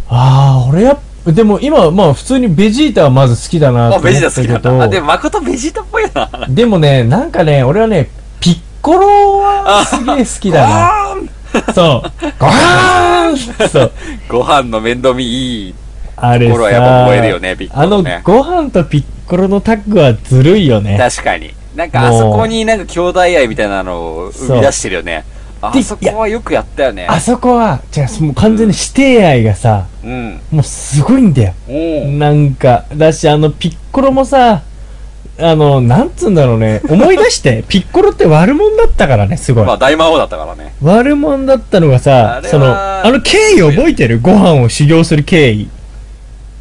S5: あー、俺やっぱ、でも今、まあ普通にベジータはまず好きだな
S4: ー。
S5: と
S4: あ、
S5: 思っ
S4: ベジー
S5: た
S4: タ好
S5: け
S4: きなん
S5: ど、
S4: だ。あ、でも、誠ベジータっぽいよな。
S5: でもね、なんかね、俺はね、ピッコロはすげえ好きだ
S4: あーん
S5: な。そう。ゴーンそう。
S4: ご飯の面倒見いい。
S5: あれ
S4: ピッコロはやっぱ
S5: さ、
S4: 燃えるよねピッコ
S5: あ
S4: ロ
S5: の
S4: ね、
S5: ご飯とピッコロのタッグはずるいよね。
S4: 確かに。なんか、あそこになんか兄弟愛みたいなのを生み出してるよね。あ
S5: で
S4: そこはよくやったよね。
S5: あそこは、じゃあもう完全に指定愛がさ、
S4: うん。
S5: もうすごいんだよ。
S4: うん。
S5: なんか、だし、あの、ピッコロもさ、あの、なんつうんだろうね、思い出して、 ピッコロって悪者だったからね、すごい
S4: ま。あ、大魔王だったからね。
S5: 悪者だったのが
S4: あ
S5: さ、
S4: れは
S5: その、あの経緯覚えてるご飯を修行する経緯。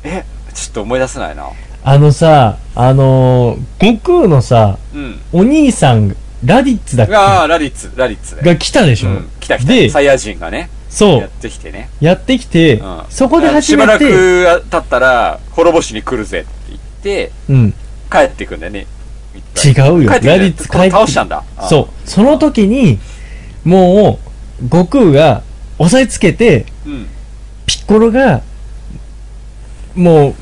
S4: えちょっと思い出せないな
S5: あのさ、あのー悟空のさ、
S4: うん
S5: お兄さん、ラディッツだっ
S4: ああラリッツラリッツ
S5: け
S4: ね
S5: が来たでし
S4: う
S5: ょ、
S4: ん来た来
S5: で
S4: たサイヤ人がね
S5: そ
S4: やっ
S5: う、
S4: てきてね
S5: やってきて、
S4: うん
S5: そこで初め
S4: し
S5: て、
S4: ばらく経ったら滅ぼしに来るぜって言って
S5: うん、
S4: 帰ってくんだよね
S5: 違う
S4: 帰
S5: よ。ラ
S4: ってくる
S5: ディッツ
S4: この
S5: 帰って
S4: 倒したんだ
S5: そう。その時に、もう、悟空が押さえつけて、
S4: うんうん
S5: ピッコロが、もう、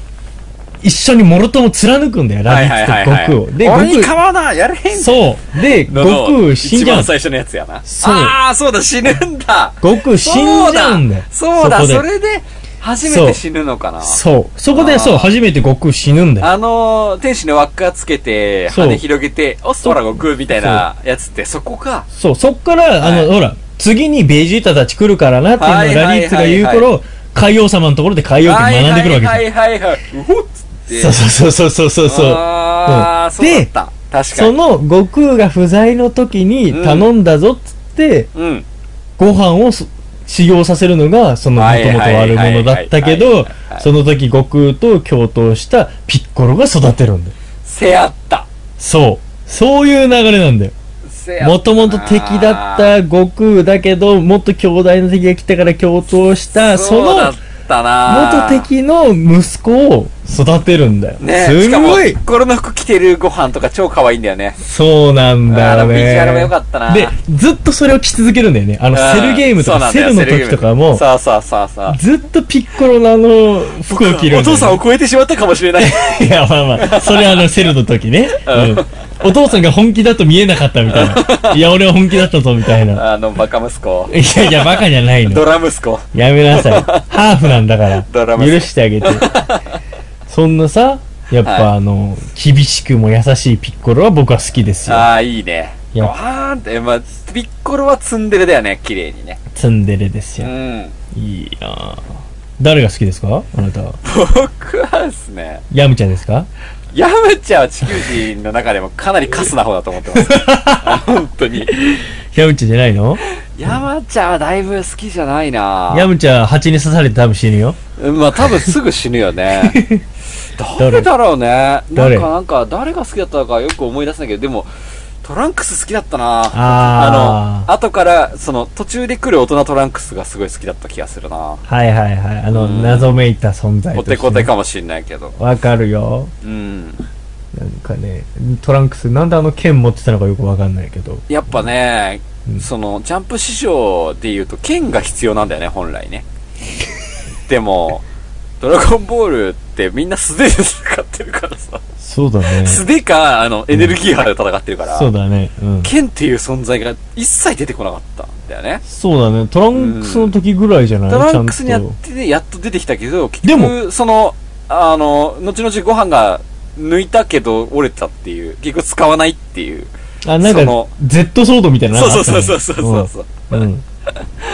S5: 一緒にモロトも貫くんだよ、ラ
S4: は
S5: デ
S4: い
S5: ィ
S4: はいはい
S5: ッツと悟
S4: は
S5: 空を。
S4: い俺に
S5: 悟
S4: 構わなやれへ
S5: 空、
S4: ん
S5: そう。で、
S4: の
S5: 悟空死ん
S4: 一
S5: じゃう
S4: 番
S5: ん。
S4: 最初のやつやな
S5: そう
S4: ああそうだ死ぬんだ
S5: 悟空死んじゃうんだよ。
S4: そうだそうだ
S5: こで
S4: それで初めて死ぬのかな
S5: そう。そこ
S4: あ
S5: で、
S4: ー
S5: そう、初めて悟空死ぬんだよ。
S4: あのー、天使の輪っかつけて、
S5: そう
S4: 羽広げて、おっそら悟空みたいなやつって、そこか。
S5: そう、そっから、あ
S4: はい
S5: の、ほら、次にベジータたち来るからなっていうのを
S4: は
S5: ラ
S4: いはいはいはい
S5: ディッツが言う頃、海王様のところで海王
S4: は
S5: 家
S4: い
S5: に学んでくるわけじゃ
S4: は
S5: ん。
S4: いはいはいはい。うほっつって。
S5: そうそうそうそうそうそう。
S4: ああ、
S5: う
S4: そ
S5: ん
S4: うだった。確か
S5: そ
S4: に。
S5: の悟空が不在の時に
S4: うん
S5: 頼んだぞっつって、
S4: うん。
S5: ご飯をす修行させるのがそのもともと悪者だったけ
S4: はいはいはいはいはい
S5: ど
S4: はい
S5: その時悟空と共闘したピッコロが育てるんだよ
S4: せやった
S5: そう。そういう流れなんだよ。
S4: せや
S5: もともと敵だった悟空だけど、もっと強大な敵が来たから共闘した、そ
S4: そうだ
S5: の
S4: ったな
S5: 元敵の息子を育てるんだよ。
S4: ね
S5: す
S4: しか
S5: ん
S4: も
S5: ごい
S4: これの服着てるご飯とか超可愛いんだよね
S5: そうなんだ
S4: あ
S5: よ
S4: の
S5: ね。
S4: ビジュアルも良かったな
S5: で、ずっとそれを着続けるんだよね。あの、セルゲームと
S4: うん
S5: か、セルの時とかも、
S4: そうなんだよセルゲームそうそうそうそう
S5: ずっとピッコロのあの、服を着る
S4: お
S5: んだ
S4: 父
S5: よ
S4: さん
S5: ね
S4: を。超えてしまったかもしれない
S5: いや、まあまあ、それあの、セルの時ね。うん。お父さんが本気だと見えなかったみたい な。いや、俺は本気だったぞ、みたいな。
S4: あのバカ息子
S5: いやいや、バカじゃないの
S4: ド。ラ息子
S5: やめな さい。ハーフなんだから。
S4: ドラマ
S5: 許してあげて。そんなさ、やっぱ、
S4: は
S5: あの、厳しくも優しいピッコロは僕は好きですよ。
S4: ああいいね
S5: い
S4: わ
S5: や
S4: ーんって、まあ、ピッコロはツンデレだよね綺麗にね
S5: ツンデレです
S4: う
S5: よ。
S4: ん
S5: いいなぁ誰が好きですかあなたは。
S4: 僕はですね
S5: ヤムちゃんですか
S4: ヤムチャは地球人の中でもかなりカスな方だと思ってます。あ 本当に。
S5: ヤムちゃんじゃないの
S4: ヤムチャはだいぶ好きじゃないな
S5: ヤムちゃん蜂に刺されて多分死ぬよ。
S4: まあ多分すぐ死ぬよね。誰
S5: 誰
S4: だろうね。なん
S5: 誰
S4: かなんか誰が好きだったのかよく思い出せないけど、でもトランクス好きだったな
S5: あ
S4: の、後から、その途中で来る大人トランクスがすごい好きだった気がするな
S5: ー。はいはいはい。あの、
S4: うん
S5: 謎めいた存在
S4: コ
S5: とし
S4: テ
S5: て、
S4: コテかもしんないけど。
S5: わかるよ。
S4: うん。
S5: なんかね、トランクス、なんであの剣持ってたのかよくわかんないけど。
S4: やっぱね、
S5: うん
S4: そのジャンプ師匠で言うと剣が必要なんだよね本来 ねでもドラゴンボールってみんな素手で戦ってるからさ
S5: そうだね。
S4: 素手かあのエネルギー派で戦ってるから、
S5: そうだね。うん。
S4: 剣っていう存在が一切出てこなかったんだよね
S5: そうだね。トランクスの時ぐらいじゃない、
S4: トラ
S5: ちゃ
S4: ン
S5: ん
S4: クスにやっ
S5: と。
S4: てねやっと出てきたけど結
S5: で
S4: 局
S5: も
S4: そのあの後々ご飯が抜いたけど折れたっていう結局使わないっていう
S5: あ、なん
S4: そ
S5: か
S4: の、
S5: Z ソードみたいなの
S4: そう
S5: あ
S4: そう
S5: った
S4: そ
S5: ね
S4: うそうそうそうそう
S5: うん。うん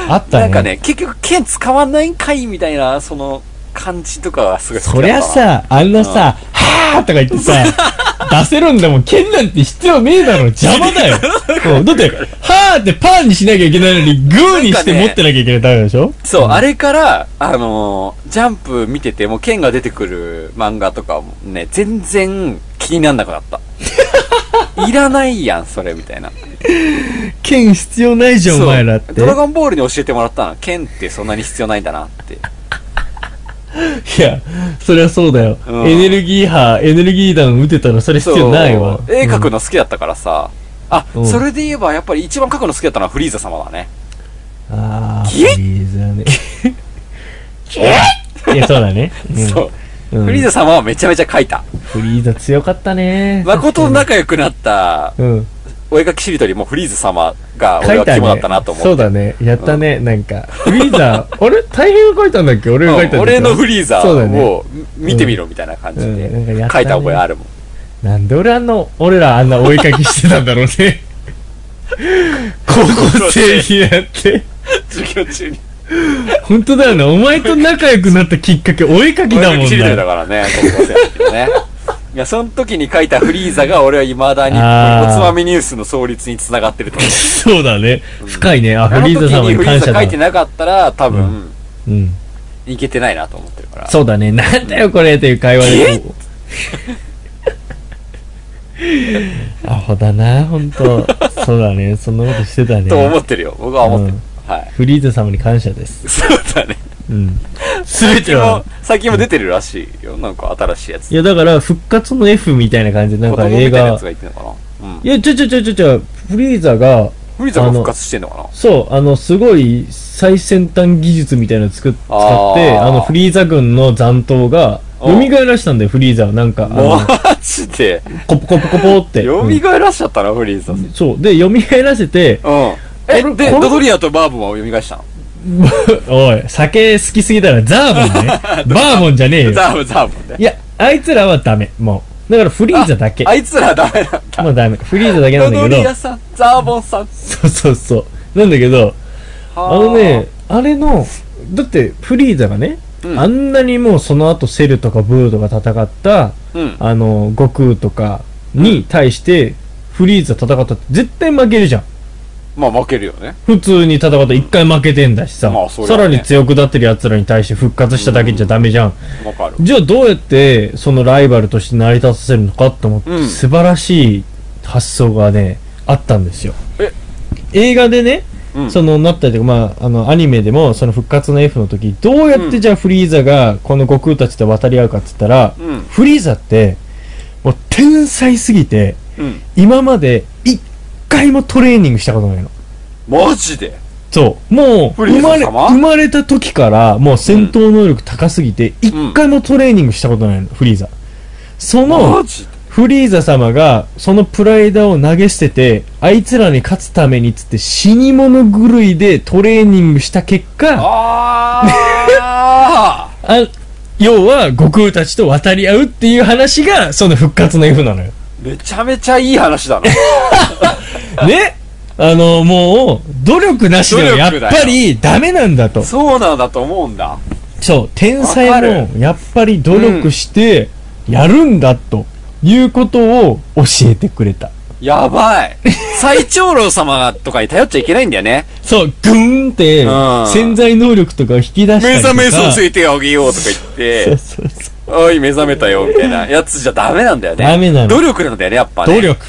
S5: あったね。
S4: なんかね、結局剣使わないんかいみたいな、その、感じとかがすごい好き
S5: そ
S4: だ
S5: り
S4: った
S5: ゃ
S4: な。
S5: さ、あんなさ、はーとか言っ てさ、出せるんだもん。剣なんて必要ねえだろ。邪 魔だよ。うんだって、はーってパーにしなきゃいけないのに、グーにして持ってなきゃいけないダメでしょ
S4: そう、あれから、あのージャンプ見てても、剣が出てくる漫画とかもね、全然気になんなくな った。いらないやん、それ、みたいな。
S5: 剣必要ないじゃん、
S4: そう
S5: お前らって。
S4: ドラゴンボールに教えてもらったな。剣ってそんなに必要ないんだなって。
S5: いや、そりゃそうだよ。
S4: うん
S5: エネルギー波、エネルギー弾打てたらそれ必要ないわ
S4: そ。う絵描くの好きだったからさ。あ、
S5: うん
S4: それで言えば、やっぱり一番描くの好きだったのはフリーザ様だね。
S5: ああ、
S4: ギュイッ
S5: フリーザ ね。 いや、そうだね。うん
S4: そう。
S5: うん
S4: フリーザ様はめちゃめちゃ描いた。
S5: フリーザ強かったね。
S4: 誠と仲良くなった
S5: うん。
S4: お絵描きしりとりもフリーズ様が俺
S5: 書い
S4: は
S5: た
S4: 肝だっ
S5: ね
S4: たなと。思
S5: そう
S4: う。
S5: だね。やったね。なんか、フリー ザ、あれ大変が書いたんだっけ俺が書いたんだっけ
S4: 俺のフリーザ
S5: そうだね。
S4: を見てみろみたいな感じで
S5: うんうんなんかやった
S4: 書
S5: ね
S4: いた覚えあるもん。
S5: なんで俺あんな、俺らあんな追いかけしてたんだろ うね。高校生になって。
S4: 授業 中に。
S5: 本当だよね。お前と仲良くなったきっかけ、追いか
S4: お
S5: け
S4: 絵
S5: だ
S4: 描
S5: も
S4: き
S5: ん
S4: しりとり
S5: だ
S4: だ
S5: よ。
S4: からね、高校生の時 のね。いや、その時に書いたフリーザが俺は未だに
S5: あー
S4: おつまみニュースの創立につながってると思う。
S5: そうだね。深いね。あ、
S4: あの
S5: フリ
S4: 時
S5: ーザ様
S4: に
S5: に
S4: フリー
S5: 感
S4: ザ
S5: 謝
S4: 書
S5: だ
S4: いて。なかったら多分、
S5: うん。
S4: いけてないなと思ってるから。
S5: そうだね。なんだよこれっていう会話でこう。アホだな、ほんと。そうだね。そんなことしてたね。
S4: と思ってるよ。僕は思ってる。はい。
S5: フリーザ様に感謝です。
S4: そうだね。
S5: うん。すべ
S4: 最
S5: て
S4: 近も
S5: は。、
S4: 最近も出てるらしいよ。なんか新しいやつ。
S5: いや、だから、復活の F みたいな感じで、なん
S4: 子
S5: か
S4: 供み
S5: 映
S4: たいなや
S5: 画
S4: つ。がいてんのかなうん
S5: い。や、ちょちょちょちょちょ、フリーザが、
S4: フリーザが復活してんのかな
S5: そう、あの、すごい最先端技術みたいなの作っ使って、
S4: あー
S5: あの、フリーザ軍の残党が、蘇
S4: うん
S5: らしたんだよ、フリーザを。なんか、あの、
S4: マジで
S5: コポコポコポって。
S4: 蘇
S5: うん
S4: らしちゃったな、フリーザ。うん。
S5: そう。で、蘇らせて、
S4: え、
S5: 俺
S4: で、
S5: こ
S4: ド
S5: れ
S4: ドリアとバーボンは蘇らしたの
S5: おい、酒好きすぎたらザー ボンね。バーボンじゃねえよ。
S4: ザーボン、ザーボンで。
S5: いや、あいつらはダメ、もう。だからフリーザだけ。
S4: あいつらはダメなんだ。
S5: もうダメ。フリーザだけな
S4: ド
S5: ん だ
S4: ド
S5: け
S4: リ
S5: ど
S4: ア。さん、ザーボンさん。
S5: そうそうそう。なんだけど、あのね、あれの、だってフリーザがね、
S4: うん
S5: あんなにもうその後セルとかブーとか戦った、
S4: はー、うん。
S5: あの、悟空とかに対して、フリーザ戦ったって絶対負けるじゃん。
S4: まあ負けるよね。
S5: 普通に戦った一回負けてんだしさ、
S4: まあそりゃ
S5: さ
S4: ね
S5: らに強くなってる奴らに対して復活しただけじゃダメじゃん。
S4: わかる。
S5: じゃあどうやってそのライバルとして成り立たせるのかと思って、
S4: うん
S5: 素晴らしい発想がね、あったんですよ
S4: え。
S5: 映画でね、
S4: うん
S5: そのなったりとか、まあ、あのアニメでもその復活の F の時どうやっ
S4: う
S5: てじゃあフリーザがこの悟空たちと渡り合うかっつったら、
S4: うん
S5: フリーザってもう天才すぎて
S4: うん。
S5: 今まで一回もトレーニングしたことないの
S4: マジで
S5: そう。もう、
S4: フリ
S5: 生
S4: ー
S5: ま
S4: ザ
S5: れ、
S4: 様
S5: 生まれた時から、もう戦闘能力高すぎて、一回もトレーニングしたことないの、フリーザ。そ
S4: マ
S5: の、
S4: ジ で
S5: フリーザ様が、そのプライダーを投げ捨てて、あいつらに勝つためにっつって、死に物狂いでトレーニングした結果、
S4: あ
S5: あ要は、悟空たちと渡り合うっていう話が、その復活の F なのよ。
S4: ーめちゃめちゃいい話だな。
S5: ねあの、もう、努力なしではやっ
S4: 努力だ
S5: ぱ
S4: よ
S5: りダメなんだと。
S4: そうなんだと思うんだ。
S5: そう、天才
S4: わか
S5: もやっぱり努力してやるんだということを教えてくれた。
S4: やば い。最長老様とかに頼っちゃいけないんだよね。
S5: そう、グーンって
S4: うん
S5: 潜在能力とかを引き出した
S4: 目
S5: りとか
S4: 覚めさせてあげようとか言っ
S5: そう
S4: て、
S5: そうそう
S4: おい、目覚めたよ、みたいなやつじゃダメなんだよね。
S5: ダメなの
S4: 努力なんだよね、やっぱね。
S5: 努。力。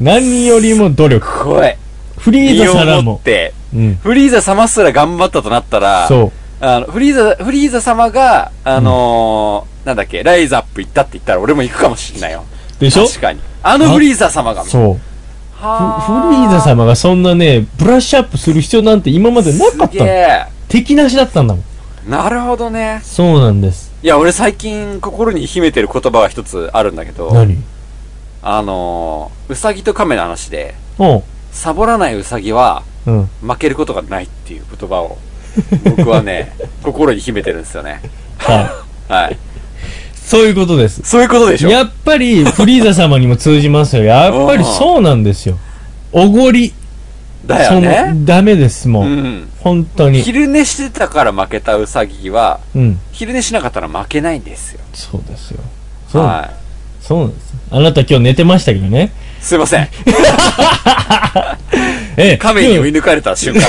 S5: 何よりも努力。
S4: 怖い。
S5: フリー
S4: 身
S5: ザ様
S4: をもっ
S5: も。
S4: て、
S5: うん。
S4: フリーザ様すら頑張ったとなったら、
S5: そ
S4: あの、フリーザ、フリーザ様が、あのーなんだっけ、ライズアップ行ったって言ったら俺も行くかもしんないよ。
S5: う。でしょ
S4: 確かに。あのフリーザ様が。
S5: そう。フ
S4: は
S5: フリーザ様がそんなね、ブラッシュアップする必要なんて今までなかっ
S4: す
S5: た
S4: げ
S5: の。
S4: え。
S5: 敵なしだったんだもん。
S4: なるほどね。
S5: そうなんです。
S4: いや、俺最近心に秘めてる言葉が一つあるんだけど、
S5: 何
S4: あのー、うさぎと亀の話で、
S5: おう。
S4: サボらないうさぎは
S5: うん。
S4: 負けることがないっていう言葉を、僕はね、心に秘めてるんですよね。
S5: は
S4: はい。
S5: い。そういうことです。
S4: そういうことでしょ
S5: やっぱり、フリーザ様にも通 じますよ。やっぱりそうなんですよ。おごり。
S4: だよ
S5: そ
S4: ね。
S5: のダメです、もう。
S4: うん。
S5: 本当に。
S4: 昼寝してたから負けたウサギは、
S5: うん。
S4: 昼寝しなかったら負けないんですよ。
S5: そうですよ。そう、
S4: は
S5: そうなんですよ。あなた今日寝てましたけどね。
S4: い。すいません。
S5: ええ。
S4: 亀に
S5: 今
S4: 追い
S5: 日
S4: 抜かれた瞬間、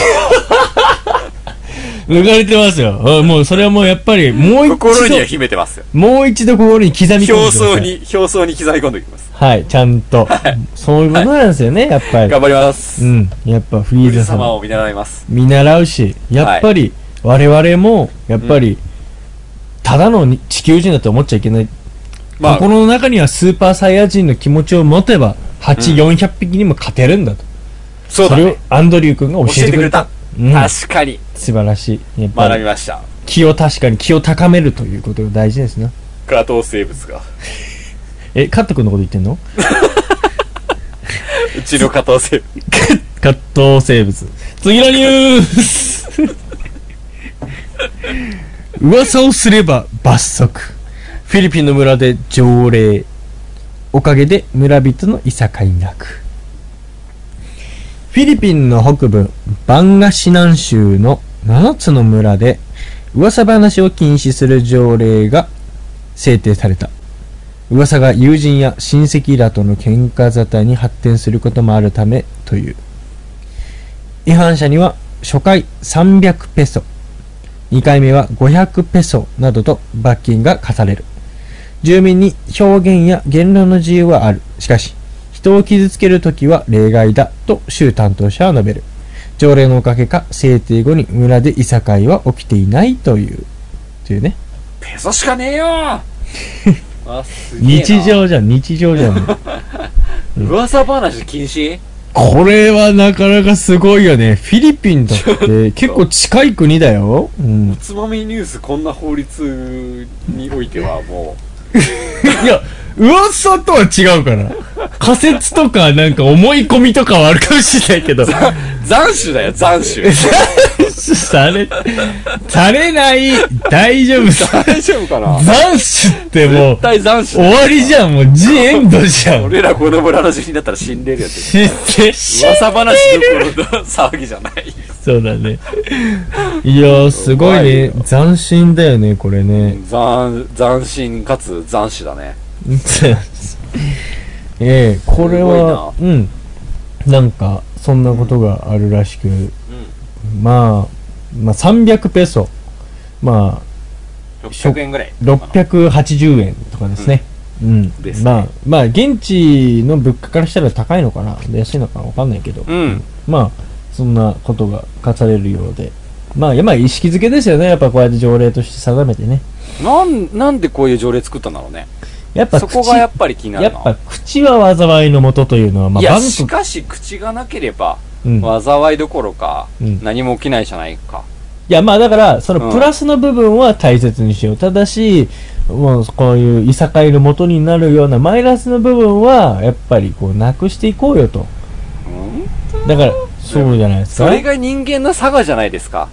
S5: 抜かれてますよ。うんもう、それはもうやっぱり、もう一度、
S4: 心には秘めてますよ。
S5: もう一度心に刻み込んでください。
S4: 表層。に、表層に刻み込んでおきます。
S5: はい、ちゃんと。そういうことなんですよね、やっぱり
S4: 頑。張ります。
S5: うん。やっぱ、フリー
S4: 神
S5: ザ
S4: 様
S5: 様。
S4: を見習います。
S5: 見習うし、やっぱり、我々も、やっぱり、ただのに地球人だと思っちゃいけない。
S4: まあ、
S5: 心の中にはスーパーサイヤ人の気持ちを持てば、蜂400匹にも勝てるんだと。
S4: そうだ
S5: それ
S4: ね
S5: を。アンドリュー君が教
S4: 教え
S5: えて
S4: て
S5: く
S4: く
S5: れ
S4: れ
S5: た
S4: た。。
S5: うん
S4: 確かに。
S5: 素晴らしい。やっぱ
S4: 学び
S5: り、
S4: ました。
S5: 気を確かに気を高めるということが大事ですな。
S4: 加藤生物が。
S5: え、カット君のこと言ってんの
S4: うちの加藤生物。
S5: カット生物。次のニュース 噂をすれば罰則。フィリピンの村で条例。おかげで村人のいさかいなく。フィリピンの北部、バンガシナン州の7つの村で、噂話を禁止する条例が制定された。噂が友人や親戚らとの喧嘩沙汰に発展することもあるためという違反者には初回300ペソ2回目は500ペソなどと罰金が課される住民に表現や言論の自由はあるしかし人を傷つけるときは例外だと州担当者は述べる条例のおかげか制定後に村でいさかいは起きていないというというね
S4: ペソしかねえ よあ、すげえな
S5: 日。常じゃん日常じゃん
S4: 噂話禁止
S5: これはなかなかすごいよね。フィリピン だって結構近い国だよ。うん。い
S4: つまみニュースこんな法律においてはも
S5: や、噂とは違うから。仮説とかなんか思い込みとかはあるかもしれないけど。
S4: う、斬首だよ、斬首。
S5: され、されない。大丈夫さ。
S4: 大丈夫かな
S5: 斬首ってもう
S4: 絶、対斬
S5: 終
S4: 首だよ
S5: わりじゃん。もう、ジエンドじゃん。
S4: 俺らこの村の住人だったら死んでるよって。
S5: 知って、知って
S4: 噂話どころの騒ぎじゃない。
S5: そうだね。いや、すごいね。斬新だよね、これね。
S4: 斬、斬新かつ斬首だね。
S5: ええこれは、うん。なんか、そんなことがあるらしく、まあ、まあ300ペソ、ま
S4: 600円ぐらい
S5: あ。680円とかですね。うん。
S4: ですね
S5: まあ、まあ現地の物価からしたら高いのかな、安いのかなわかんないけど、
S4: うん。
S5: まあ、そんなことが課されるようで。まあ、まあ意識づけですよね。やっぱこうやって条例として定めてね。
S4: なん、なんでこういう条例作ったんだろうね。
S5: やっぱ
S4: そ
S5: 口
S4: こがやっぱり気にな
S5: や
S4: る
S5: っ
S4: な。
S5: ぱ口は災いのもとというのは、まあ、
S4: い
S5: バ
S4: や、
S5: ン
S4: し
S5: コク、
S4: かし、口がなければ、
S5: うん、い
S4: 災いどころか、
S5: うん
S4: 何も起きないじゃないか。
S5: や、まあだから、そ
S4: うん
S5: のプラスの部分は大切にしよう。ただし、もうこういういさかいの元になるようなマイナスの部分は、やっぱりこう、なくしていこうよと。
S4: うん
S5: だから、そうじゃないです
S4: そ
S5: か。
S4: れが人間の差がじゃないですか。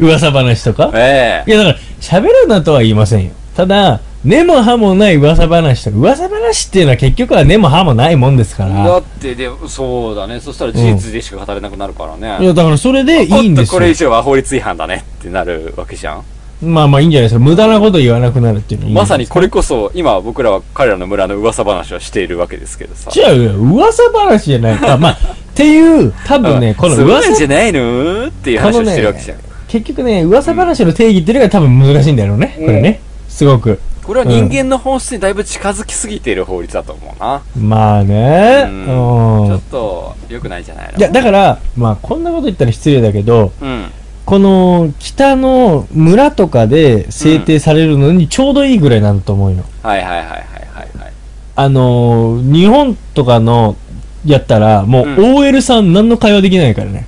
S5: 噂話とか
S4: え
S5: いや、だから、喋るなとは言いませんよ。ただ、根も葉もない噂話とか、噂話っていうのは結局は根も葉もないもんですか
S4: え。だ
S5: ら。
S4: って、で、そうだね。そしたら事実でしか語れなくなるから
S5: い
S4: ね。
S5: や、だからそれでいいん
S4: おっ
S5: で
S4: と
S5: す
S4: これ以
S5: よ。
S4: 上は法律違反だねってなるわけじゃん。
S5: まあまあいいんじゃないですか。無駄なこと言わなくなるっていうのはいいんで
S4: ますさにこれこそ、今僕らは彼らの村の噂話をしているわけですけどさ。
S5: 違うよ、噂話じゃないか。まあ、っていう、多分ね、この
S4: 噂
S5: 噂
S4: じゃ、ないのっていう
S5: こ
S4: 話
S5: の
S4: をしてるわけ
S5: ね
S4: じゃん。、
S5: 結局ね、噂話の定義っていうのが多分難しいんだろうね、
S4: うん
S5: これね。すごく。
S4: これは人間の本質にだいぶ近づきすぎている法律だと思うな。
S5: まあ
S4: う
S5: ね、
S4: んち
S5: う
S4: ょ
S5: ん
S4: っ。と、良くないじゃないの
S5: いや、だから、まあ、こんなこと言ったら失礼だけど、
S4: うん。
S5: この、北の村とかで制定されるのにちょうどいいぐらいなんだと思うよ。
S4: はいはいはいはいはいはい。
S5: あのー、日本とかの、やったら、もう
S4: う、
S5: OL さん何の会話できないからね。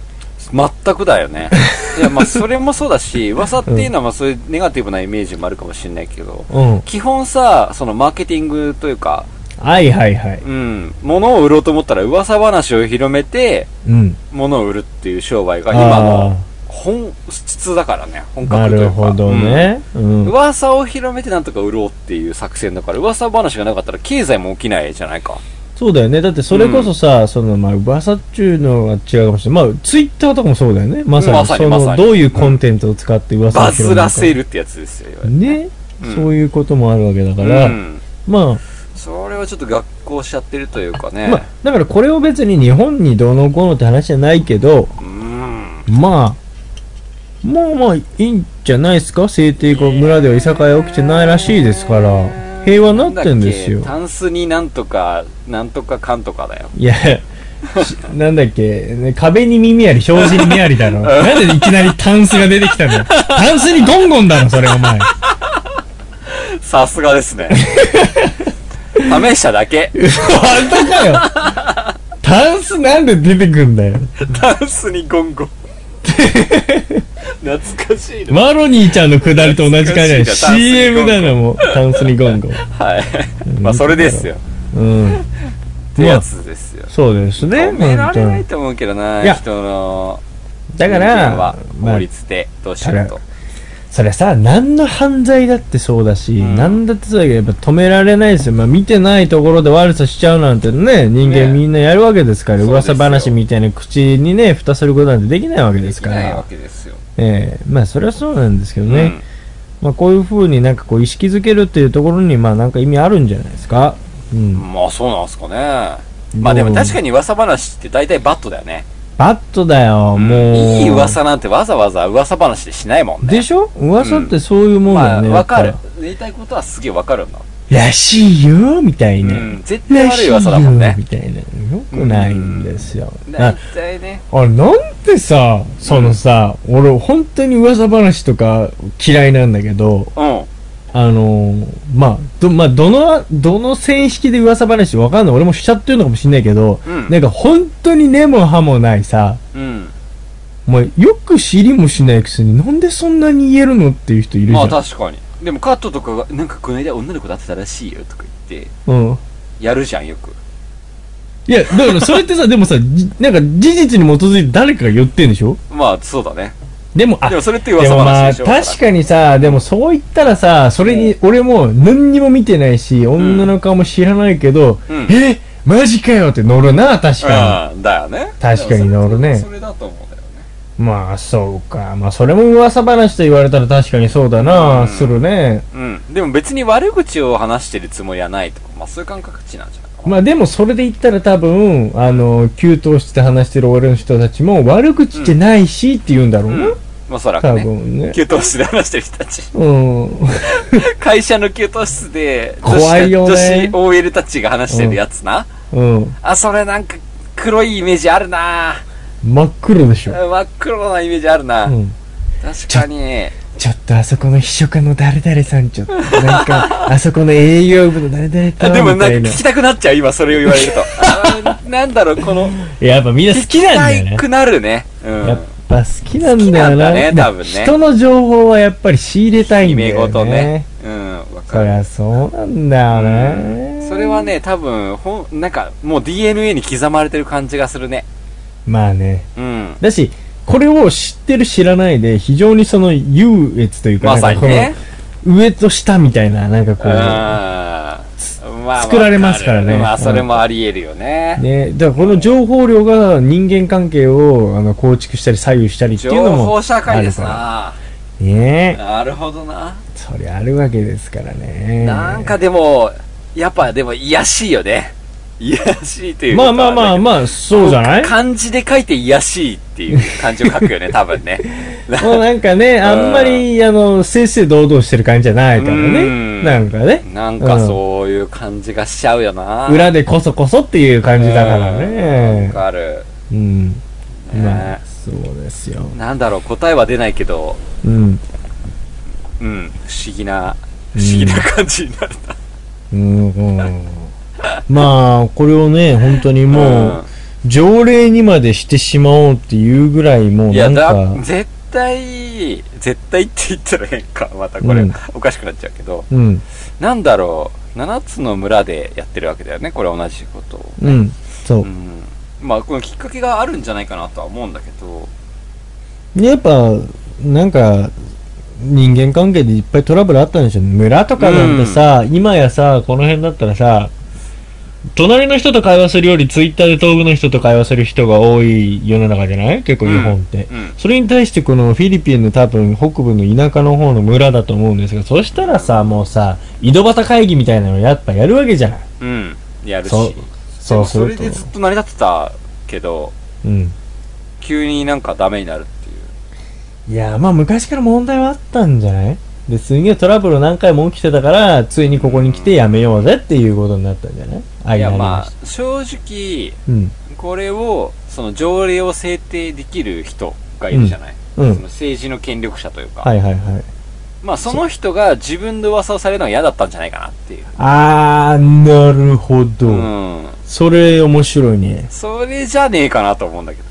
S4: 全くだよね。いや、まあ、それもそうだし、 噂っていうのは、まあ、そういうネガティブなイメージもあるかもしれないけど、
S5: うん。
S4: 基本さ、そのマーケティングというか、
S5: はいはいはい。
S4: うん、物を売ろうと思ったら噂話を広めて、
S5: うん。
S4: 物を売るっていう商売が今
S5: あ
S4: の
S5: あ
S4: 本質だからね、本
S5: な
S4: 格という
S5: る
S4: か。
S5: ほどね。う
S4: うん。
S5: ん。
S4: 噂を広めてなんとか売ろうっていう作戦だから、噂話がなかったら経済も起きないじゃないか。
S5: そうだよね。だってそれこそさ、その、まあ、噂っちゅうのは違うかもしれない。まあ、ツイッターとかもそうだよね。まさに、
S4: まさに
S5: その、
S4: まさに
S5: どういうコンテンツを使って噂
S4: バ
S5: を
S4: ズらせ
S5: る
S4: るってやつですよ、いわ
S5: か。
S4: ゆる
S5: ね、
S4: うん
S5: そういうこともあるわけだから、
S4: うん。
S5: ま
S4: それはちょっと学校しちゃってるというか
S5: あ、
S4: ね。
S5: まあ、だからこれを別に日本にどうのこうのって話じゃないけど、
S4: うん。
S5: まあ、まあまあ、いいんじゃないですか制定後、村ではいさかい起きてないらしいですから、平和になってんですよ。
S4: タンスになんとか、なんとかかんとかだよ。
S5: いや、しなんだっけ、ね壁に耳あり、障子に目あり だろ。なんでいきなりタンスが出てきたのタンスにゴンゴンだろ、それお前。
S4: さすがですね。 試しただけ。
S5: 本当かよ。タンスなんで出てくんだよ。
S4: タンスにゴンゴン。懐かしいな。
S5: マロニーちゃんのくだりと同じ感じだよ。
S4: 懐かしいな
S5: CM だな、もう。タンスにゴンゴン。
S4: はい。まあ、それですよ。
S5: う
S4: っ
S5: ん。
S4: てやつですよ。
S5: そうですね、
S4: 止めら
S5: 本当
S4: れない
S5: に。
S4: と思うけどな、
S5: いや
S4: 人の。
S5: だか
S4: 人間は
S5: ら、ま
S4: 法
S5: あ、
S4: 律でどうしようと。
S5: それさ、何の犯罪だってそうだし、
S4: ん
S5: 何だってそうだけど、やっぱ止められないですよ。まあ、見てないところで悪さしちゃうなんてね、人
S4: ね
S5: 間みんなやるわけですから、
S4: そうですよ
S5: 噂話みたいな口にね、蓋することなんてできないわけで
S4: ですき
S5: か
S4: ないわ
S5: ら。
S4: けですよ。
S5: ええまあ、それはそうなんですけどね。
S4: うん
S5: まあ、こういう風になんかこう、意識づけるっていうところに、まあ、なんか意味あるんじゃないですか。うん。
S4: まあ、そうなんすかね。まあでも確かに噂話って大体バットだよね。
S5: バットだよ、もう。
S4: いい噂なんてわざわざ噂話でしないもんね。
S5: でしょ噂ってそういうもんだ
S4: ま
S5: よ
S4: あ、
S5: ね。
S4: わか
S5: や
S4: る
S5: っぱ。
S4: 言いたいことはすげえわかるんだ。
S5: らしいよ、みたいな。
S4: うん。絶対悪い噂だもん
S5: ら
S4: ね
S5: しいよ。みたいな。よくないんですよ。
S4: 大
S5: あ
S4: 体ね。
S5: あれ、なんてさ、そのさ、俺、本当に噂話とか嫌いなんだけど、
S4: うん。
S5: あのーまあ、ど、まあ、どの、どの線引きで噂話わかんない。俺もしちゃってるのかもしんないけど、
S4: うん
S5: なんか本当に根も葉もないさ、
S4: うん。
S5: お前、よく知りもしないくせになんでそんなに言えるのっていう人いるじゃ
S4: ま
S5: ん。
S4: あ確かに。でもカットとかが、なんかこの間女の子だってたらしいよとか言って、
S5: うん。
S4: やるじゃんよく。
S5: いや、だからそれってさ、でもさ、じ なんか事実に基づいて誰かが言ってんでしょ
S4: まあそうだね。
S5: でも、あ、
S4: でもそれって
S5: で
S4: 噂
S5: もま
S4: 話
S5: あ
S4: でしょ。
S5: 確かにさ、でもそう言ったらさ、それに俺も何にも見てないし、女の顔も知らないけど、
S4: うん
S5: えマジかよって乗るな、確か
S4: うん、だよね。
S5: 確かになるね
S4: それだと思うんだよね。
S5: に。まあそうか。まあそれも噂話と言われたら確かにそうだな、
S4: うん
S5: するね。
S4: うん。でも別に悪口を話してるつもりはないとか、まあそういう感覚値なんじゃないか
S5: まあでもそれで言ったら多分、あの、給湯室で話してる俺の人たちも悪口じゃないしって言うんだろうな。
S4: うん。おそらく
S5: 多
S4: ね。
S5: 分ね。
S4: 給湯室で話してる人たち。
S5: うん。
S4: 会社の給湯室で、
S5: 怖いよね
S4: 女子 OL たちが話してるやつな。
S5: うん。
S4: あ、それなんか黒いイメージあるな
S5: 真っ黒でしょ。
S4: 真っ黒なイメージあるな、
S5: うん。
S4: 確かに。
S5: ちょっとあそこの秘書課の誰々さんちょっと、なん か、あそこの営業部の誰々さ
S4: あ
S5: ん
S4: でも
S5: み
S4: な
S5: た
S4: んか
S5: いな
S4: 聞。きたくなっちゃう、今それを言われると。あ ーなんだろう、この、
S5: やっぱみんな好きなんだよ
S4: 聞き
S5: ね
S4: た。くなるね。う
S5: やっ
S4: ん。
S5: ぱ好きなんだよ
S4: 好きなんだ
S5: な。
S4: ね
S5: まあ
S4: 多分ね
S5: 人の情報はやっぱり仕入れたいんだ
S4: 夢
S5: よね。
S4: 事ね。うん、わか
S5: そり
S4: る。
S5: ゃそうなんだよね。
S4: それはね、多分、ほん、なんか、もう DNA に刻まれてる感じがするね。
S5: まあね。
S4: うん。
S5: だし、これを知ってる知らないで、非常にその優越というか、
S4: まさに
S5: なん
S4: ね
S5: か。この上と下みたいな、なんか
S4: うん。
S5: こ
S4: まあ
S5: 作られますから
S4: わ
S5: ね
S4: るまあ、それもあり得るよ
S5: う、
S4: ね。
S5: ね、だからこの情報量が人間関係をあの構築したり左右したりってい
S4: 情
S5: うのも。
S4: 報社会です
S5: あ
S4: な。
S5: るから。ね
S4: なるほどな。
S5: それあるわけですからね。
S4: なんかでも、やっぱでも、癒やしいよね。癒やしいというこ
S5: ま
S4: と
S5: あ
S4: は
S5: まあまあまあ、そうじゃない
S4: 漢字で書いて癒やしいっていう漢字を書くよ ね、多分ね。
S5: もうなんかね、あんまり、あの、正々堂々してる感じじゃないから
S4: う
S5: ね。
S4: ん
S5: なんかね。
S4: なんかそういう感じがしちゃうよな。
S5: 裏でこそこそっていう感じだから
S4: うんわ
S5: ね。
S4: かる。
S5: うん。
S4: ね
S5: まあ、そうですよ。
S4: なんだろう、答えは出ないけど、
S5: うん。
S4: うん、不思議な、不思議な感じになるな。
S5: うんうん。まあ、これをね、本当にもう、条例にまでしてしまおうっていうぐらい、も
S4: う、
S5: うん
S4: い
S5: な
S4: や、
S5: ん
S4: だ、
S5: か、
S4: 絶対、絶対って言ったら変か、またこれ、
S5: うん
S4: おかしくなっちゃうけど、
S5: うん。
S4: なんだろう、7つの村でやってるわけだよね、これ同じことを。
S5: うん。そう
S4: う。ん。まあ、このきっかけがあるんじゃないかなとは思うんだけど、
S5: やっぱ、なんか、人間関係でいっぱいトラブルあったんでしょ村とかなんてさ、今やさ、この辺だったらさ、隣の人と会話するより、ツイッターで遠くの人と会話する人が多い世の中じゃない結構日本って。
S4: うん。
S5: それに対してこのフィリピンの多分北部の田舎の方の村だと思うんですが、そしたらさ、もうさ、井戸端会議みたいなのやっぱやるわけじゃない
S4: うん。やるし。
S5: そう、
S4: で
S5: そ
S4: も
S5: うす
S4: それ
S5: ると
S4: で。ずっと成り立ってたけど、
S5: うん。
S4: 急になんかダメになるっていう。
S5: いやーまあ昔から問題はあったんじゃないですげえトラブル何回も起きてたからついにここに来てやめようぜっていうことになったんじゃないあ
S4: いや、
S5: り
S4: ま
S5: し
S4: あ、正直、
S5: たうん
S4: これを、その条例を制定できる人がいるじゃない、
S5: う
S4: その
S5: ん
S4: 政治の権力者というか。
S5: はいはいはい
S4: まあ、その人が自分で噂をされるのが嫌だったんじゃないかなっていう。
S5: あーなるほど、
S4: うん。
S5: それ面白いね
S4: それじゃねえかなと思うんだけど。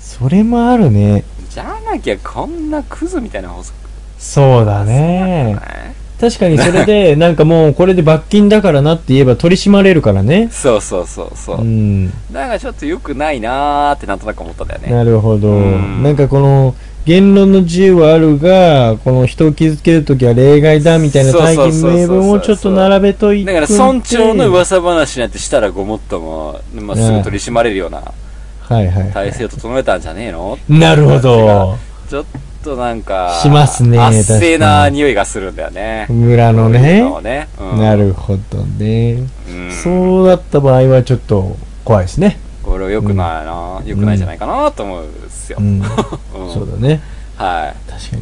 S5: それもあるね
S4: じゃなきゃこんなクズみたいな法則
S5: そうだね
S4: ない
S5: 確かにそれ でなんかもうこれで罰金だからなって言えば取り締まれるからね
S4: そうそうそうそうう。
S5: ん
S4: なんかちょっと良くないなーってなんとなく思ったんだよね。
S5: なるほど、
S4: うん
S5: なんかこの言論の自由はあるがこの人を傷つけるときは例外だみたいな
S4: そうそう
S5: 大
S4: そう
S5: 義
S4: そう
S5: 名分をちょっと並べといて
S4: だから村長の噂話なんてしたらごもっとも、まあ、すぐ取り締まれるような
S5: はいはい、
S4: 体制を整えたんじゃねえの
S5: なるほど
S4: ちょっとなんか、
S5: しますね
S4: 圧性
S5: 確か
S4: な
S5: に
S4: 匂いがするんだよね。
S5: 村
S4: そ
S5: の
S4: うい
S5: ね
S4: うのをね。うん
S5: なるほどね、
S4: うん
S5: そうだった場合はちょっと怖いですね
S4: これは良くないな、良くないじゃないかなと思 うんですよ。
S5: うん
S4: うん
S5: そうだね
S4: は
S5: 確か
S4: い。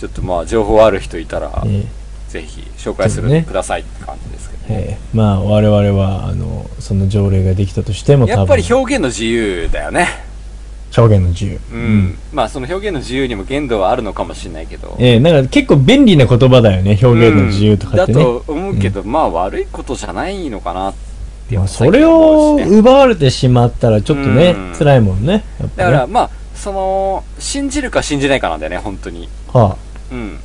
S4: ちょっとまあ、情報ある人いたら、
S5: に、え
S4: ぜひ紹介す
S5: そうね
S4: るくださいって感じですけど
S5: えええまあ我々はあのその条例ができたとしても多分
S4: やっぱり表現の自由だよね。
S5: 表現の自由
S4: うん。まあ、その表現の自由にも限度はあるのかもしれないけど。
S5: ええなんか結構便利な言葉だよね表現の自由とかってね、
S4: うんだと思うけど、まあ悪いことじゃないのかなって、
S5: まあ、それを
S4: 最近思うしね
S5: 奪われてしまったらちょっとね、
S4: うん
S5: 辛いもんねやっぱ
S4: だか
S5: ね
S4: らまあその信じるか信じないかなんだよね本当に
S5: は
S4: うん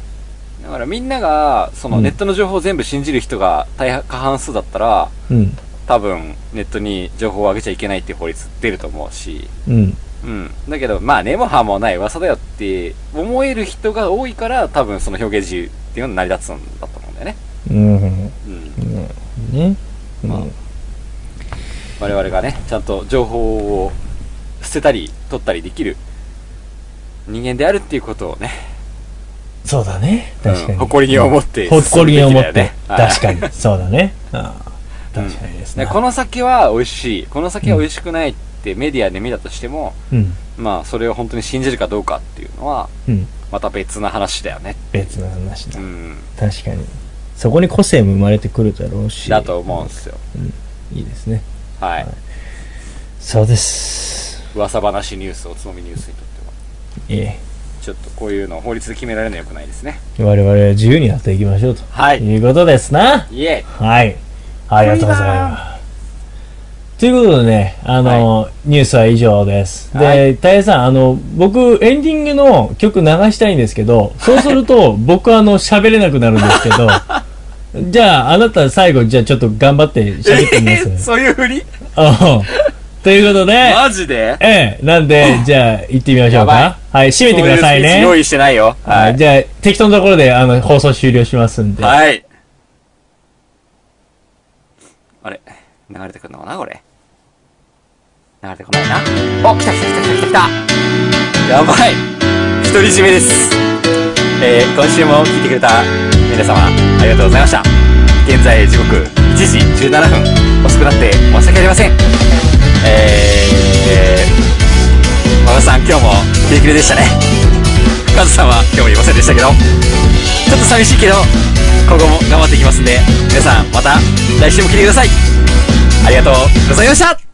S4: だからみんながそうの
S5: ん
S4: ネットの情報を全部信じる人が大半過半数だったら
S5: あ、うん
S4: 多分ネットに情報を上げちゃいけないっていう法律出ると思うし
S5: うん
S4: うんだけどまあ根も葉もない噂だよって思える人が多いから多分その表現自由っていうのに成り立つんだと思うんだよね
S5: うんね
S4: うん
S5: うん
S4: まあ我々がね、ちゃんと情報を捨てたり、取ったりできる人間であるっていうことをね、
S5: そうだね確かに、
S4: うん誇りに思って
S5: 誇りに思っ
S4: 進んで
S5: て
S4: いきたいよね
S5: 確かにそうだねああ確かにです
S4: ね
S5: ね。
S4: この酒は美味しいこの酒は美味しくないってメディアで見たとしても、
S5: うん。
S4: まあそれを本当に信じるかどうかっていうのは
S5: うん。
S4: また別な話だよね
S5: 別の話だ
S4: う。ん
S5: 確かに。そこに個性も生まれてくるだろうし。
S4: だと思うんですよ
S5: いいですね。
S4: はい
S5: そうです。
S4: 噂話ニュースおつまみニュースにとっては
S5: え
S4: ちょっとこういうのを法律で決められるのはよくないですね
S5: え。我々は自由にやっていきましょうと。
S4: はい
S5: いうことですな。
S4: イエ
S5: はい。ありがとうございます。ということでね、あの、ニュースは以上です。
S4: は
S5: で、たいさん、あの、僕、エンディングの曲流したいんですけど、そうする と、僕、あの、喋れなくなるんですけど、じゃあ、あなた最後、じゃあちょっと頑張って喋ってみ ま
S4: ーイ
S5: す。
S4: そういうふり
S5: うんということ で、
S4: マジで
S5: ええ、な んで、じゃあ、行ってみましょう
S4: やばい
S5: か。はい、締めてくださ
S4: そう
S5: い
S4: うスピーチ
S5: ね。
S4: 用意してないよは
S5: はい、
S4: い
S5: じゃあ、適当なところで、あの、放送終了しますんで。
S4: はいあれ流れてくるのかなこれ流れてこないなお来た来た来た来た来た来たやばい独り占めですえー、今週も聞いてくれた皆様ありがとうございました現在時刻1時17分遅くなって申し訳ありませんえー、和田さん今日もキレキレでしたねカズさんは今日もいませんでしたけどちょっと寂しいけど、今後も頑張っていきますんで、皆さんまた来週も来てください。ありがとうございました